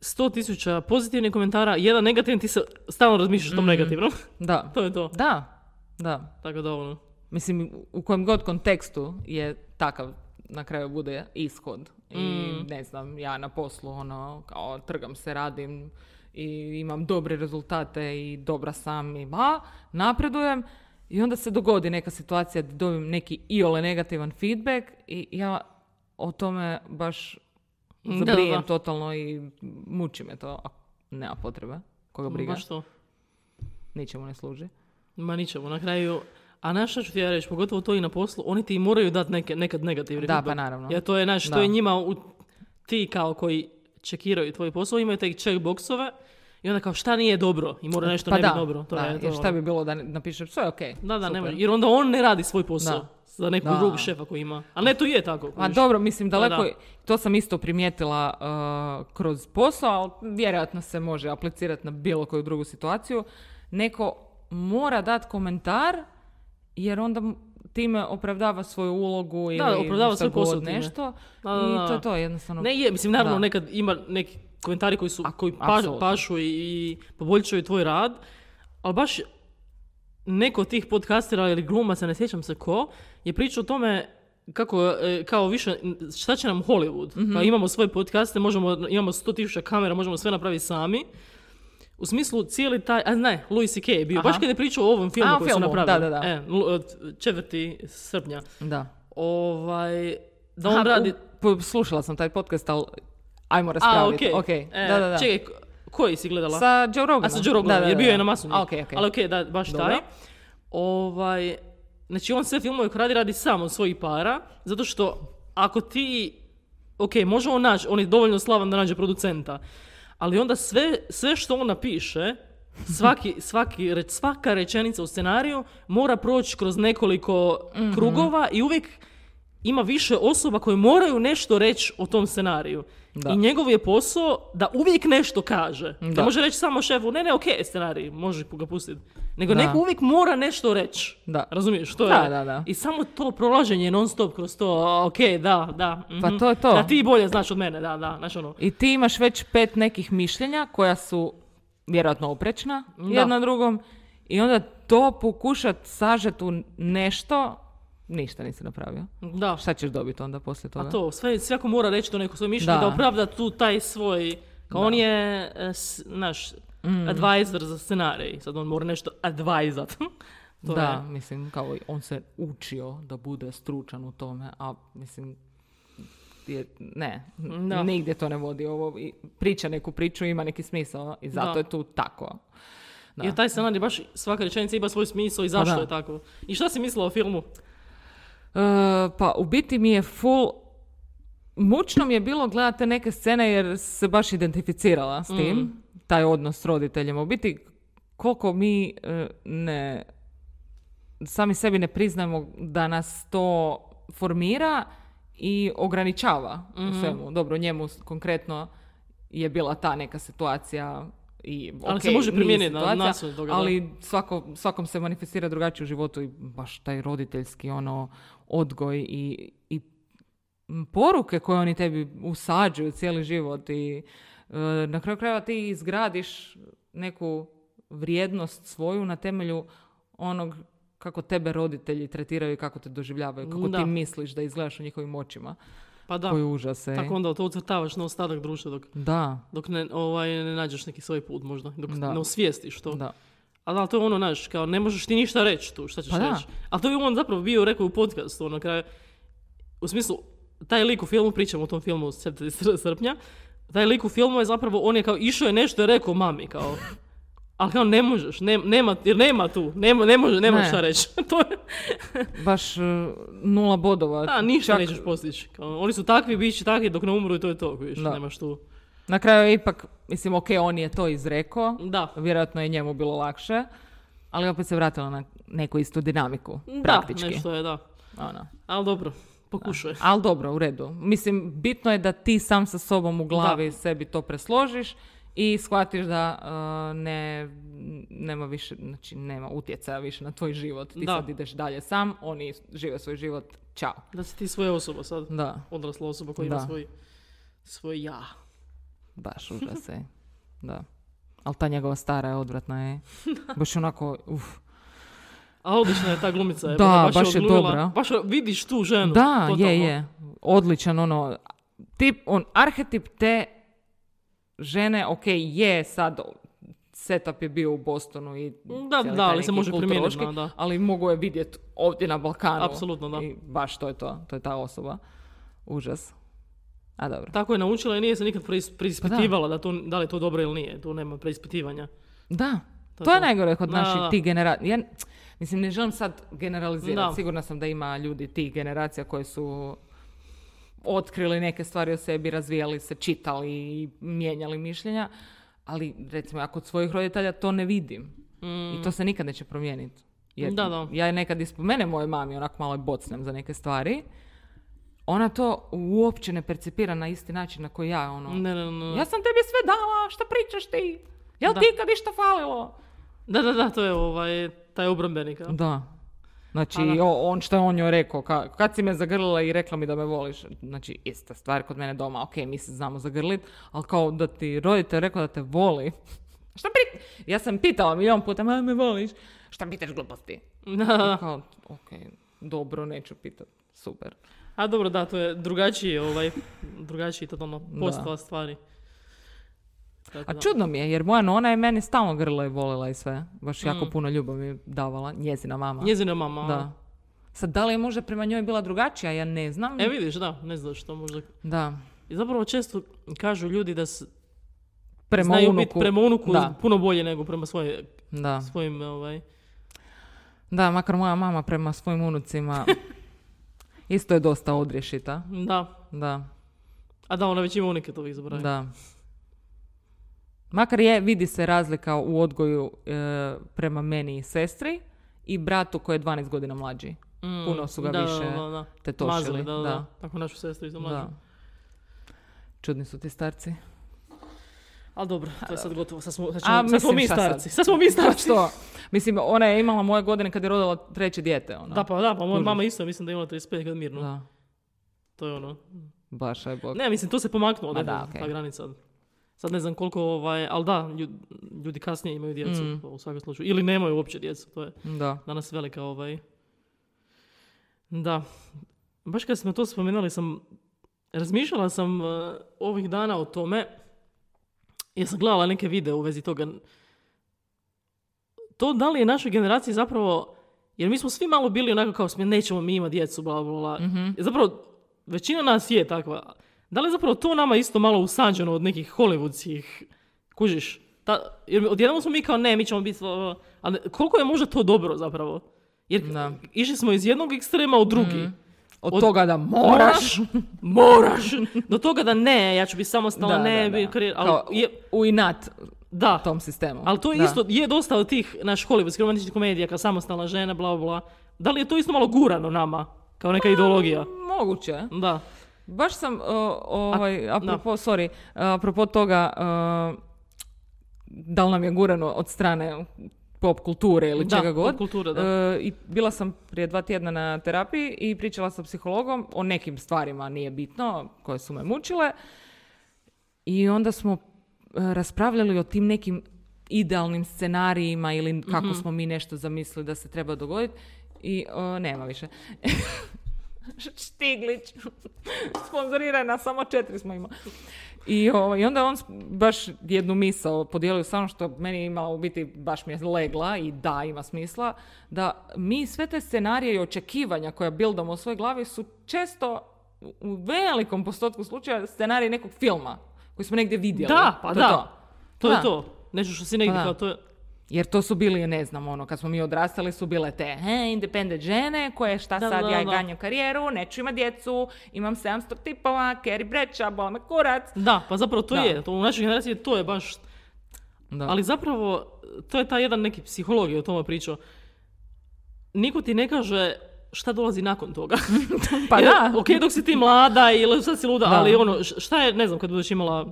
S1: sto tisuća pozitivnih komentara, jedan negativan, ti se stalno razmišljaš o
S2: Mm.
S1: tom negativnom.
S2: Da.
S1: to je to.
S2: Da, da.
S1: Tako da, ono,
S2: Mislim, u kojem god kontekstu je takav na kraju bude ishod. I
S1: Mm.
S2: ne znam, ja na poslu ono, kao trgam se, radim i imam dobre rezultate i dobra sam i ba, napredujem. I onda se dogodi neka situacija gdje dobijem neki iole negativan feedback i ja o tome baš
S1: Da, da,
S2: zabrijem
S1: da.
S2: totalno i muči me to. A nema potrebe. Koga briga,
S1: baš to.
S2: ničemu ne služi.
S1: Ma ničemu, na kraju... A znaš šta ću ti ja reći, pogotovo to i na poslu, oni ti moraju dati neke, nekad negativni
S2: Da,
S1: feedback.
S2: pa naravno.
S1: Jer to je, znaš,
S2: Da.
S1: to je njima, u, ti kao koji čekiraju tvoj posao, imaju te checkboxove i onda kao šta nije dobro i mora nešto
S2: pa
S1: ne
S2: da,
S1: biti dobro. To
S2: da,
S1: je to.
S2: jer šta
S1: ono.
S2: bi bilo da ne- napišem, sve je okej.
S1: Da, da, ne
S2: super."
S1: može. Jer onda on ne radi svoj posao.
S2: Da.
S1: za nekog
S2: Da.
S1: drugog šefa koji ima. A ne, to je tako.
S2: Ma
S1: kužiš.
S2: dobro, mislim daleko,
S1: da.
S2: to sam isto primijetila uh, kroz posao, ali vjerojatno se može aplicirati na bilo koju drugu situaciju. Neko mora dati komentar jer onda m- time opravdava svoju ulogu ili
S1: opravdava
S2: šta
S1: svoj posao
S2: god
S1: time.
S2: nešto.
S1: Da, da, da.
S2: I to je to jednostavno.
S1: Ne je, mislim naravno
S2: Da.
S1: nekad ima neki komentari koji su,
S2: A-
S1: koji pa-
S2: apsolutno.
S1: pašu i, i poboljšaju tvoj rad, ali baš neko od tih podcastera ili glumaca, ne sjećam se ko, je pričao o tome kako, e, kao više, šta će nam Hollywood?
S2: Mhm.
S1: Kao imamo svoje podcaste, možemo, imamo 100.000 kamera, možemo sve napraviti sami. U smislu cijeli taj, a ne, Louis C.K. je bio,
S2: Aha.
S1: baš kad je pričao o ovom filmu
S2: A, o
S1: koji su
S2: filmu, da,
S1: napravili.
S2: da, da.
S1: E, l- od 4. srpnja.
S2: Da.
S1: Ovaj, da on
S2: Aha,
S1: radi,
S2: u- po- slušala sam taj podcast, ali ajmo raspraviti.
S1: okej.
S2: Ok,
S1: E,
S2: da, da, da.
S1: Čekaj, ko- koji si gledala?
S2: Sa Joe Roganom.
S1: A sa Joe Roganom,
S2: Da, da,
S1: jer
S2: da,
S1: bio
S2: da.
S1: je na masu njih.
S2: A, okej, okej.
S1: Ali okej, da, baš
S2: Dobro.
S1: taj. Ovaj, znači on sve filmove koje radi, radi samo od svojih para, zato što ako ti, ok, može on naći, on je dovoljno slavan da nađe producenta, ali onda sve, sve što on napiše, svaki, svaki, re- svaka rečenica u scenariju mora proći kroz nekoliko
S2: Mhm.
S1: krugova i uvijek ima više osoba koje moraju nešto reći o tom scenariju.
S2: Da.
S1: I njegov je posao da uvijek nešto kaže.
S2: Da.
S1: Ne može reći samo šefu, ne, ne, ok, scenarij, može ga pustiti. Nego
S2: Da.
S1: neko uvijek mora nešto reći.
S2: Da.
S1: Razumiješ, to
S2: Da,
S1: je.
S2: da, da.
S1: I samo to prolaženje non stop kroz to, a, ok, da, da. mhm.
S2: Pa to je to.
S1: Da ti bolje znaš od mene, da, da, znaš ono.
S2: I ti imaš već pet nekih mišljenja koja su vjerojatno oprečna
S1: Da.
S2: jedna drugom i onda to pokušat sažet u nešto, ništa nisi napravio.
S1: Da.
S2: Šta ćeš dobiti onda poslije toga?
S1: A to, sve, svako mora reći to neko svoje mišljenje,
S2: Da.
S1: da, opravda tu taj svoj, kao on je, e, s- naš,
S2: Mm.
S1: advisor za scenarij. Sad on mora nešto advajzat. to
S2: da,
S1: je.
S2: mislim, kao i on se učio da bude stručan u tome, a mislim, je, ne, n-
S1: Da.
S2: nigdje to ne vodi ovo. I priča neku priču, ima neki smisao i zato
S1: Da.
S2: je tu tako. Da. Pa
S1: Jer taj scenarij baš svaka rečenica ima svoj smisao i zašto
S2: da.
S1: je tako. I šta si mislila o filmu?
S2: E, pa u biti mi je full mučno mi je bilo gledati te neke scene jer se baš identificirala s tim
S1: Mm.
S2: taj odnos s roditeljem u biti koliko mi e, ne sami sebi ne priznajemo da nas to formira i ograničava
S1: Mhm.
S2: u svemu dobro njemu s- konkretno je bila ta neka situacija i
S1: Ali se
S2: okej,
S1: može
S2: nije
S1: primijeniti na-
S2: situacija,
S1: na sve toga, da.
S2: ali svako, svakom se manifestira drugačije u životu i baš taj roditeljski ono odgoj i, i m, poruke koje oni tebi usađuju cijeli život i e, na kraju krajeva ti izgradiš neku vrijednost svoju na temelju onog kako tebe roditelji tretiraju i kako te doživljavaju, kako ti
S1: Da.
S2: misliš da izgledaš u njihovim očima.
S1: Pa da,
S2: Koji užas, ej.
S1: tako onda to ucrtavaš na ostatak društva dok,
S2: Da,
S1: dok ne, ovaj, ne nađeš neki svoj put možda, dok
S2: Da.
S1: ne osvijestiš to.
S2: da.
S1: A da, to je ono, znaš, kao ne možeš ti ništa reći tu, šta ćeš
S2: Pa da.
S1: reći. A to je on zapravo bio rekao u podcastu, ono, kraju, u smislu, taj lik u filmu, pričamo o tom filmu od 17. srpnja, taj lik u filmu je zapravo, on je kao išao je nešto i rekao mami, kao, ali kao ne možeš, ne- nema, jer nema tu, nema, ne može, nema
S2: Ne.
S1: šta reći. to je,
S2: Baš e, nula bodova.
S1: da, ništa
S2: Čak-
S1: nećeš postići. Kao, oni su takvi, bit će takvi dok ne umru i to je to, viš,
S2: Da.
S1: nemaš tu.
S2: Na kraju je ipak, mislim, ok, on je to izrekao,
S1: Da.
S2: vjerojatno je njemu bilo lakše, ali opet se vratila na neku istu dinamiku,
S1: Da,
S2: praktički.
S1: nešto je, da.
S2: Ono.
S1: Ali dobro, pokušaj.
S2: Ali dobro, u redu. Mislim, bitno je da ti sam sa sobom u glavi sebi to presložiš i shvatiš da e, ne, nema više, znači nema utjecaja više na tvoj život. Ti
S1: Da.
S2: sad ideš dalje sam, oni žive svoj život, čao.
S1: Da si ti svoja osoba sad.
S2: Da,
S1: Odrasla osoba koja ima
S2: Da.
S1: svoj, svoj ja.
S2: baš užas je. Da. Ali ta njegova stara je odvratna je. Baš onako, uf.
S1: A odlična je ta glumica. Je,
S2: Da,
S1: baš,
S2: baš je
S1: odglumila-
S2: dobra.
S1: Baš vidiš tu ženu.
S2: Da,
S1: totalno.
S2: je, je. Odličan, ono, tip, on, arhetip te žene, ok, je sad, setup je bio u Bostonu i
S1: Da,
S2: cijeli
S1: da,
S2: taj
S1: ali se
S2: neki
S1: može primijeniti,
S2: kulturološki,
S1: no, da.
S2: ali mogu je vidjeti ovdje na Balkanu.
S1: Apsolutno, da.
S2: I baš to je to, to je ta osoba. Užas. A dobro.
S1: Tako je naučila i nije se nikad preis- preispitivala da. to, da li je to dobro ili nije. Tu nema preispitivanja.
S2: Da, to,
S1: To
S2: je
S1: to.
S2: najgore kod
S1: Da,
S2: naših
S1: da.
S2: ti generacija. Ja, mislim, ne želim sad generalizirati.
S1: Da.
S2: Sigurna sam da ima ljudi tih generacija koje su otkrili neke stvari o sebi, razvijali se, čitali i mijenjali mišljenja, ali recimo ja kod svojih roditelja to ne vidim. I to se nikad neće promijeniti. Jer
S1: Mm. Da, da.
S2: Ja je nekad ispomenem mojoj mami, onako malo je bocnem za neke stvari. Ona to uopće ne percipira na isti način na koji ja, ono.
S1: Ne, ne, ne.
S2: Ja sam tebi sve dala, šta pričaš ti? Jel
S1: Da.
S2: ti ikad išta falilo?
S1: Da, da, da, to je ovaj, taj obrambeni kao.
S2: Da. Znači,
S1: A da.
S2: o- on što je on joj rekao, ka, kad si me zagrlila i rekla mi da me voliš, znači ista stvar kod mene doma, ok, mi se znamo zagrlit, ali kao da ti roditelj rekao da te voli. Šta pri... Ja sam pitala milion puta, ma me voliš, šta pitaš gluposti?
S1: Da, da, da.
S2: Kao, ok, dobro, neću pitat, super.
S1: A dobro, da, to je drugačiji, ovaj, drugačiji totalno postava stvari. Tako
S2: A
S1: da.
S2: čudno mi je, jer moja nona je meni stalno grla i volila i sve, baš jako puno ljubavi davala, njezina mama.
S1: Njezina mama.
S2: Da. Sad, da li je možda prema njoj bila drugačija, ja ne znam.
S1: E vidiš, da, ne znaš što možda.
S2: Da.
S1: I zapravo često kažu ljudi da se
S2: Prema
S1: znaju
S2: unuku.
S1: biti prema unuku
S2: Da.
S1: puno bolje nego prema svoje,
S2: Da.
S1: svojim, ovaj,
S2: Da, makar moja mama prema svojim unucima isto je dosta odriješita.
S1: da.
S2: Da,
S1: A da, ona već ima unike to zaboravim.
S2: da. Makar je, vidi se razlika u odgoju e, prema meni i sestri i bratu koji je 12 godina mlađi.
S1: Mm,
S2: Puno su ga
S1: da,
S2: više
S1: da, da, da.
S2: tetošili,
S1: Mazili, da, da,
S2: da.
S1: da. Tako našu sestru isto mlađu.
S2: Da. Čudni su ti starci.
S1: Ali dobro, to je sad gotovo. Sad smo, sad
S2: A,
S1: ćemo, sad smo
S2: mislim,
S1: mi
S2: šta sad?
S1: starci. Sad? smo mi starci.
S2: Što? Mislim, ona je imala moje godine kad je rodila treće dijete. Ona.
S1: Da, pa da, pa moja
S2: Kužim.
S1: mama isto, mislim da je imala 35 kad mirno.
S2: Da.
S1: To je ono.
S2: Baš je bog.
S1: Ne, mislim, to se pomaknulo,
S2: Ma
S1: da,
S2: da,
S1: da,
S2: okej.
S1: ta granica. Sad ne znam koliko, ovaj, ali da, ljud- ljudi, kasnije imaju djecu,
S2: Mm.
S1: u svakom slučaju. Ili nemaju uopće djecu, to je
S2: Da.
S1: danas velika, ovaj... Da. Baš kad smo to spomenuli, sam... Razmišljala sam eh, ovih dana o tome, ja sam gledala neke videe u vezi toga. To da li je našoj generaciji zapravo, jer mi smo svi malo bili onako kao, "Sme, nećemo mi imati djecu, bla, bla, bla. Zapravo, većina nas je takva. Da li je zapravo to nama isto malo usanđeno od nekih hollywoodskih, kužiš? Ta, jer odjednom smo mi kao, ne, mi ćemo biti, bla, bla, bla." a ne- koliko je možda to dobro zapravo? Jer
S2: Da.
S1: išli smo iz jednog ekstrema u drugi.
S2: Mm. Od,
S1: Od-
S2: toga da moraš.
S1: Moraš! Do toga da ne, ja ću biti samostalna,
S2: Da,
S1: ne,
S2: da, da.
S1: bi karijer, ali
S2: Kao
S1: je,
S2: u inat
S1: da.
S2: tom sistemu.
S1: Ali to je
S2: Da.
S1: isto, je dosta od tih, naš hollywoodskih romantičnih komedija, kao samostalna žena, bla, bla, bla. Da li je to isto malo gurano nama? Kao neka ideologija.
S2: Moguće.
S1: Da.
S2: Baš sam, uh, ovaj,
S1: A-
S2: apropo, sorry, uh, apropo toga, uh, da li nam je gurano od strane pop kulture ili
S1: Da,
S2: čega god.
S1: pop kultura, da.
S2: Uh, i bila sam prije dva tjedna na terapiji i pričala sa psihologom o nekim stvarima, nije bitno, koje su me mučile. I onda smo e, raspravljali o tim nekim idealnim scenarijima ili kako
S1: Mhm.
S2: smo mi nešto zamislili da se treba dogoditi i e, nema više. Štiglić. Sponzoriraj nas, samo četiri smo imali. I, o, I onda je on s- baš jednu misao podijelio sa mnom što meni ima u biti baš mi je legla i da, ima smisla, da mi sve te scenarije i očekivanja koja buildamo u svojoj glavi su često u- u velikom postotku slučaja scenarij nekog filma koji smo negdje vidjeli.
S1: Da, pa
S2: To je
S1: da.
S2: to.
S1: To
S2: Da.
S1: je to. Nešto što si negdje
S2: Pa da.
S1: kao to je...
S2: Jer to su bili, ne znam, ono, kad smo mi odrastali su bile te he, independent žene koje šta
S1: Da,
S2: sad
S1: da,
S2: ja
S1: da.
S2: ganjam karijeru, neću imat djecu, imam 700 tipova, Carrie Breća, bola me kurac.
S1: Da, pa zapravo to
S2: Da.
S1: je. To, u našoj generaciji to je baš...
S2: Da.
S1: Ali zapravo, to je taj jedan neki psiholog je o tome pričao. Niko ti ne kaže šta dolazi nakon toga.
S2: pa
S1: Jer,
S2: da,
S1: E, Ok, dok si ti mlada ili sad si luda,
S2: Da.
S1: ali ono, š- šta je, ne znam, kad budeš imala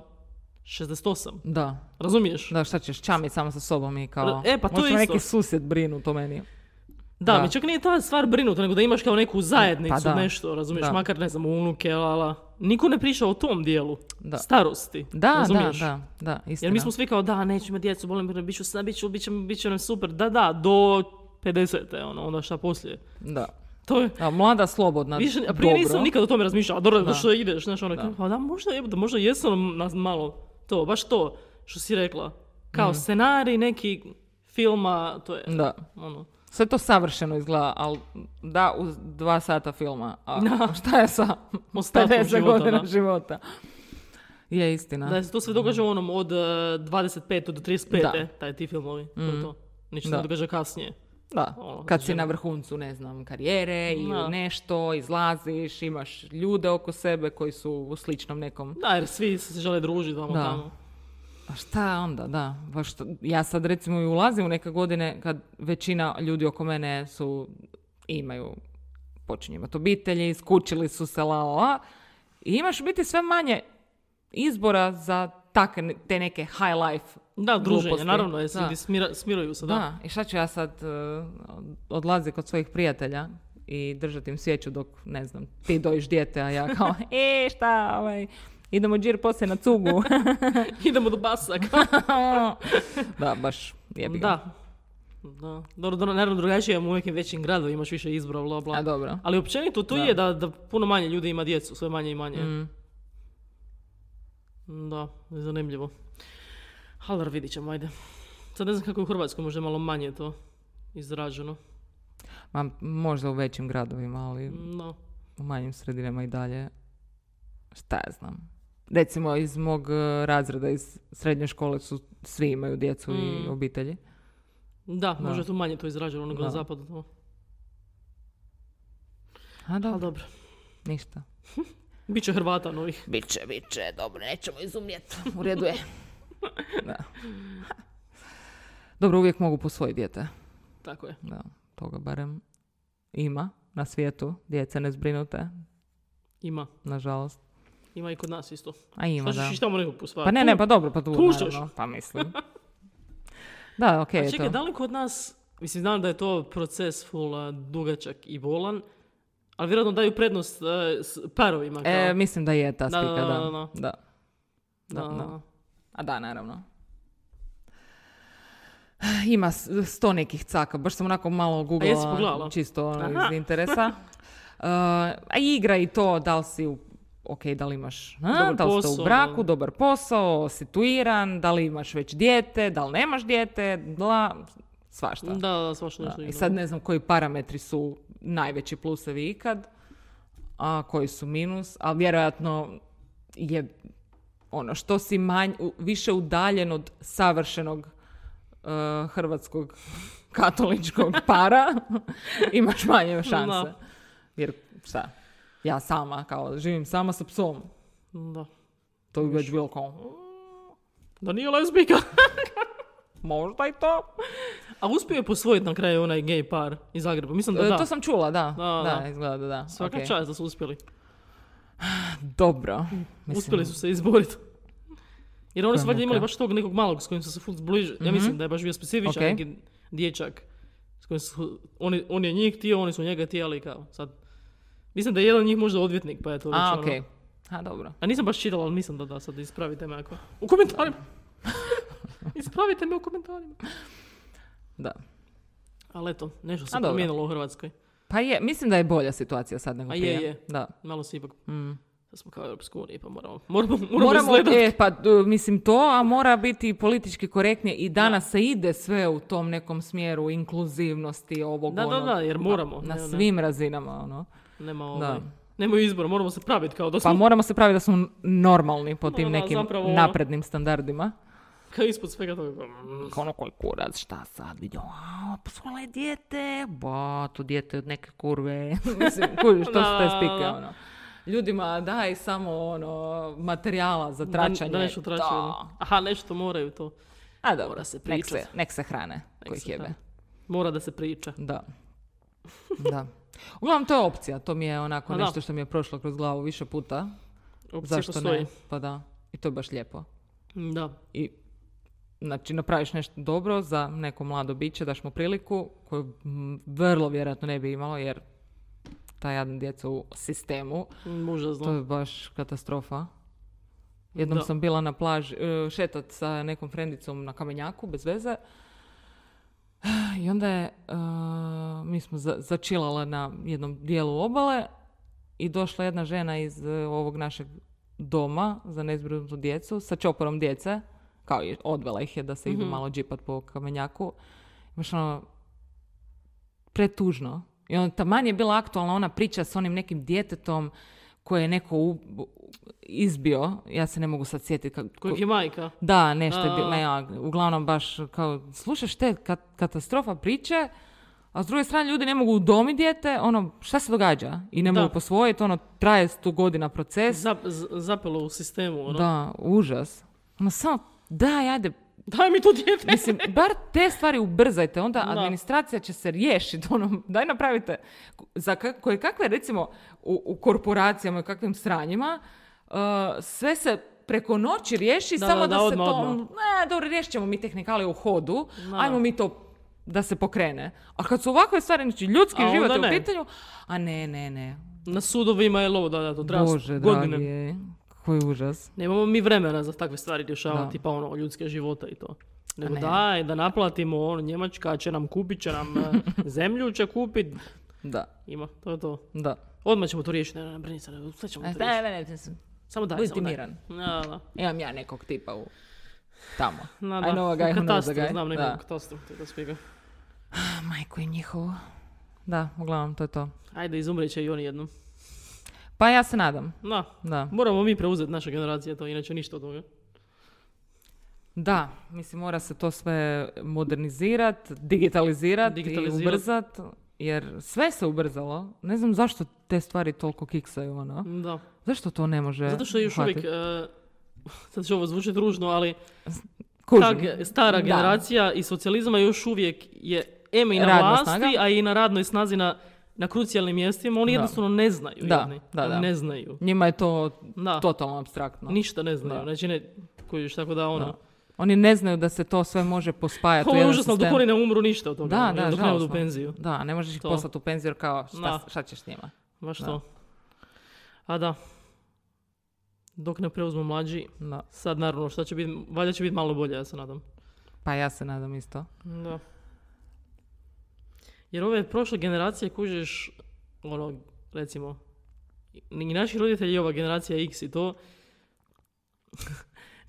S1: 68,
S2: da,
S1: razumiješ?
S2: da, šta ćeš čamit samo sa sobom i kao,
S1: E, pa to je
S2: možda me
S1: isto.
S2: neki susjed brinu to meni.
S1: Da,
S2: Da.
S1: mi čak nije ta stvar brinuta, nego da imaš kao neku zajednicu,
S2: Pa da.
S1: nešto, razumiješ,
S2: Da.
S1: makar ne znam, unuke, lala. Niko ne priča o tom dijelu,
S2: Da.
S1: starosti,
S2: Da,
S1: razumiješ?
S2: da, da, da, istina.
S1: Jer mi smo svi kao, da, neću imati djecu, bolim, me, bit ću, sa- bit ću, bit će, bit će nam super, da, da, do 50. ono, onda šta poslije.
S2: Da.
S1: To je,
S2: A, mlada, slobodna,
S1: više, a prije
S2: Znači, dobro.
S1: nisam nikad o tome razmišljala, dobro,
S2: Da.
S1: da. što ideš, znaš, ono, kao, pa da, možda, jebote, možda jesam nas malo, to, baš to, što si rekla.
S2: Mm.
S1: Kao scenarij, neki filma, to je,
S2: Da.
S1: ono,
S2: Sve to savršeno izgleda, ali da, uz dva sata filma. A šta je sa
S1: ostatkom
S2: 50
S1: života,
S2: godina
S1: da.
S2: života? Je istina.
S1: Da se to sve događa u onom od e, 25. do 35.
S2: Da. Mm.
S1: taj ti filmovi, to je to. Ništa se
S2: Da.
S1: ne događa kasnije.
S2: Da,
S1: Ono,
S2: kad si
S1: znači-
S2: na vrhuncu, ne znam, karijere ili
S1: Da.
S2: nešto, izlaziš, imaš ljude oko sebe koji su u sličnom nekom.
S1: Da, jer svi se žele družiti vamo
S2: Da.
S1: tamo.
S2: A šta onda, da. Baš to- ja sad recimo i ulazim u neke godine kad većina ljudi oko mene su, imaju, počinju imati obitelji, skučili su se, la, la, la. I imaš u biti sve manje izbora za takve, te neke high life
S1: Da, druženje,
S2: gluposti.
S1: naravno, jer se
S2: Da.
S1: ljudi smira- smiruju se, da.
S2: Da, i šta ću ja sad e, odlazi kod svojih prijatelja i držati im sjeću dok, ne znam, ti dojiš dijete, a ja kao, e, šta, ovaj, idemo džir poslije na cugu.
S1: Idemo do basaka.
S2: da, baš jebi ga.
S1: da. Da. Dobro, dobro, naravno drugačije je u nekim većim gradovima, imaš više izbora, bla, bla.
S2: A dobro.
S1: Ali općenito to
S2: Da. Mm.
S1: je da, da puno manje ljudi ima djecu, sve manje i manje. Mm, Da, zanimljivo. Halar, vidit ćemo, ajde. Sad ne znam kako je u Hrvatskoj, možda je malo manje to izraženo.
S2: Ma, možda u većim gradovima, ali
S1: No.
S2: u manjim sredinama i dalje. Šta ja znam. Recimo iz mog e, razreda iz srednje škole su svi imaju djecu i Mm. obitelji.
S1: Da, možda je tu manje to izraženo nego na zapadu. To.
S2: A
S1: Ali
S2: dobro,
S1: dobro.
S2: ništa.
S1: Biće Hrvata novih.
S2: Biće, biće, dobro, nećemo izumrijeti. U redu je. da. Dobro, uvijek mogu posvojiti dijete.
S1: Tako je.
S2: Da, toga barem ima na svijetu. Djece ne zbrinute,
S1: Ima.
S2: nažalost.
S1: Ima i kod nas isto.
S2: A ima,
S1: Šta ćeš
S2: da.
S1: ići tamo nekog posvajati?
S2: Pa ne, ne, pa dobro, pa tu,
S1: Puštaš.
S2: naravno. Pa mislim. Da, okej,
S1: A čekaj,
S2: to.
S1: da li kod nas, mislim, znam da je to proces full uh, dugačak i bolan, ali vjerojatno daju prednost uh, s parovima. Kao.
S2: E, mislim da je ta
S1: Da,
S2: spika, da.
S1: da, da, da.
S2: da.
S1: da,
S2: da, da.
S1: da.
S2: A da, naravno. Ima s- sto nekih caka, baš sam onako malo
S1: jesi
S2: googlala,
S1: pogledala?
S2: čisto ono, iz
S1: Aha.
S2: interesa. Uh, a i igra i to, da li si u ok, da li imaš, a,
S1: Dobar
S2: da li ste u
S1: posao,
S2: braku,
S1: da.
S2: dobar posao, situiran, da li imaš već dijete, da li nemaš dijete, bla, svašta.
S1: Da, da, svašta
S2: Da,
S1: nešto
S2: I
S1: igra.
S2: sad ne znam koji parametri su najveći plusevi ikad, a koji su minus, ali vjerojatno je ono što si manj, u- više udaljen od savršenog e, hrvatskog katoličkog para, imaš manje šanse.
S1: Da.
S2: Jer šta, ja sama, kao živim sama sa psom,
S1: Da.
S2: to bi već bilo kao,
S1: Da nije lezbika.
S2: možda i to.
S1: A uspio je posvojiti na kraju onaj gay par iz Zagreba. Mislim da
S2: E,
S1: da.
S2: To sam čula, da. Da,
S1: Da, da.
S2: izgleda da da.
S1: Svaka
S2: Ok.
S1: čast da su uspjeli.
S2: Dobro.
S1: Uspjeli su se izboriti. Jer oni
S2: Koja
S1: su valjda imali
S2: muka. Mhm.
S1: baš tog nekog malog s kojim su se ful zbližili. Ja mislim da je baš bio specifičan
S2: Ok.
S1: neki dječak. S kojim su, oni, on je njih htio, oni su njega tijeli kao sad. Mislim da je jedan od njih možda odvjetnik, pa je to već
S2: A,
S1: ono.
S2: okej. A, dobro.
S1: A nisam baš čitala, ali mislim da da, sad ispravite me ako... U komentarima! ispravite me u komentarima!
S2: Da.
S1: Ali eto, nešto se
S2: A, dobro.
S1: promijenilo u Hrvatskoj.
S2: Pa je, mislim da je bolja situacija sad nego
S1: A
S2: prije.
S1: je, je.
S2: Da.
S1: Malo se ipak... Sad smo kao Europska unija, pa moramo... Moramo, moramo,
S2: Mm. Moramo,
S1: izgledat.
S2: e, pa d- mislim to, a mora biti politički korektnije i danas se ide sve u tom nekom smjeru inkluzivnosti ovog
S1: Da, da,
S2: onog.
S1: da, jer moramo.
S2: Na
S1: Ne, ne.
S2: svim razinama, ono.
S1: Nema
S2: Da.
S1: ovaj... Nema izbora, moramo se praviti kao da smo
S2: Pa moramo se praviti da smo normalni po tim
S1: Da, da,
S2: nekim
S1: zapravo ono.
S2: naprednim standardima.
S1: kao ispod svega toga. Mm,
S2: Kao ono koji kurac, šta sad vidio, a, posvola je dijete, ba, to dijete od neke kurve. Mislim, kužiš, to
S1: Da,
S2: su te
S1: da,
S2: spike,
S1: da.
S2: ono. Ljudima daj samo ono materijala za tračanje.
S1: Da, da nešto trače,
S2: Da.
S1: da. Aha, nešto moraju to.
S2: A dobro,
S1: Mora se
S2: nek,
S1: pričat.
S2: se, nek se hrane kojih
S1: se
S2: jebe.
S1: hrane. Mora da se priča.
S2: Da. da. Uglavnom, to je opcija. To mi je onako
S1: Pa da.
S2: nešto što mi je prošlo kroz glavu više puta.
S1: Opcija
S2: Zašto
S1: postoji. Mm,
S2: ne? Pa da. I to je baš lijepo.
S1: Da.
S2: I Znači, napraviš nešto dobro za neko mlado biće, daš mu priliku koju m, vrlo vjerojatno ne bi imalo jer ta jadna djeca u sistemu
S1: Mm, Užasno.
S2: to je baš katastrofa. Jednom
S1: Da.
S2: sam bila na plaži, e, šetat sa nekom frendicom na kamenjaku, bez veze. I onda je, e, mi smo za, začilala na jednom dijelu obale i došla jedna žena iz e, ovog našeg doma za nezbrinutu djecu sa čoporom djece. Kao je, odvela ih je da se idu malo džipat po kamenjaku. Imaš ono, pretužno. I onda taman je bila aktualna ona priča s onim nekim djetetom koje je neko u- u- izbio, ja se ne mogu sad sjetiti. kako-
S1: Kojeg je majka?
S2: Da, nešto je bilo,
S1: A.
S2: ne, ja, uglavnom baš kao, slušaš te kat- katastrofa priče, a s druge strane ljudi ne mogu udomiti dijete, ono, šta se događa? I ne
S1: Da.
S2: mogu posvojiti, ono, traje sto godina proces.
S1: Zap- z- zapelo u sistemu, ono.
S2: Da, užas. Ono, samo daj, ajde,
S1: Daj mi to dijete.
S2: Mislim, bar te stvari ubrzajte, onda
S1: Da.
S2: administracija će se riješiti. Ono, daj napravite za ka- koje kakve, recimo, u, u korporacijama i kakvim sranjima, uh, sve se preko noći riješi,
S1: Da,
S2: samo
S1: da,
S2: da,
S1: da,
S2: se
S1: odmah,
S2: to...
S1: odmah.
S2: Ne, dobro, riješit ćemo mi tehnikale u hodu,
S1: Da.
S2: ajmo mi to da se pokrene. A kad su ovakve stvari, znači ljudski
S1: A onda
S2: život je
S1: ne.
S2: u pitanju, a ne, ne, ne.
S1: Na sudovima je lovo, da, da, to treba s-
S2: Bože,
S1: godine.
S2: dragi, ej, koji užas.
S1: Nemamo mi vremena za takve stvari rješavati,
S2: Da. Pa
S1: pa ono, ljudske života i to. Nego
S2: ne.
S1: daj, da naplatimo, ono, Njemačka će nam kupit, će nam eh, zemlju će kupit.
S2: Da,
S1: Ima, to je to.
S2: da.
S1: Odmah ćemo to riješiti, ne, ne, ne, brini se, ne, sve ćemo to
S2: E,
S1: riješiti.
S2: ne, ne, ne,
S1: Samo daj,
S2: budi
S1: samo daj.
S2: miran.
S1: Da, da.
S2: Imam ja nekog tipa u tamo.
S1: Na,
S2: I
S1: da.
S2: know a
S1: u
S2: guy who knows a
S1: katastru,
S2: guy.
S1: znam nekog
S2: Da.
S1: u katastru, to je da spiga.
S2: A, Majku je njihovu. Da, uglavnom, to je to.
S1: Ajde, izumrit će i oni jednom.
S2: Pa ja se nadam,
S1: Da,
S2: da.
S1: moramo mi preuzeti naša generacija to, inače ništa od toga.
S2: Da, mislim, mora se to sve modernizirat, digitalizirat i
S1: Digitalizirat.
S2: ubrzat, jer sve se ubrzalo. Ne znam zašto te stvari toliko kiksaju, ono.
S1: Da.
S2: Zašto to ne može
S1: Zato što je još
S2: hvatit?
S1: uvijek, eh, sad će ovo zvučiti ružno, ali
S2: Kužim.
S1: ta ge- stara
S2: Da.
S1: generacija i socijalizma još uvijek je em i na
S2: Radna
S1: vlasti,
S2: snaga.
S1: a i na radnoj snazi na, na krucijalnim mjestima. Oni
S2: Da.
S1: jednostavno ne znaju.
S2: Da,
S1: jedni.
S2: da, da.
S1: Ne znaju.
S2: Njima je to
S1: Da.
S2: totalno abstraktno.
S1: Ništa ne znaju.
S2: Da.
S1: Znači ne, kojiš, tako da ono.
S2: Da. Oni ne znaju da se to sve može pospajati u
S1: Ovo je
S2: jedan
S1: užasno, dok
S2: sistem.
S1: oni ne umru ništa od toga.
S2: Da,
S1: ono,
S2: da,
S1: dok ne odu u
S2: žalosno.
S1: penziju.
S2: Da, ne možeš ih
S1: To.
S2: poslati u penziju jer kao šta,
S1: Da.
S2: šta ćeš s njima.
S1: Baš
S2: Da.
S1: to. A da. Dok ne preuzmu mlađi,
S2: Da.
S1: sad naravno šta će biti, valjda će biti malo bolje, ja se nadam.
S2: Pa ja se nadam isto.
S1: Da. Jer ove prošle generacije kužiš, ono, recimo, i naši roditelji i ova generacija X i to,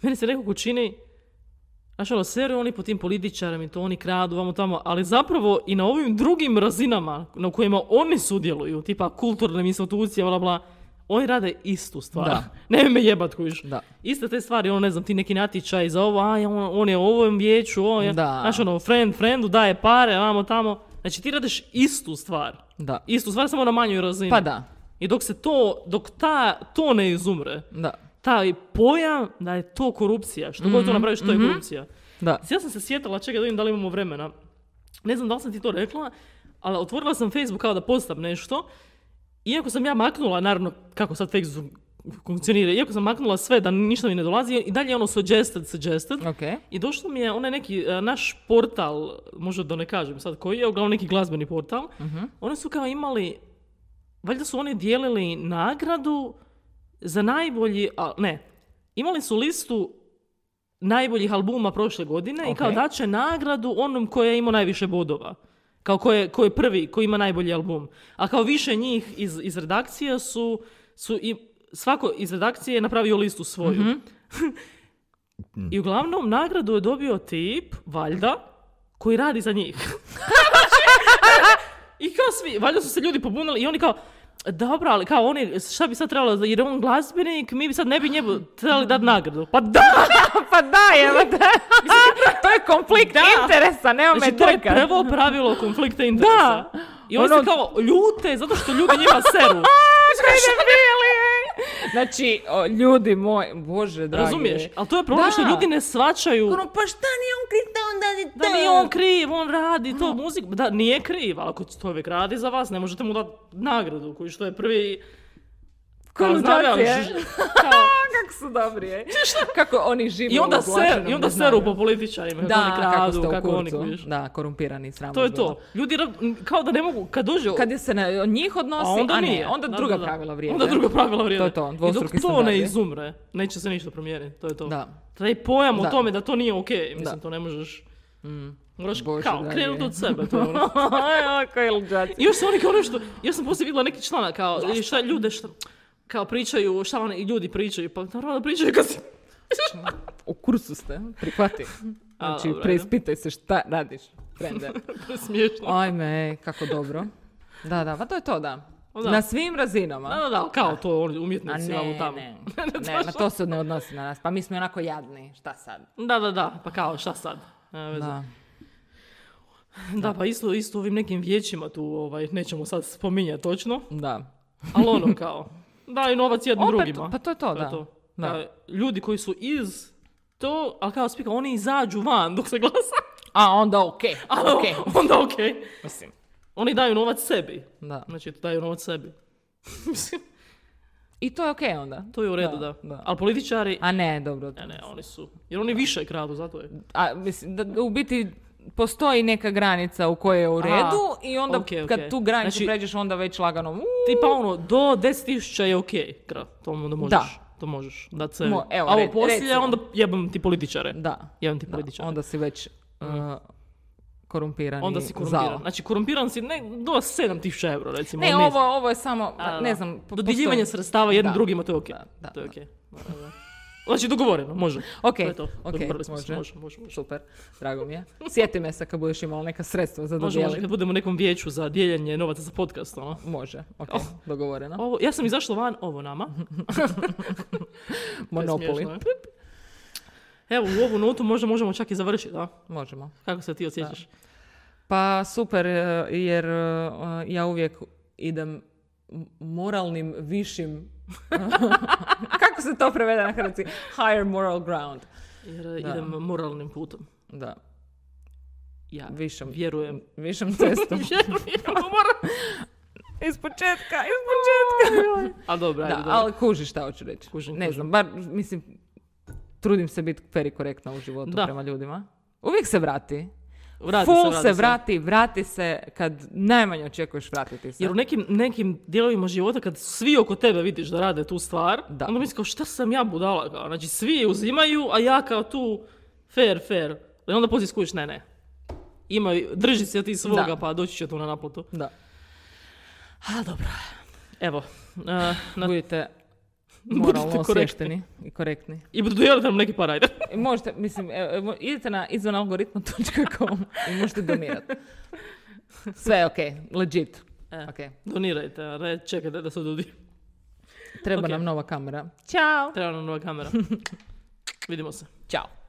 S1: meni se nekako čini, znaš ono, seru oni po tim političarima i to oni kradu, vamo tamo, ali zapravo i na ovim drugim razinama na kojima oni sudjeluju, tipa kulturne institucije, bla bla, oni rade istu stvar.
S2: Da.
S1: Ne me jebat kužiš.
S2: Da.
S1: Iste te stvari, ono ne znam, ti neki natječaj za ovo, a on, on je u ovom vijeću, on je,
S2: Da.
S1: znaš ono, friend friendu daje pare, vamo tamo. Znači ti radiš istu stvar.
S2: Da.
S1: Istu stvar samo na manjoj razini.
S2: Pa da,
S1: I dok se to, dok ta, to ne izumre,
S2: da,
S1: taj pojam da je to korupcija, što
S2: Mhm,
S1: god to napraviš, to je korupcija.
S2: da.
S1: Ja sam se sjetila, čekaj da vidim da li imamo vremena. Ne znam da li sam ti to rekla, ali otvorila sam Facebook kao da postam nešto. Iako sam ja maknula, naravno, kako sad Facebook funkcionira, iako sam maknula sve da ništa mi ne dolazi, i dalje je ono suggested, suggested.
S2: Ok.
S1: I došlo mi je onaj neki e, naš portal, možda da ne kažem sad koji je, uglavnom neki glazbeni portal.
S2: Mhm.
S1: Oni su kao imali, valjda su oni dijelili nagradu za najbolji, a, ne, imali su listu najboljih albuma prošle godine i kao
S2: Ok.
S1: daće nagradu onom koji je imao najviše bodova. Kao ko je, ko je prvi, koji ima najbolji album. A kao više njih iz, iz redakcije su, su i, svako iz redakcije je napravio listu svoju. I uglavnom nagradu je dobio tip, valjda, koji radi za njih. I kao svi, valjda su se ljudi pobunili i oni kao, dobro, ali kao oni, šta bi sad trebalo, za- jer je on glazbenik, mi bi sad ne bi njemu trebali dati nagradu. Pa da!
S2: Pa da, evo da. to je konflikt interesa, nema
S1: Znači, to je prvo pravilo konflikta interesa.
S2: Da.
S1: I oni
S2: Ono-
S1: se kao ljute zato što ljudi njima seru.
S2: Znači, o, ljudi moji, bože dragi.
S1: Razumiješ? Ali to je problem
S2: Da.
S1: što ljudi ne svačaju
S2: Ono, pa šta nije on krita onda
S1: da nije on kriv, on radi
S2: Ono-
S1: to muziku. Da, nije kriv, ali ako čovjek radi za vas, ne možete mu dati nagradu koji što je prvi... kao, znam ja, ž- kao-
S2: Kako su dobri, ej. Kako oni žive
S1: I onda,
S2: u oglašenom
S1: ser, i onda
S2: neznanju.
S1: seru po političarima, kako
S2: Da,
S1: oni
S2: kako
S1: kradu,
S2: ste u
S1: kako, oni
S2: kurcu.
S1: kužiš.
S2: Da, korumpirani, sramno
S1: To je
S2: bilo.
S1: to. Ljudi ra- kao da ne mogu, kad dođe...
S2: Kad je se na njih odnosi,
S1: a onda
S2: a ne,
S1: nije.
S2: onda
S1: Da,
S2: druga
S1: da, da.
S2: pravila vrijede.
S1: Onda druga pravila vrijede.
S2: To je to,
S1: I dok
S2: dvostruki
S1: to ne
S2: standardi.
S1: izumre, neće se ništa promijeniti. To je to.
S2: Da.
S1: Taj pojam o
S2: Da.
S1: tome da to nije okej, mislim,
S2: Da.
S1: to ne možeš... Mm. Moraš
S2: Bože,
S1: kao
S2: dragi.
S1: krenuti od sebe. To je ono.
S2: Koji luđaci.
S1: I još su oni kao nešto, ja sam poslije vidjela neki članak kao, i šta ljude šta, kao pričaju, šta oni ljudi pričaju, pa naravno da pričaju kad si...
S2: U kursu ste, prihvati.
S1: A,
S2: Znači,
S1: dobro,
S2: preispitaj se šta radiš, frende.
S1: To je smiješno.
S2: Ajme, kako dobro. Da, da, pa to je to, da.
S1: Da.
S2: Na svim razinama.
S1: Da, da, da, ali kao to oni
S2: A
S1: umjetnici,
S2: ne,
S1: ovo tamo.
S2: ne, ne, na to se ne odnosi na nas. Pa mi smo onako jadni, šta sad?
S1: Da, da, da, pa kao, šta sad? Nema veze.
S2: Da.
S1: Da, pa isto, isto ovim nekim vijećima tu, ovaj, nećemo sad spominjati točno,
S2: Da.
S1: ali ono kao, daju novac jednim
S2: Opet,
S1: drugima.
S2: pa to je to,
S1: To je
S2: da.
S1: to.
S2: Da.
S1: Da, Ljudi koji su iz to, ali kao spika, oni izađu van dok se glasa.
S2: A onda ok,
S1: A
S2: ok.
S1: onda ok.
S2: Mislim,
S1: Oni daju novac sebi.
S2: da.
S1: Znači, daju novac sebi. Mislim,
S2: I to je ok onda.
S1: to je u redu, da.
S2: Da, da.
S1: Ali političari,
S2: A ne, dobro.
S1: ne, ne, oni su. Jer oni više kradu, zato je.
S2: A, mislim, da, u biti postoji neka granica u kojoj je u redu i onda
S1: ok, ok.
S2: kad tu granicu
S1: Znači-
S2: pređeš onda već lagano "U,
S1: Tipa ono, do 10.000 je ok, kra, to onda možeš.
S2: Da.
S1: To možeš, da se...
S2: Mo- evo,
S1: A ovo
S2: re-
S1: poslije,
S2: recimo.
S1: onda jebam ti političare.
S2: Da.
S1: Jebam ti
S2: Da,
S1: političare.
S2: onda si već uh, korumpiran
S1: Onda
S2: i
S1: si korumpiran.
S2: zao.
S1: Znači, korumpiran si ne, do 7.000 euro, recimo.
S2: Ne,
S1: ali
S2: ovo, ovo je samo,
S1: Da, da,
S2: ne
S1: da.
S2: znam, po-
S1: Dodjeljivanje
S2: postoji-
S1: sredstava jednim
S2: Da.
S1: drugima, to je okej.
S2: Da, da,
S1: to je
S2: da.
S1: okej. Da, da, da. Znači, dogovoreno, može.
S2: Ok,
S1: To je to.
S2: ok,
S1: Dogovorili smo se,
S2: može.
S1: može, može, može.
S2: Super, drago mi je. Sjeti me se kad budeš imala neka sredstva za
S1: Može, može,
S2: dodijeli.
S1: kad budemo u nekom vijeću za dijeljenje novaca za podcast, ono.
S2: Može, ok,
S1: Oh.
S2: dogovoreno.
S1: Ovo, ja sam izašla van, ovo nama. To je smiješno,
S2: Mhm, Monopoli.
S1: je. Evo, u ovu notu možda možemo čak i završiti, a?
S2: Možemo.
S1: Kako se ti osjećaš?
S2: Pa super, e, jer e, ja uvijek idem m- moralnim višim... Kako se to prevede na hrvatski? Higher moral ground.
S1: Jer eh, idem moralnim putom.
S2: Da,
S1: Ja
S2: višom,
S1: vjerujem.
S2: višom cestom.
S1: vjerujem u moral.
S2: iz početka, iz početka.
S1: A dobro, ajde,
S2: da,
S1: dobro.
S2: ali kužiš šta hoću reći.
S1: Kužim,
S2: ne
S1: kužim.
S2: znam, bar, mislim, trudim se biti fair i korektna u životu
S1: Da.
S2: prema ljudima. Uvijek se vrati.
S1: Vrati se,
S2: Full se,
S1: vrati se.
S2: vrati, vrati se kad najmanje očekuješ vratiti se.
S1: Jer u nekim, nekim dijelovima života kad svi oko tebe vidiš da rade tu stvar,
S2: Da.
S1: onda misliš kao šta sam ja budala kao, znači svi uzimaju, a ja kao tu fair, fair. I onda poslije skužiš, ne, ne. Ima, drži se ti svoga
S2: Da.
S1: pa doći će tu na naplatu.
S2: Da.
S1: A dobro. Evo. Uh, na...
S2: Budite
S1: Budite
S2: moralno
S1: korektni.
S2: osviješteni i korektni.
S1: I dodijelite nam neki par, ajde.
S2: I možete, mislim, e, e, mo- idete na izvanalgoritma.com i možete donirati. Sve je okej, legit.
S1: E.
S2: Okej.
S1: Donirajte, a ne čekajte da se dodi.
S2: Treba
S1: Okej.
S2: nam nova kamera.
S1: Treba nam nova kamera. Vidimo se.
S2: Ćao.